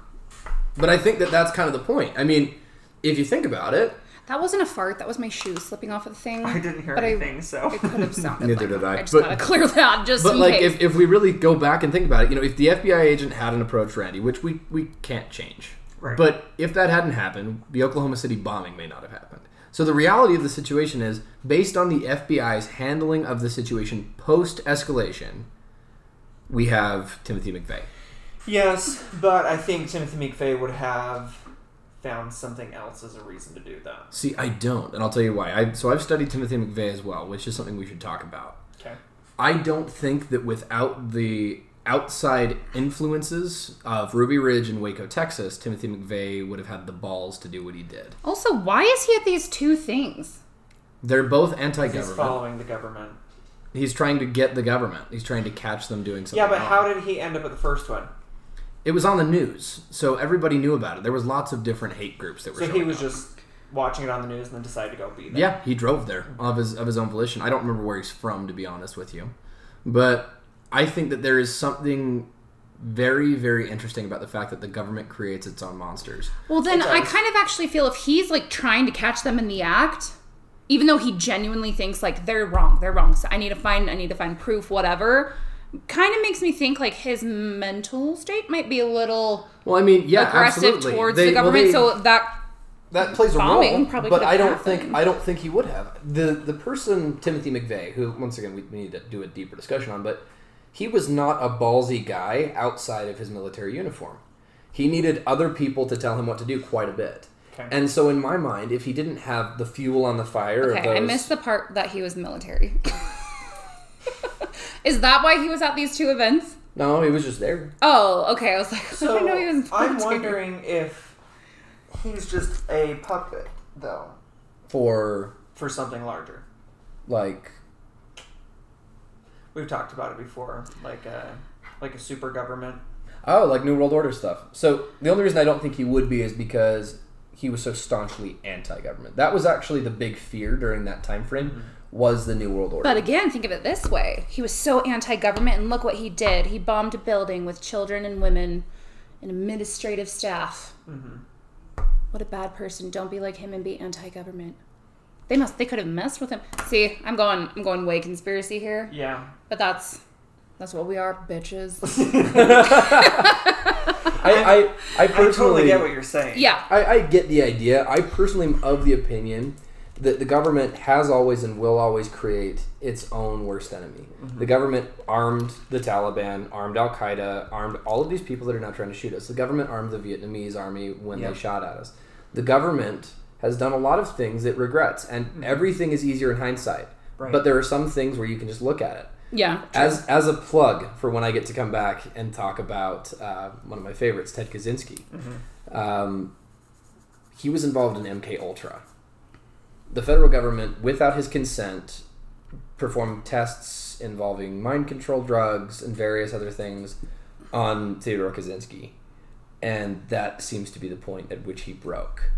Speaker 3: but i think that that's kind of the point i mean if you think about it
Speaker 1: That wasn't a fart. That was my shoe slipping off of the thing.
Speaker 2: [laughs] I didn't hear
Speaker 1: But I-
Speaker 2: anything, so
Speaker 1: It could
Speaker 2: [laughs]
Speaker 1: have sounded.
Speaker 3: Neither
Speaker 1: like
Speaker 3: did
Speaker 1: that.
Speaker 3: I.
Speaker 1: I just
Speaker 3: But-
Speaker 1: gotta [laughs] clear that just
Speaker 3: but
Speaker 1: in
Speaker 3: like
Speaker 1: case.
Speaker 3: if, if we really go back and think about it you know if the fbi agent hadn't approached randy which we we can't change
Speaker 2: Right.
Speaker 3: but if that hadn't happened the oklahoma city bombing may not have happened so the reality of the situation is based on the fbi's handling of the situation post escalation we have timothy mcveigh
Speaker 2: yes, but I think Timothy McVeigh would have found something else as a reason to do that.
Speaker 3: see i don't and i'll tell you why I, so i've studied timothy mcveigh as well which is something we should talk about
Speaker 2: Okay.
Speaker 3: I don't think that without the outside influences of Ruby Ridge and Waco, Texas, Timothy McVeigh would have had the balls to do what he did.
Speaker 1: also, why is he at these two things?
Speaker 3: They're both anti-government.
Speaker 2: He's
Speaker 3: He's,
Speaker 2: following the government.
Speaker 3: trying to get the government. He's trying to catch them doing something.
Speaker 2: Yeah, but
Speaker 3: wrong.
Speaker 2: how did he end up at the first one?
Speaker 3: it was on the news, so everybody knew about it. There was lots of different hate groups that were.
Speaker 2: So he
Speaker 3: showing
Speaker 2: was
Speaker 3: up.
Speaker 2: just watching it on the news and then decided to go be there.
Speaker 3: Yeah, he drove there of his of his own volition. I don't remember where he's from, to be honest with you, but I think that there is something very, very interesting about the fact that the government creates its own monsters.
Speaker 1: Well, then I
Speaker 2: does.
Speaker 1: kind of actually feel if he's like trying to catch them in the act, even though he genuinely thinks like they're wrong, they're wrong. So I need to find, I need to find proof, whatever. Kind of makes me think like his mental state might be a little
Speaker 3: Well, I mean, yeah,
Speaker 1: aggressive
Speaker 3: absolutely.
Speaker 1: towards
Speaker 3: They-
Speaker 1: the
Speaker 3: well,
Speaker 1: government.
Speaker 3: they-
Speaker 1: so that
Speaker 3: that plays a
Speaker 1: bombing
Speaker 3: role,
Speaker 1: probably
Speaker 3: but
Speaker 1: could've
Speaker 3: I don't
Speaker 1: happened.
Speaker 3: think I don't think he would have the the person Timothy McVeigh, who once again we, we need to do a deeper discussion on, but he was not a ballsy guy outside of his military uniform. He needed other people to tell him what to do quite a bit.
Speaker 2: Okay.
Speaker 3: And so, in my mind, if he didn't have the fuel on the fire, of
Speaker 1: okay,
Speaker 3: those,
Speaker 1: I missed the part that he was military. [laughs] Is that why he was at these two events?
Speaker 3: no, he was just there.
Speaker 1: Oh, okay. I was like, [laughs] I
Speaker 2: So
Speaker 1: didn't know he was.
Speaker 2: I'm
Speaker 1: military.
Speaker 2: wondering if he's just a puppet, though,
Speaker 3: for
Speaker 2: for something larger.
Speaker 3: like
Speaker 2: We've talked about it before, like a like a super government.
Speaker 3: Oh, like New World Order stuff. So the only reason I don't think he would be is because he was so staunchly anti-government. That was actually the big fear during that time frame was the New World Order.
Speaker 1: But again, think of it this way. He was so anti government, and look what he did. He bombed a building with children and women and administrative staff.
Speaker 2: Mm-hmm.
Speaker 1: What a bad person. Don't be like him and be anti government. They must, they could have messed with him. See, I'm going, I'm going way conspiracy here,
Speaker 2: Yeah.
Speaker 1: but that's, that's what we are,
Speaker 2: [laughs]
Speaker 1: bitches.
Speaker 3: I, I, I
Speaker 2: I totally
Speaker 3: personally
Speaker 2: get what you're saying.
Speaker 1: yeah.
Speaker 3: I, I get the idea. I personally am of the opinion that the government has always and will always create its own worst enemy. The government armed the Taliban, armed Al Qaeda, armed all of these people that are now trying to shoot us. The government armed the Vietnamese army when
Speaker 2: Yeah.
Speaker 3: they shot at us. The government has done a lot of things it regrets, and everything is easier in hindsight.
Speaker 2: Right.
Speaker 3: But there are some things where you can just look at it.
Speaker 1: Yeah.
Speaker 3: As, as a plug for when I get to come back and talk about uh, one of my favorites, Ted Kaczynski, um, he was involved in MK Ultra. The federal government, without his consent, performed tests involving mind control drugs and various other things on Theodore Kaczynski, and that seems to be the point at which he broke.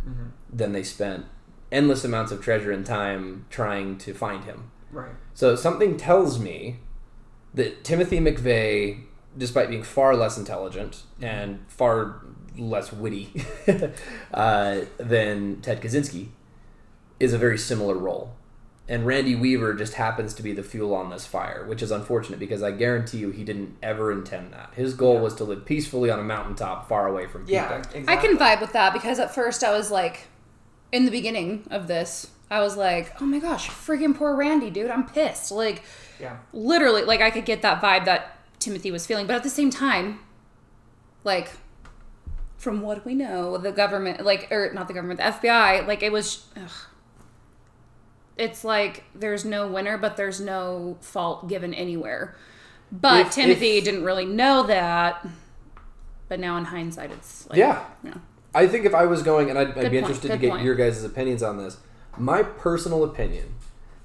Speaker 3: Then they spent endless amounts of treasure and time trying to find him.
Speaker 2: Right.
Speaker 3: So something tells me that Timothy McVeigh, despite being far less intelligent and far less witty [laughs] uh, than Ted Kaczynski, is a very similar role. and Randy Weaver just happens to be the fuel on this fire, which is unfortunate because I guarantee you he didn't ever intend that. His goal was to live peacefully on a mountaintop far away from people.
Speaker 2: Yeah, exactly.
Speaker 1: I can vibe with that because at first I was like, in the beginning of this, I was like, oh my gosh, freaking poor Randy, dude. I'm pissed. Like,
Speaker 2: Yeah.
Speaker 1: literally, like, I could get that vibe that Timothy was feeling. But at the same time, like, from what we know, the government, like, or not the government, the FBI, like, it was. Ugh. It's like there's no winner, but there's no fault given anywhere. But
Speaker 3: If-
Speaker 1: Timothy
Speaker 3: if-
Speaker 1: didn't really know that. But now in hindsight, it's like.
Speaker 3: Yeah.
Speaker 1: yeah.
Speaker 3: I think if I was going, and I'd, I'd be
Speaker 1: Good point,
Speaker 3: interested to
Speaker 1: good
Speaker 3: get
Speaker 1: point.
Speaker 3: your guys' opinions on this, my personal opinion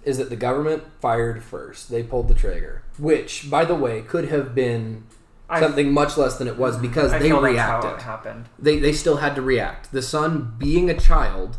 Speaker 3: is that the government fired first. They pulled the trigger, which, by the way, could have been
Speaker 2: I-
Speaker 3: something much less than it was because
Speaker 2: I
Speaker 3: they
Speaker 2: feel that's
Speaker 3: reacted.
Speaker 2: how it happened.
Speaker 3: they they still had to react. The son, being a child,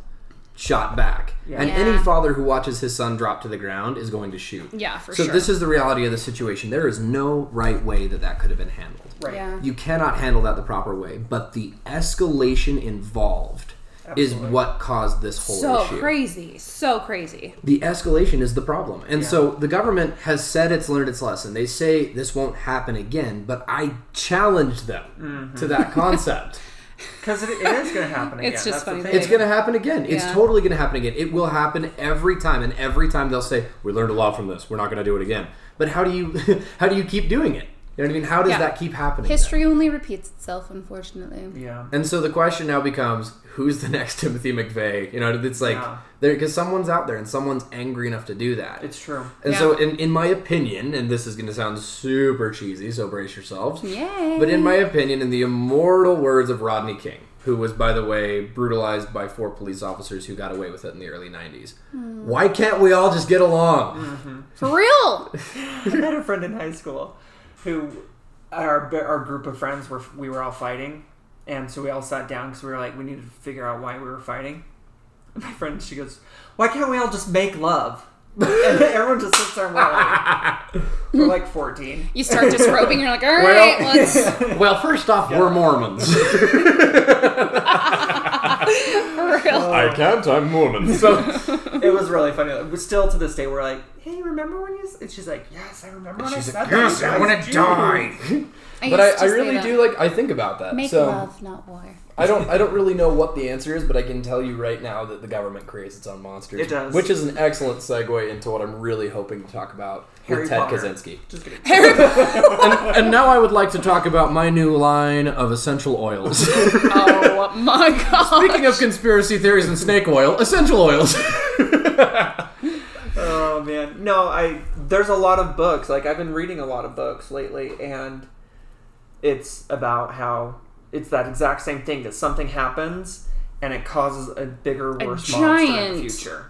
Speaker 3: shot back, and
Speaker 1: Yeah.
Speaker 3: any father who watches his son drop to the ground is going to shoot.
Speaker 1: Yeah, for
Speaker 3: so
Speaker 1: sure.
Speaker 3: this is the reality of the situation. There is no right way that that could have been handled.
Speaker 2: Right. [laughs]
Speaker 1: Yeah.
Speaker 3: You cannot handle that the proper way, but the escalation involved is what caused this whole
Speaker 1: So
Speaker 3: issue.
Speaker 1: crazy. So crazy.
Speaker 3: The escalation is the problem. And so the government has said it's learned its lesson. They say this won't happen again, but I challenge them to that concept.
Speaker 2: Because it, it is
Speaker 1: [laughs]
Speaker 2: going to happen again.
Speaker 1: It's
Speaker 2: That's
Speaker 1: just funny
Speaker 2: The
Speaker 1: that
Speaker 2: thing.
Speaker 3: It's going to happen again. It's
Speaker 1: Yeah.
Speaker 3: totally going to happen again. It will happen every time, and every time they'll say,
Speaker 5: We learned a lot from this. We're not going to do it again.
Speaker 3: "But how do you, [laughs] how do you keep doing it?" You know what I mean? How does
Speaker 1: Yeah.
Speaker 3: that keep happening?
Speaker 1: History only repeats itself, unfortunately.
Speaker 2: Yeah.
Speaker 3: And so the question now becomes, who's the [laughs] next Timothy McVeigh? You know, it's like
Speaker 2: Yeah.
Speaker 3: there because someone's out there and someone's angry enough to do that.
Speaker 2: It's true.
Speaker 3: and so, in, in my opinion, and this is going to sound super cheesy, so brace yourselves.
Speaker 1: Yay.
Speaker 3: But in my opinion, in the immortal words of Rodney King, who was, by the way, brutalized by four police officers who got away with it in the early 90s,
Speaker 1: Hmm.
Speaker 3: why can't we all just get along?
Speaker 1: For real.
Speaker 2: [laughs] I met a friend in high school who our our group of friends were we were all fighting, and so we all sat down because we were like we needed to figure out why we were fighting. And my friend she goes, "Why can't we all just make
Speaker 1: [laughs]
Speaker 2: love?" and everyone just sits there and we're like, we're like fourteen.
Speaker 1: You start
Speaker 3: [laughs]
Speaker 1: disrobing, you're like, all right, let's.
Speaker 5: Well, first off, we're Mormons.
Speaker 1: For real.
Speaker 4: [laughs] I can't. I'm Mormon. [laughs]
Speaker 5: so
Speaker 2: It was really funny. Like, But still to this day we're like, "Hey, remember when you?" s-" And she's like, "Yes, I remember." When I said that. You guys do."
Speaker 3: But I, I really do like I think about that.
Speaker 1: Make
Speaker 3: so
Speaker 1: love, not war.
Speaker 3: I don't I don't really know what the answer is, but I can tell you right now that the government creates its own monsters.
Speaker 2: It does.
Speaker 3: Which is an excellent segue into what I'm really hoping to talk about
Speaker 2: Harry
Speaker 3: with Ted
Speaker 2: Potter.
Speaker 3: Kaczynski.
Speaker 2: [laughs] [laughs] Just kidding.
Speaker 5: and now I would like to talk about my new line of essential oils.
Speaker 3: [laughs]
Speaker 1: Oh [laughs] my god.
Speaker 5: Speaking of conspiracy theories and snake oil, essential
Speaker 3: [laughs]
Speaker 5: oils.
Speaker 2: Oh man, no, I there's a lot of books. Like I've been reading a lot of books lately, and it's about how it's that exact same thing that something happens and it causes a bigger, worse monster in
Speaker 1: giant-
Speaker 2: the future.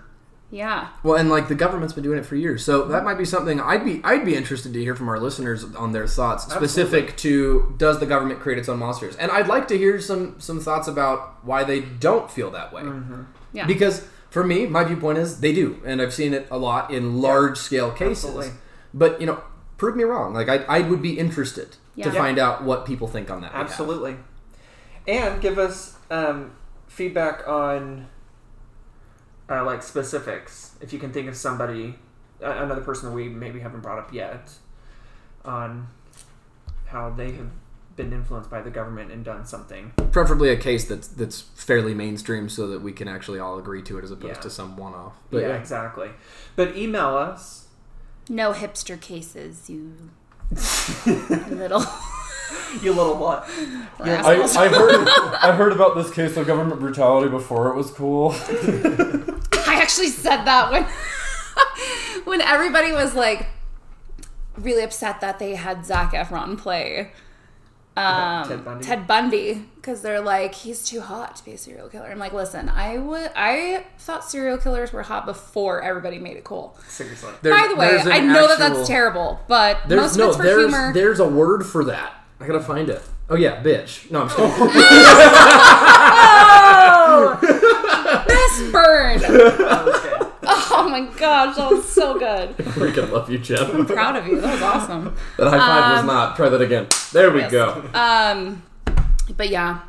Speaker 1: Yeah.
Speaker 3: Well, and like the government's been doing it for years, so that might be something I'd be I'd be interested to hear from our listeners on their thoughts specific to does the government create its own monsters? And I'd like to hear some some thoughts about why they don't feel that
Speaker 2: Mm.
Speaker 3: way.
Speaker 1: Yeah.
Speaker 3: Because for me, my viewpoint is they do, and I've seen it a lot in large scale cases.
Speaker 2: absolutely.
Speaker 3: But you know, prove me wrong. Like I, I would be interested
Speaker 1: Yeah.
Speaker 3: to
Speaker 1: Yeah.
Speaker 3: find out what people think on that. behalf.
Speaker 2: Absolutely, and give us um, feedback on uh, like specifics if you can think of somebody, uh, another person that we maybe haven't brought up yet, on how they have been influenced by the government and done something.
Speaker 3: Preferably a case that's that's fairly mainstream, so that we can actually all agree to it as opposed
Speaker 2: Yeah.
Speaker 3: to some one off.
Speaker 2: yeah, exactly. But email us.
Speaker 1: No hipster cases,
Speaker 3: [laughs]
Speaker 1: you little.
Speaker 2: You little what? [laughs]
Speaker 4: I, I heard I heard about this case of government brutality before it was cool.
Speaker 1: I actually said that when [laughs] when everybody was like really upset that they had Zach Efron play um,
Speaker 2: Ted Bundy?
Speaker 1: Ted Bundy because they're like he's too hot to be a serial killer. I'm like, listen, I would I thought serial killers were hot before everybody made it cool.
Speaker 2: Seriously. [laughs]
Speaker 1: By the way, I know that that's terrible, but most
Speaker 3: There's
Speaker 1: of
Speaker 3: no
Speaker 1: it's for
Speaker 3: there's
Speaker 1: humor.
Speaker 3: there's a word for that. I gotta find it. Oh yeah, bitch. No, I'm
Speaker 1: [laughs]
Speaker 3: just kidding.
Speaker 1: Best burn.
Speaker 3: [laughs]
Speaker 1: [laughs]
Speaker 2: That was good.
Speaker 1: oh my gosh, that was so good.
Speaker 5: Freaking love you, Jeff.
Speaker 1: [laughs] Proud of Um, you. That was awesome.
Speaker 5: That high five was not. Try that again. There we go.
Speaker 1: Um, but yeah,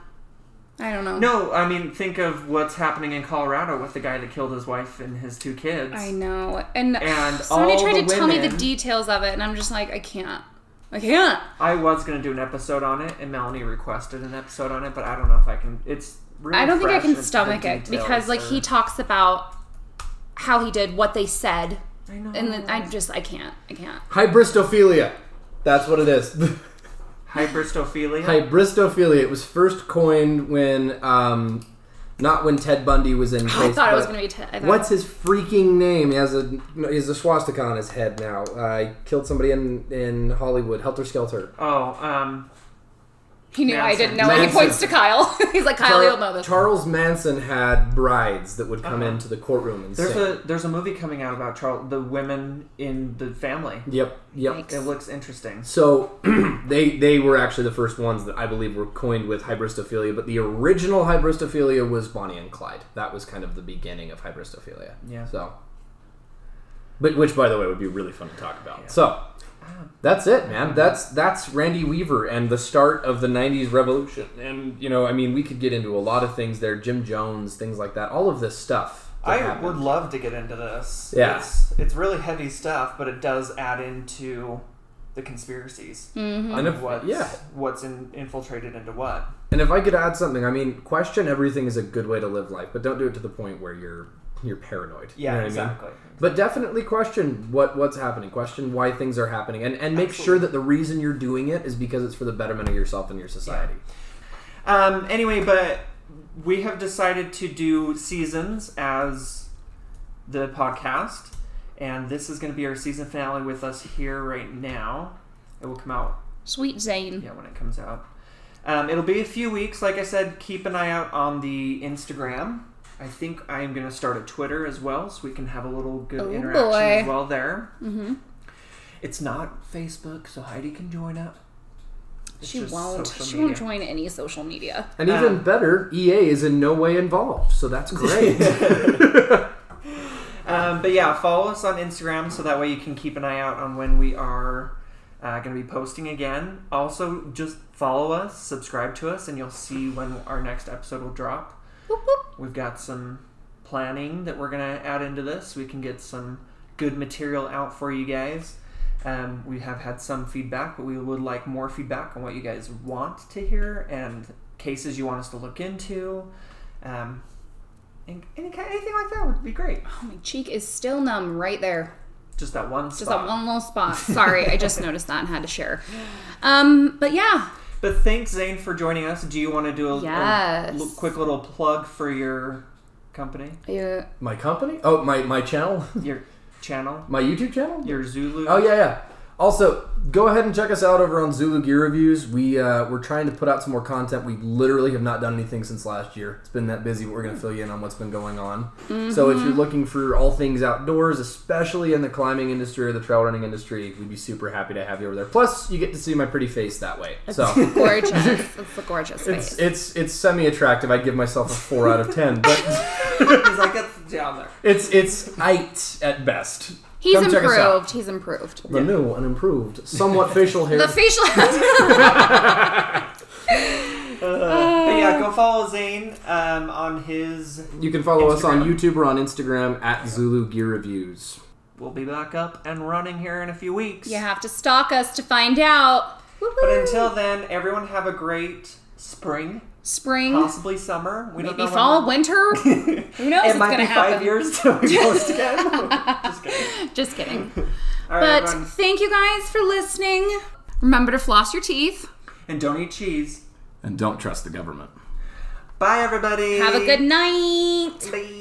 Speaker 1: I don't know.
Speaker 2: No, I mean, think of what's happening in Colorado with the guy that killed his wife and his two kids.
Speaker 1: I know. And,
Speaker 2: And
Speaker 1: somebody
Speaker 2: all
Speaker 1: tried to
Speaker 2: the
Speaker 1: tell me the
Speaker 2: women-
Speaker 1: details of it, and I'm just like, I can't. I can't.
Speaker 2: I was gonna do an episode on it, and Melanie requested an episode on it, but I don't know if I can. It's really
Speaker 1: I don't think I
Speaker 2: fresh,
Speaker 1: can
Speaker 2: the
Speaker 1: stomach it
Speaker 2: details
Speaker 1: because, like, he
Speaker 2: are-
Speaker 1: talks about how he did what they said,
Speaker 2: I know.
Speaker 1: and then
Speaker 2: Mm.
Speaker 1: I just, I can't. I can't.
Speaker 3: Hybristophilia. That's what it is. [laughs]
Speaker 2: hyperstophilia.
Speaker 3: Hybristophilia. It was first coined when, um, not when Ted Bundy was in.
Speaker 1: I
Speaker 3: place,
Speaker 1: thought it was
Speaker 3: but-
Speaker 1: going to be. T- I thought,
Speaker 3: What's his freaking name? He has a he has a swastika on his head now. Uh, he killed somebody in in Hollywood. Helter Skelter.
Speaker 2: oh, um,
Speaker 1: He knew I
Speaker 2: Manson.
Speaker 1: didn't know, and he
Speaker 3: Manson.
Speaker 1: points to Kyle. [laughs] He's like, Kyle,
Speaker 3: Char-
Speaker 1: you'll know this.
Speaker 3: Charles Manson had brides that would come
Speaker 2: Uh-huh.
Speaker 3: into the courtroom and
Speaker 2: there's
Speaker 3: sing.
Speaker 2: a there's a movie coming out about Charles, the women in the family.
Speaker 3: Yep, yep.
Speaker 1: Yikes.
Speaker 2: It looks interesting.
Speaker 3: So [clears throat] they they were actually the first ones that I believe were coined with hybristophilia, but the original hybristophilia was Bonnie and Clyde. That was kind of the beginning of hybristophilia.
Speaker 2: Yeah.
Speaker 3: So but which by the way would be really fun to talk about. So
Speaker 2: Ah.
Speaker 3: that's it, man. That's that's Randy Weaver and the start of the 90s revolution. And you know, I mean, we could get into a lot of things there, Jim Jones, things like that. All of this stuff. that
Speaker 2: I
Speaker 3: happened.
Speaker 2: would love to get into this.
Speaker 3: Yeah.
Speaker 2: It's, it's really heavy stuff, but it does add into the conspiracies.
Speaker 1: Mm.
Speaker 2: Mm-hmm.
Speaker 3: And if-
Speaker 2: what's,
Speaker 3: yeah.
Speaker 2: what's in, infiltrated into what.
Speaker 3: And if I could add something, I mean, question everything is a good way to live life, but don't do it to the point where you're you're paranoid. You
Speaker 2: Yeah,
Speaker 3: know what I mean?
Speaker 2: exactly.
Speaker 3: But definitely question what what's happening. Question why things are happening, and and make sure that the reason you're doing it is because it's for the betterment of yourself and your society.
Speaker 2: Um, anyway, but we have decided to do seasons as the podcast, and this is going to be our season finale with us here right now. It will come out
Speaker 1: Sweet Zane.
Speaker 2: yeah when it comes out. Um, it'll be a few weeks. Like I said, keep an eye out on the Instagram. I think I am going to start a Twitter as well, so we can have a little good
Speaker 1: Oh,
Speaker 2: interaction
Speaker 1: boy.
Speaker 2: as well there. Mm-hmm. It's not Facebook, so Heidi can join up. It's
Speaker 1: She
Speaker 2: just
Speaker 1: won't.
Speaker 2: social
Speaker 1: She won't
Speaker 2: media.
Speaker 1: join any social media.
Speaker 3: And
Speaker 2: Um,
Speaker 3: even better, EA is in no way involved, so that's great.
Speaker 2: [laughs] Um, but yeah, follow us on Instagram so that way you can keep an eye out on when we are uh, going to be posting again. Also, just follow us, subscribe to us, and you'll see when our next episode will drop.
Speaker 1: Whoop, whoop.
Speaker 2: We've got some planning that we're going to add into this. We can get some good material out for you guys. Um, we have had some feedback, but we would like more feedback on what you guys want to hear and cases you want us to look into. Um, and, and anything like that would be great.
Speaker 1: Oh, my cheek is still numb right there.
Speaker 2: Just that one
Speaker 1: Just
Speaker 2: spot.
Speaker 1: that one little
Speaker 2: [laughs]
Speaker 1: spot. Sorry, I just noticed that and had to share. Um, but yeah,
Speaker 2: But thanks, Zane, for joining us. Do you want to do a, a
Speaker 1: Yes.
Speaker 2: l- quick little plug for your
Speaker 1: [laughs]
Speaker 2: company,
Speaker 1: you
Speaker 3: my company? Oh, my my channel, [laughs]
Speaker 2: your channel,
Speaker 3: my YouTube channel.
Speaker 2: your Zulu?
Speaker 3: Oh yeah, yeah. Also, go ahead and check us out over on Zulu Gear Reviews. We uh, we're trying to put out some more content. We literally have not done anything since last year. It's been that busy, but we're going to fill you in on what's been going on. So if you're looking for all things outdoors, especially in the climbing industry or the trail running industry, we'd be super happy to have you over there. Plus, you get to see my pretty face that way. So
Speaker 1: [laughs]
Speaker 2: [laughs]
Speaker 1: gorgeous. It's a gorgeous
Speaker 3: it's
Speaker 1: face.
Speaker 3: it's it's semi attractive. I'd give myself a four out of ten, but
Speaker 2: He's like, that's
Speaker 1: [laughs]
Speaker 2: down there.
Speaker 3: it's it's eight at best.
Speaker 1: He's
Speaker 3: come check us out.
Speaker 1: improved. He's improved.
Speaker 3: The new and improved, somewhat facial hair.
Speaker 1: The
Speaker 2: [laughs]
Speaker 1: facial.
Speaker 2: But yeah, go follow Zane um, on his.
Speaker 3: You can follow us on
Speaker 2: Instagram.
Speaker 3: YouTube or on Instagram at Zulu Gear Reviews.
Speaker 2: We'll be back up and running here in a few weeks.
Speaker 1: you have to stalk us to find out.
Speaker 2: But until then, everyone have a great spring,
Speaker 1: Spring,
Speaker 2: possibly summer. We
Speaker 1: maybe
Speaker 2: don't know
Speaker 1: fall,
Speaker 2: when- [laughs]
Speaker 1: winter. Who knows?
Speaker 2: It
Speaker 1: it's
Speaker 2: might
Speaker 1: gonna
Speaker 2: be
Speaker 1: happen.
Speaker 2: five years till
Speaker 1: [laughs]
Speaker 2: we post again. Just kidding.
Speaker 1: Just kidding.
Speaker 2: [laughs] All right,
Speaker 1: But
Speaker 2: everyone.
Speaker 1: thank you guys for listening. Remember to floss your teeth.
Speaker 2: and don't eat cheese.
Speaker 4: And don't trust the government.
Speaker 2: Bye, everybody.
Speaker 1: Have a good night.
Speaker 2: Bye.